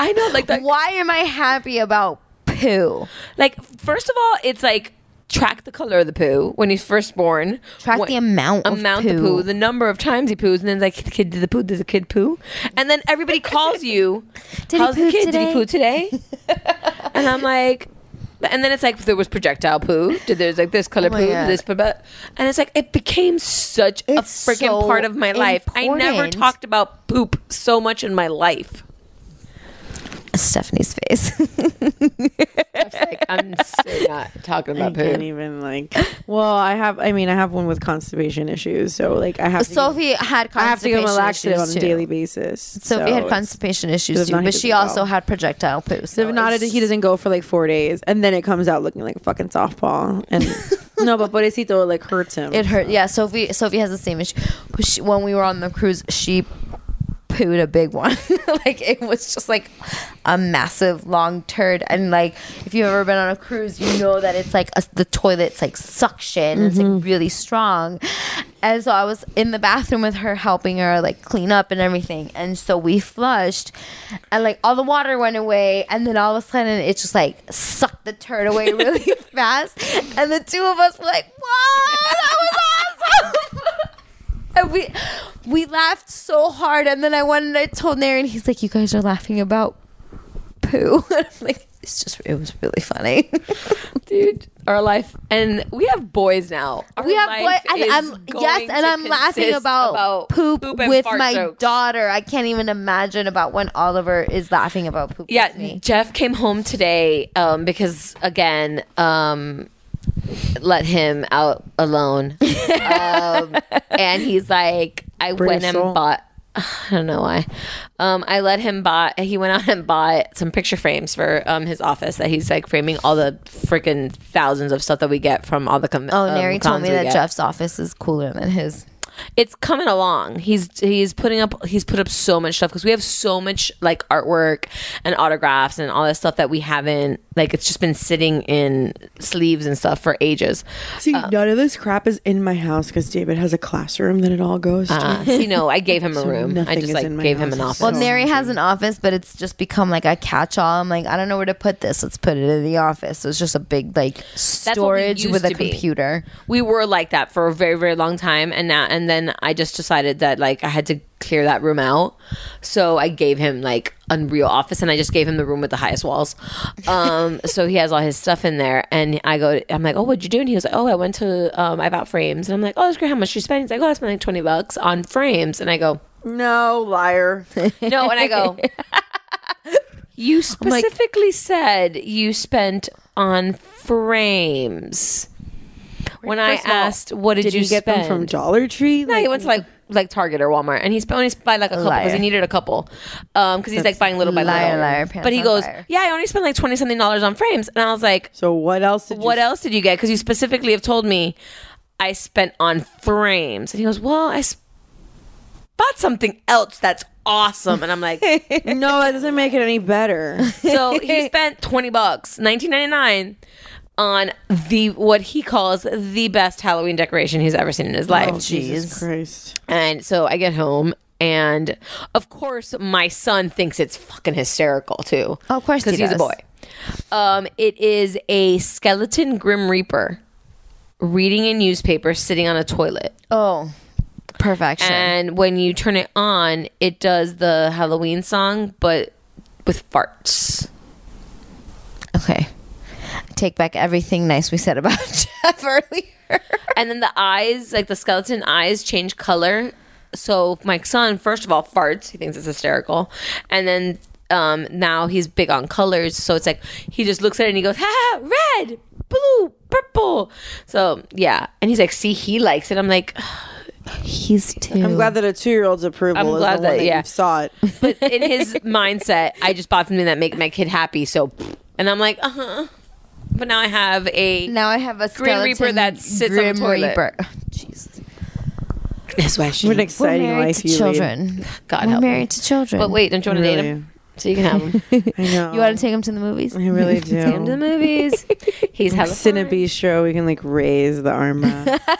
I know, like that. Why am I happy about poo? Like, first of all, it's like track the color of the poo when he's first born. Track What- the amount of amount poo. poo, the number of times he poos, and then it's like, the kid did the poo, did the kid poo, and then everybody calls you. Did he How's poo the kid? Did today?" he poo today? and I'm like. And then it's like there was projectile poo. Did there's like this color Oh my poo, God. this, but and it's like it became such a freaking so part of my life. I never important. talked about poop so much in my life. Stephanie's face. I'm so not talking I about poo. can't even like. Well, I have. I mean, I have one with constipation issues, so like I have. To Sophie had I have to constipation give him a laxative on issues a too. daily basis. Sophie so had it's- constipation Should issues have too, not but hit she the also ball. had projectile poo. So if not, it- he doesn't go for like four days, and then it comes out looking like a fucking softball. And no, but pobrecito like hurts him. It hurt. Yeah, Sophie. Sophie has the same issue. But she, when we were on the cruise, she pooed a big one. like it was just like a massive long turd. And like if you've ever been on a cruise, you know that it's like a, the toilet's like suction. It's like really strong. And so I was in the bathroom with her, helping her like clean up and everything. And so we flushed, and like all the water went away. And then all of a sudden, it just like sucked the turd away really fast. And the two of us were like, "What? That was awesome!" And we we laughed so hard, and then I went and I told Naren, he's like, "You guys are laughing about poo." And I'm like, "It's just, it was really funny." dude our life and we have boys now Our we have life boy, and is I'm going yes, to and I'm laughing consist about, poop, poop and with fart my jokes. daughter. I can't even imagine about when Oliver is laughing about poop. yeah jeff came home today um because again um let him out alone um, and he's like i went and Bristle. bought I don't know why. Um, I let him buy. He went out and bought some picture frames for um, his office that he's like framing all the freaking thousands of stuff that we get from all the com- Oh, um, Nary told cons me we that get. Jeff's office is cooler than his. it's coming along. He's he's putting up he's put up so much stuff because we have so much like artwork and autographs and all this stuff that we haven't like it's just been sitting in sleeves and stuff for ages. See, none of this crap is in my house because David has a classroom that it all goes to. Uh, so, you know, I gave him a So room. I nothing just is like in my gave him house. an office. Well, Nary has an office, but it's just become like a catch-all. I'm like, I don't know where to put this. Let's put it in the office. So it's just a big like That's what we storage used with a to be. computer. We were like that for a very very long time, and now and then I just decided that like I had to clear that room out, so I gave him like Unreal Office, and I just gave him the room with the highest walls. Um, so he has all his stuff in there, and I go, I'm like, oh, what'd you do? And he was like, oh, I went to um, I bought frames, and I'm like, oh, that's great. How much you spend? He's like, oh, I spent like twenty bucks on frames, and I go, no, liar. no, and I go. You specifically said you spent on frames. When I First of all, asked, "What did, did you he get them spend?" from Dollar Tree? no, he went to like like Target or Walmart, and he spent only buy like a couple because Liar. he needed a couple. Um, because he's like buying little by liar, little. liar, pants but he on goes, fire. "Yeah, I only spent like twenty something dollars on frames," and I was like, So what else? Did "What you else did you get?" Because you specifically have told me I spent on frames, and he goes, "Well, I s- bought something else that's awesome," and I'm like. no, that doesn't make it any better. So he spent twenty bucks, nineteen ninety nine, on the what he calls the best Halloween decoration he's ever seen in his life. Oh, Jesus Christ. And so I get home, and of course my son thinks it's fucking hysterical too. Oh, of course he because he's a does. boy. Um, it is a skeleton grim reaper reading a newspaper sitting on a toilet. Oh, Perfection. And when you turn it on, it does the Halloween song, but with farts. Okay. Take back everything nice we said about Jeff earlier. And then the eyes, like the skeleton eyes, change color. So my son, first of all, farts. He thinks it's hysterical, and then um, now he's big on colors. So it's like he just looks at it and he goes, "Ha, ha, red, blue, purple." So yeah, and he's like, "See, he likes it." I'm like. He's two. I'm glad that a two year old's approval I'm is glad the that- one that yeah. you saw it. but in his mindset, I just bought something that make my kid happy. So, and I'm like, uh huh. But now I have a now I have a Green Reaper skeleton that sits on the Grim toilet. Reaper. That's why she. What an exciting married life to you lead. children. God We're help. me. married to children. But wait, don't you want to date Really. him? So you can have him. I know. You want to take them to the movies? I really Take him to the do. movies. He's hella fun. Cinebeast show, we can like raise the arm. up.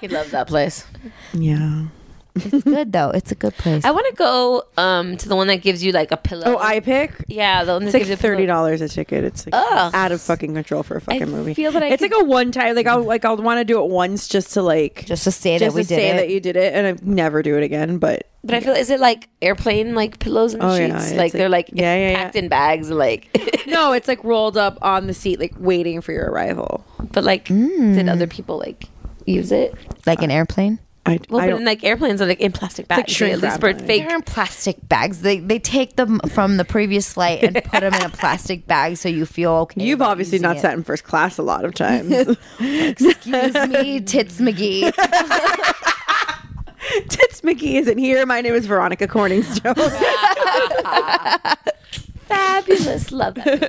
He loves that place. yeah. It's good though. It's a good place. I want to go um to the one that gives you like a pillow. Oh, I pick. yeah, the one that It's like gives you a thirty pillow. dollars a ticket. It's like Ugh. out of fucking control for a fucking movie. feel that I it's like a one time. Like I'll like I'll want to do it once just to like Just to say just that we to did say it. that you did it, and I never do it again. But But I feel is it like airplane like pillows and Oh, yeah, sheets? it's like, they're like yeah, yeah, yeah. packed in bags and like no, it's like rolled up on the seat, like waiting for your arrival. but like did other Mm. people like use it? like an airplane. I, Well, I but don't. in like airplanes are like in plastic bags. like Like shrink at least wrap for money. fake. They're in plastic bags. They they take them from the previous flight and put them in a plastic bag so you feel okay. You've about obviously using not it. sat in first class a lot of times. Excuse me, Tits McGee. Tits McGee isn't here. My name is Veronica Corningstone. Fabulous, love that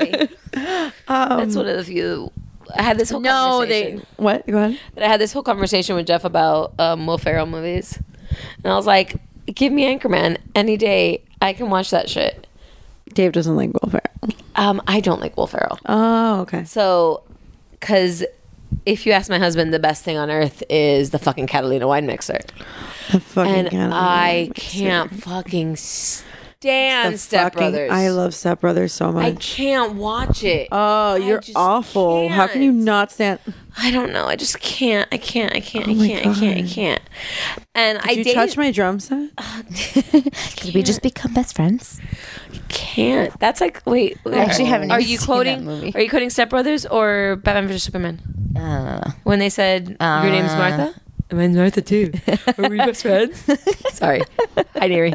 movie. Um, That's one of the few. I had this whole conversation. what? Go ahead. that I had this whole conversation with Jeff about um, Will Ferrell movies, and I was like, "Give me Anchorman any day. I can watch that shit." Dave doesn't like Will Ferrell. Um, I don't like Will Ferrell, Oh, okay. so because if you ask my husband, the best thing on earth is the fucking Catalina wine mixer, The fucking and Catalina I Mixer. can't fucking stand The Step fucking- Brothers. I love Step Brothers so I much. can't watch it. oh, you're just awful. How can you can't. not stand? I don't know. I just can't. I can't. I can't. Oh I my can't. I can't. I God. can't. And I Did you dated- touch my drum set? Did we just become best friends? can't. That's like wait. I actually haven't Are even you seen quoting? that movie. Are you quoting Step Brothers or Batman vs Superman? Uh, When they said your name's Martha. My name's Martha too. Are we best friends? Sorry. Hi, Neri.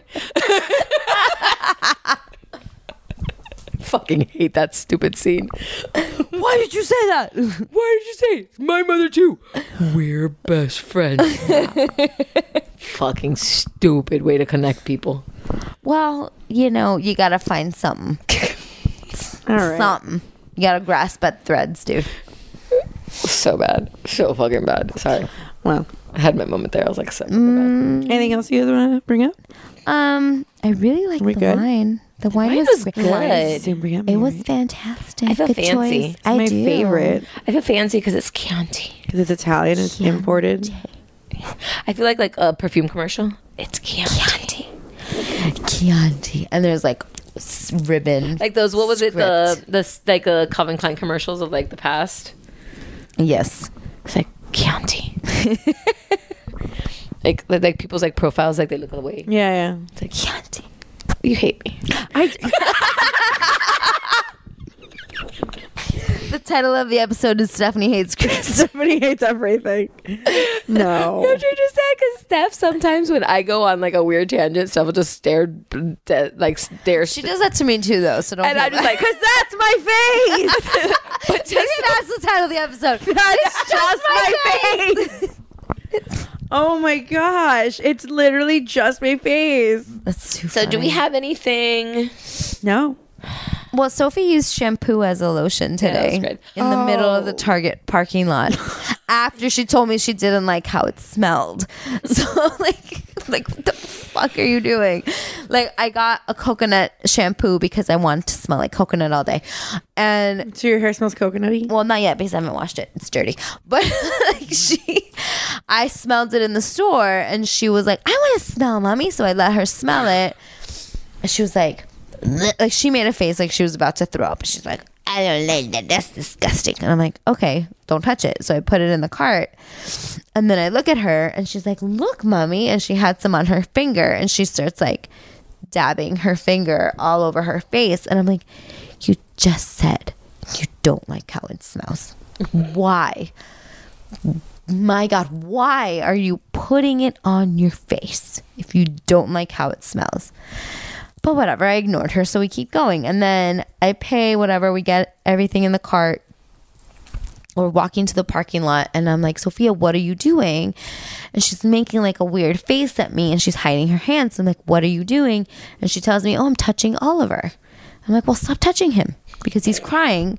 Fucking hate that stupid scene. Why did you say that? Why did you say it's my mother too? We're best friends. Fucking stupid way to connect people. Well, you know, you gotta find something. All right. Something. You gotta grasp at threads, dude. So bad. So fucking bad. Sorry. Well, I had my moment there. I was like, so fucking bad. anything else you guys want to bring up? Um, I really like We the good? wine. The wine, Mine was, was great. good. Didn't bring up It was Mary. fantastic. I feel Good fancy. choice. It's I my do. favorite I feel fancy because it's Chianti. because it's Italian. It's imported. I feel like like a perfume commercial. It's Chianti. Chianti, and there's like s- ribbon. Like those. What was it? The the like the Calvin Klein commercials of like the past. yes, It's like Chianti. like, like like people's like profiles like they look away. Yeah, It's like Chianti. You hate me. the title of the episode is Stephanie hates Chris. yeah. Somebody hates everything. No. Don't you just say because Steph sometimes when I go on like a weird tangent, Steph will just stare, de- like stare. she does that to me too, though. So don't. And feel I'm just bad. like, Chris, that's my face. Maybe that's the title of the episode. That's just, my, face. oh my gosh! It's literally just my face. That's too So do we funny. have anything? No. Well, Sophie used shampoo as a lotion that was today good. in the middle of the Target parking lot after she told me she didn't like how it smelled. So like like what the fuck are you doing? Like I got a coconut shampoo because I wanted to smell like coconut all day. And So your hair smells coconutty. well, not yet because I haven't washed it. It's dirty. But like she, I smelled it in the store, and she was like, "I want to smell, mommy." So I let her smell it, and she was like, "Bleh." like she made a face like she was about to throw up. She's like, "I that's disgusting. And I'm like, okay, don't touch it. So I put it in the cart. And then I look at her and she's like, look, mommy. And she had some on her finger and she starts like dabbing her finger all over her face. And I'm like, you just said you don't like how it smells. Why? My God, why are you putting it on your face if you don't like how it smells? But whatever, I ignored her, so we keep going. And then I pay whatever, we get everything in the cart. We're walking to the parking lot, and I'm like, Sophia, what are you doing? And she's making like a weird face at me, and she's hiding her hands. I'm like, what are you doing? And she tells me, oh, I'm touching Oliver. I'm like, well, stop touching him because he's crying.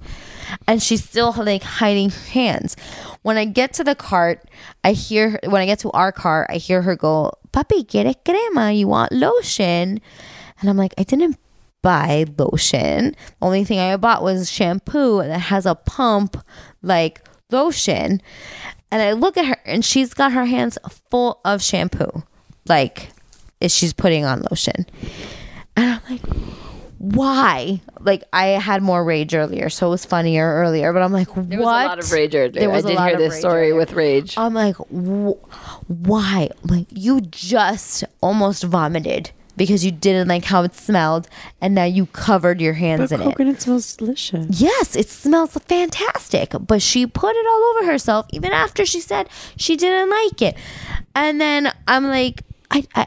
And she's still like hiding her hands. When I get to the cart, I hear, when I get to our car, I hear her go, Papi, ¿quieres crema? You want lotion? And I'm like, I didn't buy lotion. Only thing I bought was shampoo that has a pump like lotion. And I look at her and she's got her hands full of shampoo. Like if she's putting on lotion. And I'm like, why? Like I had more rage earlier, so it was funnier earlier. But I'm like, what? There was a lot of rage earlier. There was I a did lot hear of this rage story with rage. Oh, I'm like, wh- why? I'm like, you just almost vomited because you didn't like how it smelled, and now you covered your hands But in it. coconut smells delicious. Yes, it smells fantastic, but she put it all over herself even after she said she didn't like it. And then I'm like, I, I,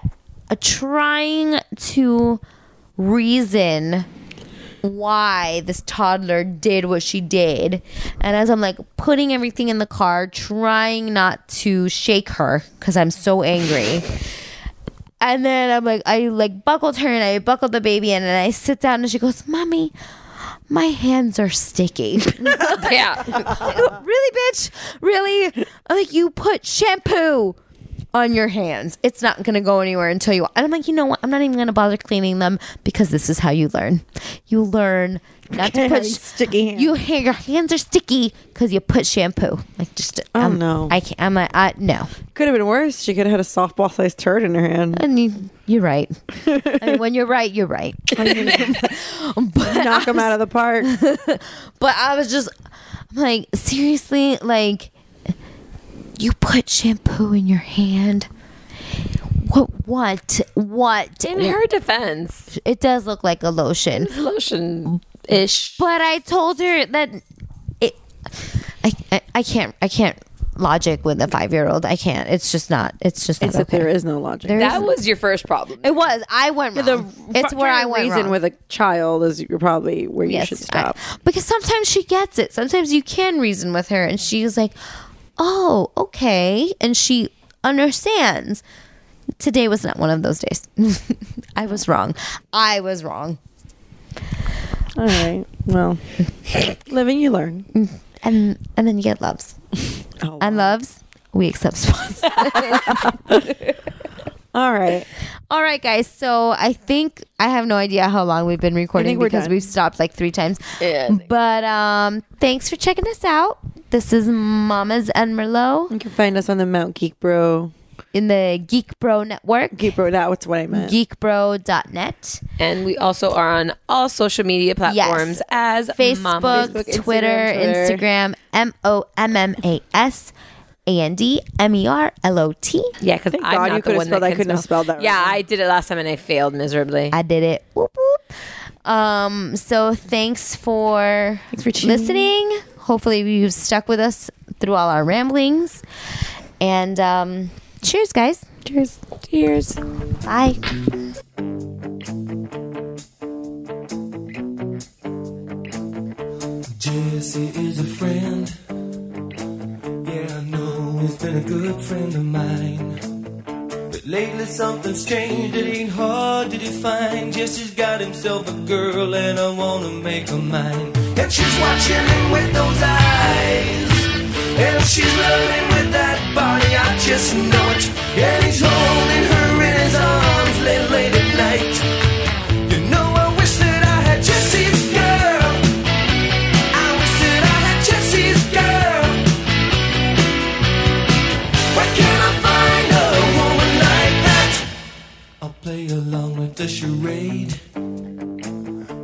I trying to reason why this toddler did what she did. And as I'm like putting everything in the car, trying not to shake her because I'm so angry. And then I'm like, I like buckled her and I buckled the baby in and I sit down and she goes, Mommy, my hands are sticky. yeah. really, bitch? Really? I'm like, you put shampoo on your hands. It's not going to go anywhere until you. And I'm like, you know what? I'm not even going to bother cleaning them because this is how you learn. You learn not to put Having sticky hands. You ha- your hands are sticky because you put shampoo. Like just. Oh, I'm- no. I can't. I'm like, I, no. Could have been worse. She could have had a softball sized turd in her hand. And you, you're right. I mean, when you're right, you're right. Knock him out of the park. But I was just I'm like, seriously, like you put shampoo in your hand. What what what In her defense, it does look like a lotion. lotion ish. But I told her that it I I, I can't I can't logic with a five year old. I can't. It's just not it's just not It's that okay. there is no logic. There That is- was your first problem. it was. I went wrong. it's where I went reason wrong. with a child is you're probably where you Yes, should I- stop. because sometimes she gets it. Sometimes you can reason with her, and she's like, "Oh, okay," and she understands. Today was not one of those days. I was wrong. I was wrong. All right. Well, living you learn. And and then you get loves. Oh, And loves, we accept sponsors. All right. All right, guys. So I think I have no idea how long we've been recording we're because done. we've stopped like three times. Yeah, I But um, thanks for checking us out. This is Mamas and Merlot You can find us on the Mount Geek Bro. in the Geek Bro Network. Geek Bro. That's what I meant. geekbro.net And we also are on all social media platforms as Yes. facebook, Mama. twitter instagram m-o-m-m-a-s E a-n-d-m-e-r-l-o-t Yeah, because Thank I'm God not you the could have one that spelled. I can couldn't have spell. spelled that. Yeah, right. I did it last time and I failed miserably. i did it Whoop, whoop. um so thanks for, for tuning in. listening hopefully you've stuck with us through all our ramblings and um cheers guys Cheers. Cheers. bye Jesse is a friend. Yeah, I know he's been a good friend of mine. But lately something's changed, it ain't hard to define. Jesse's got himself a girl, and I wanna make her mine. And she's watching him with those eyes. And she's loving with that body, I just know it. And he's holding her in his arms late, late at night. You know, I wish that I had Jesse's girl. I wish that I had Jesse's girl. Where can I find a woman like that? I'll play along with the charade.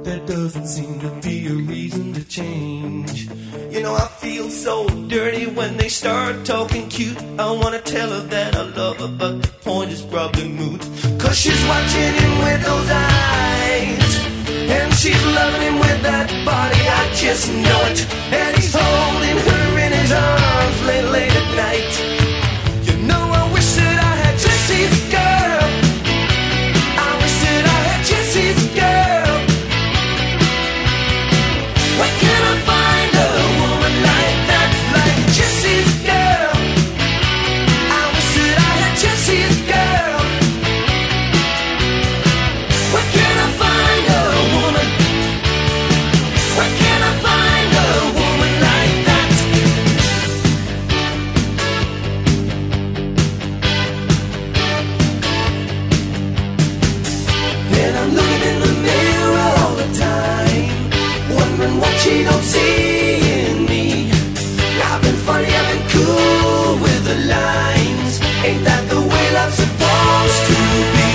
there doesn't seem to be a reason to change. You know, I feel so dirty when they start talking cute. I wanna tell her that I love her, but the point is probably moot. Cause she's watching him with those eyes. And she's loving him with that body, I just know it. And he's holding her in his arms late, late at night. You know, I wish that I had Jesse's girl. I wish that I had Jesse's girl. Where can I find a woman like that? Like Jesse's girl. I wish that I had Jesse's girl. Where can I find a woman? Where can I find a woman like that? And I'm looking in the mirror all the time, wondering what she don't see in me. I've been funny, I've been cool with the lines. Ain't that the way love's supposed to be?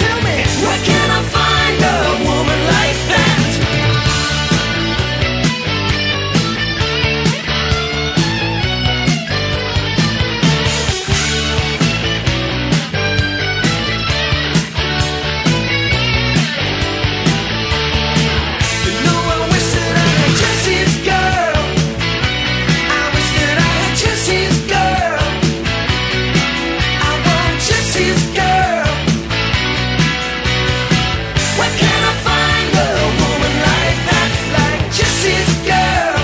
Tell me, where can I find a woman like that? You know I wish that I had Jesse's girl. I wish that I had Jesse's girl. I want Jesse's girl. Where can I find a woman like that? Like Jesse's girl.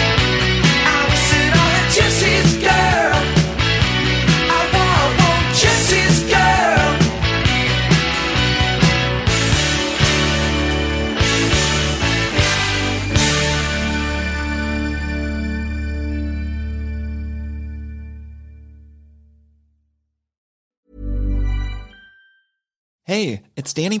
I wish that I had Jesse's girl. I want, I want Jesse's girl. Hey, it's Danny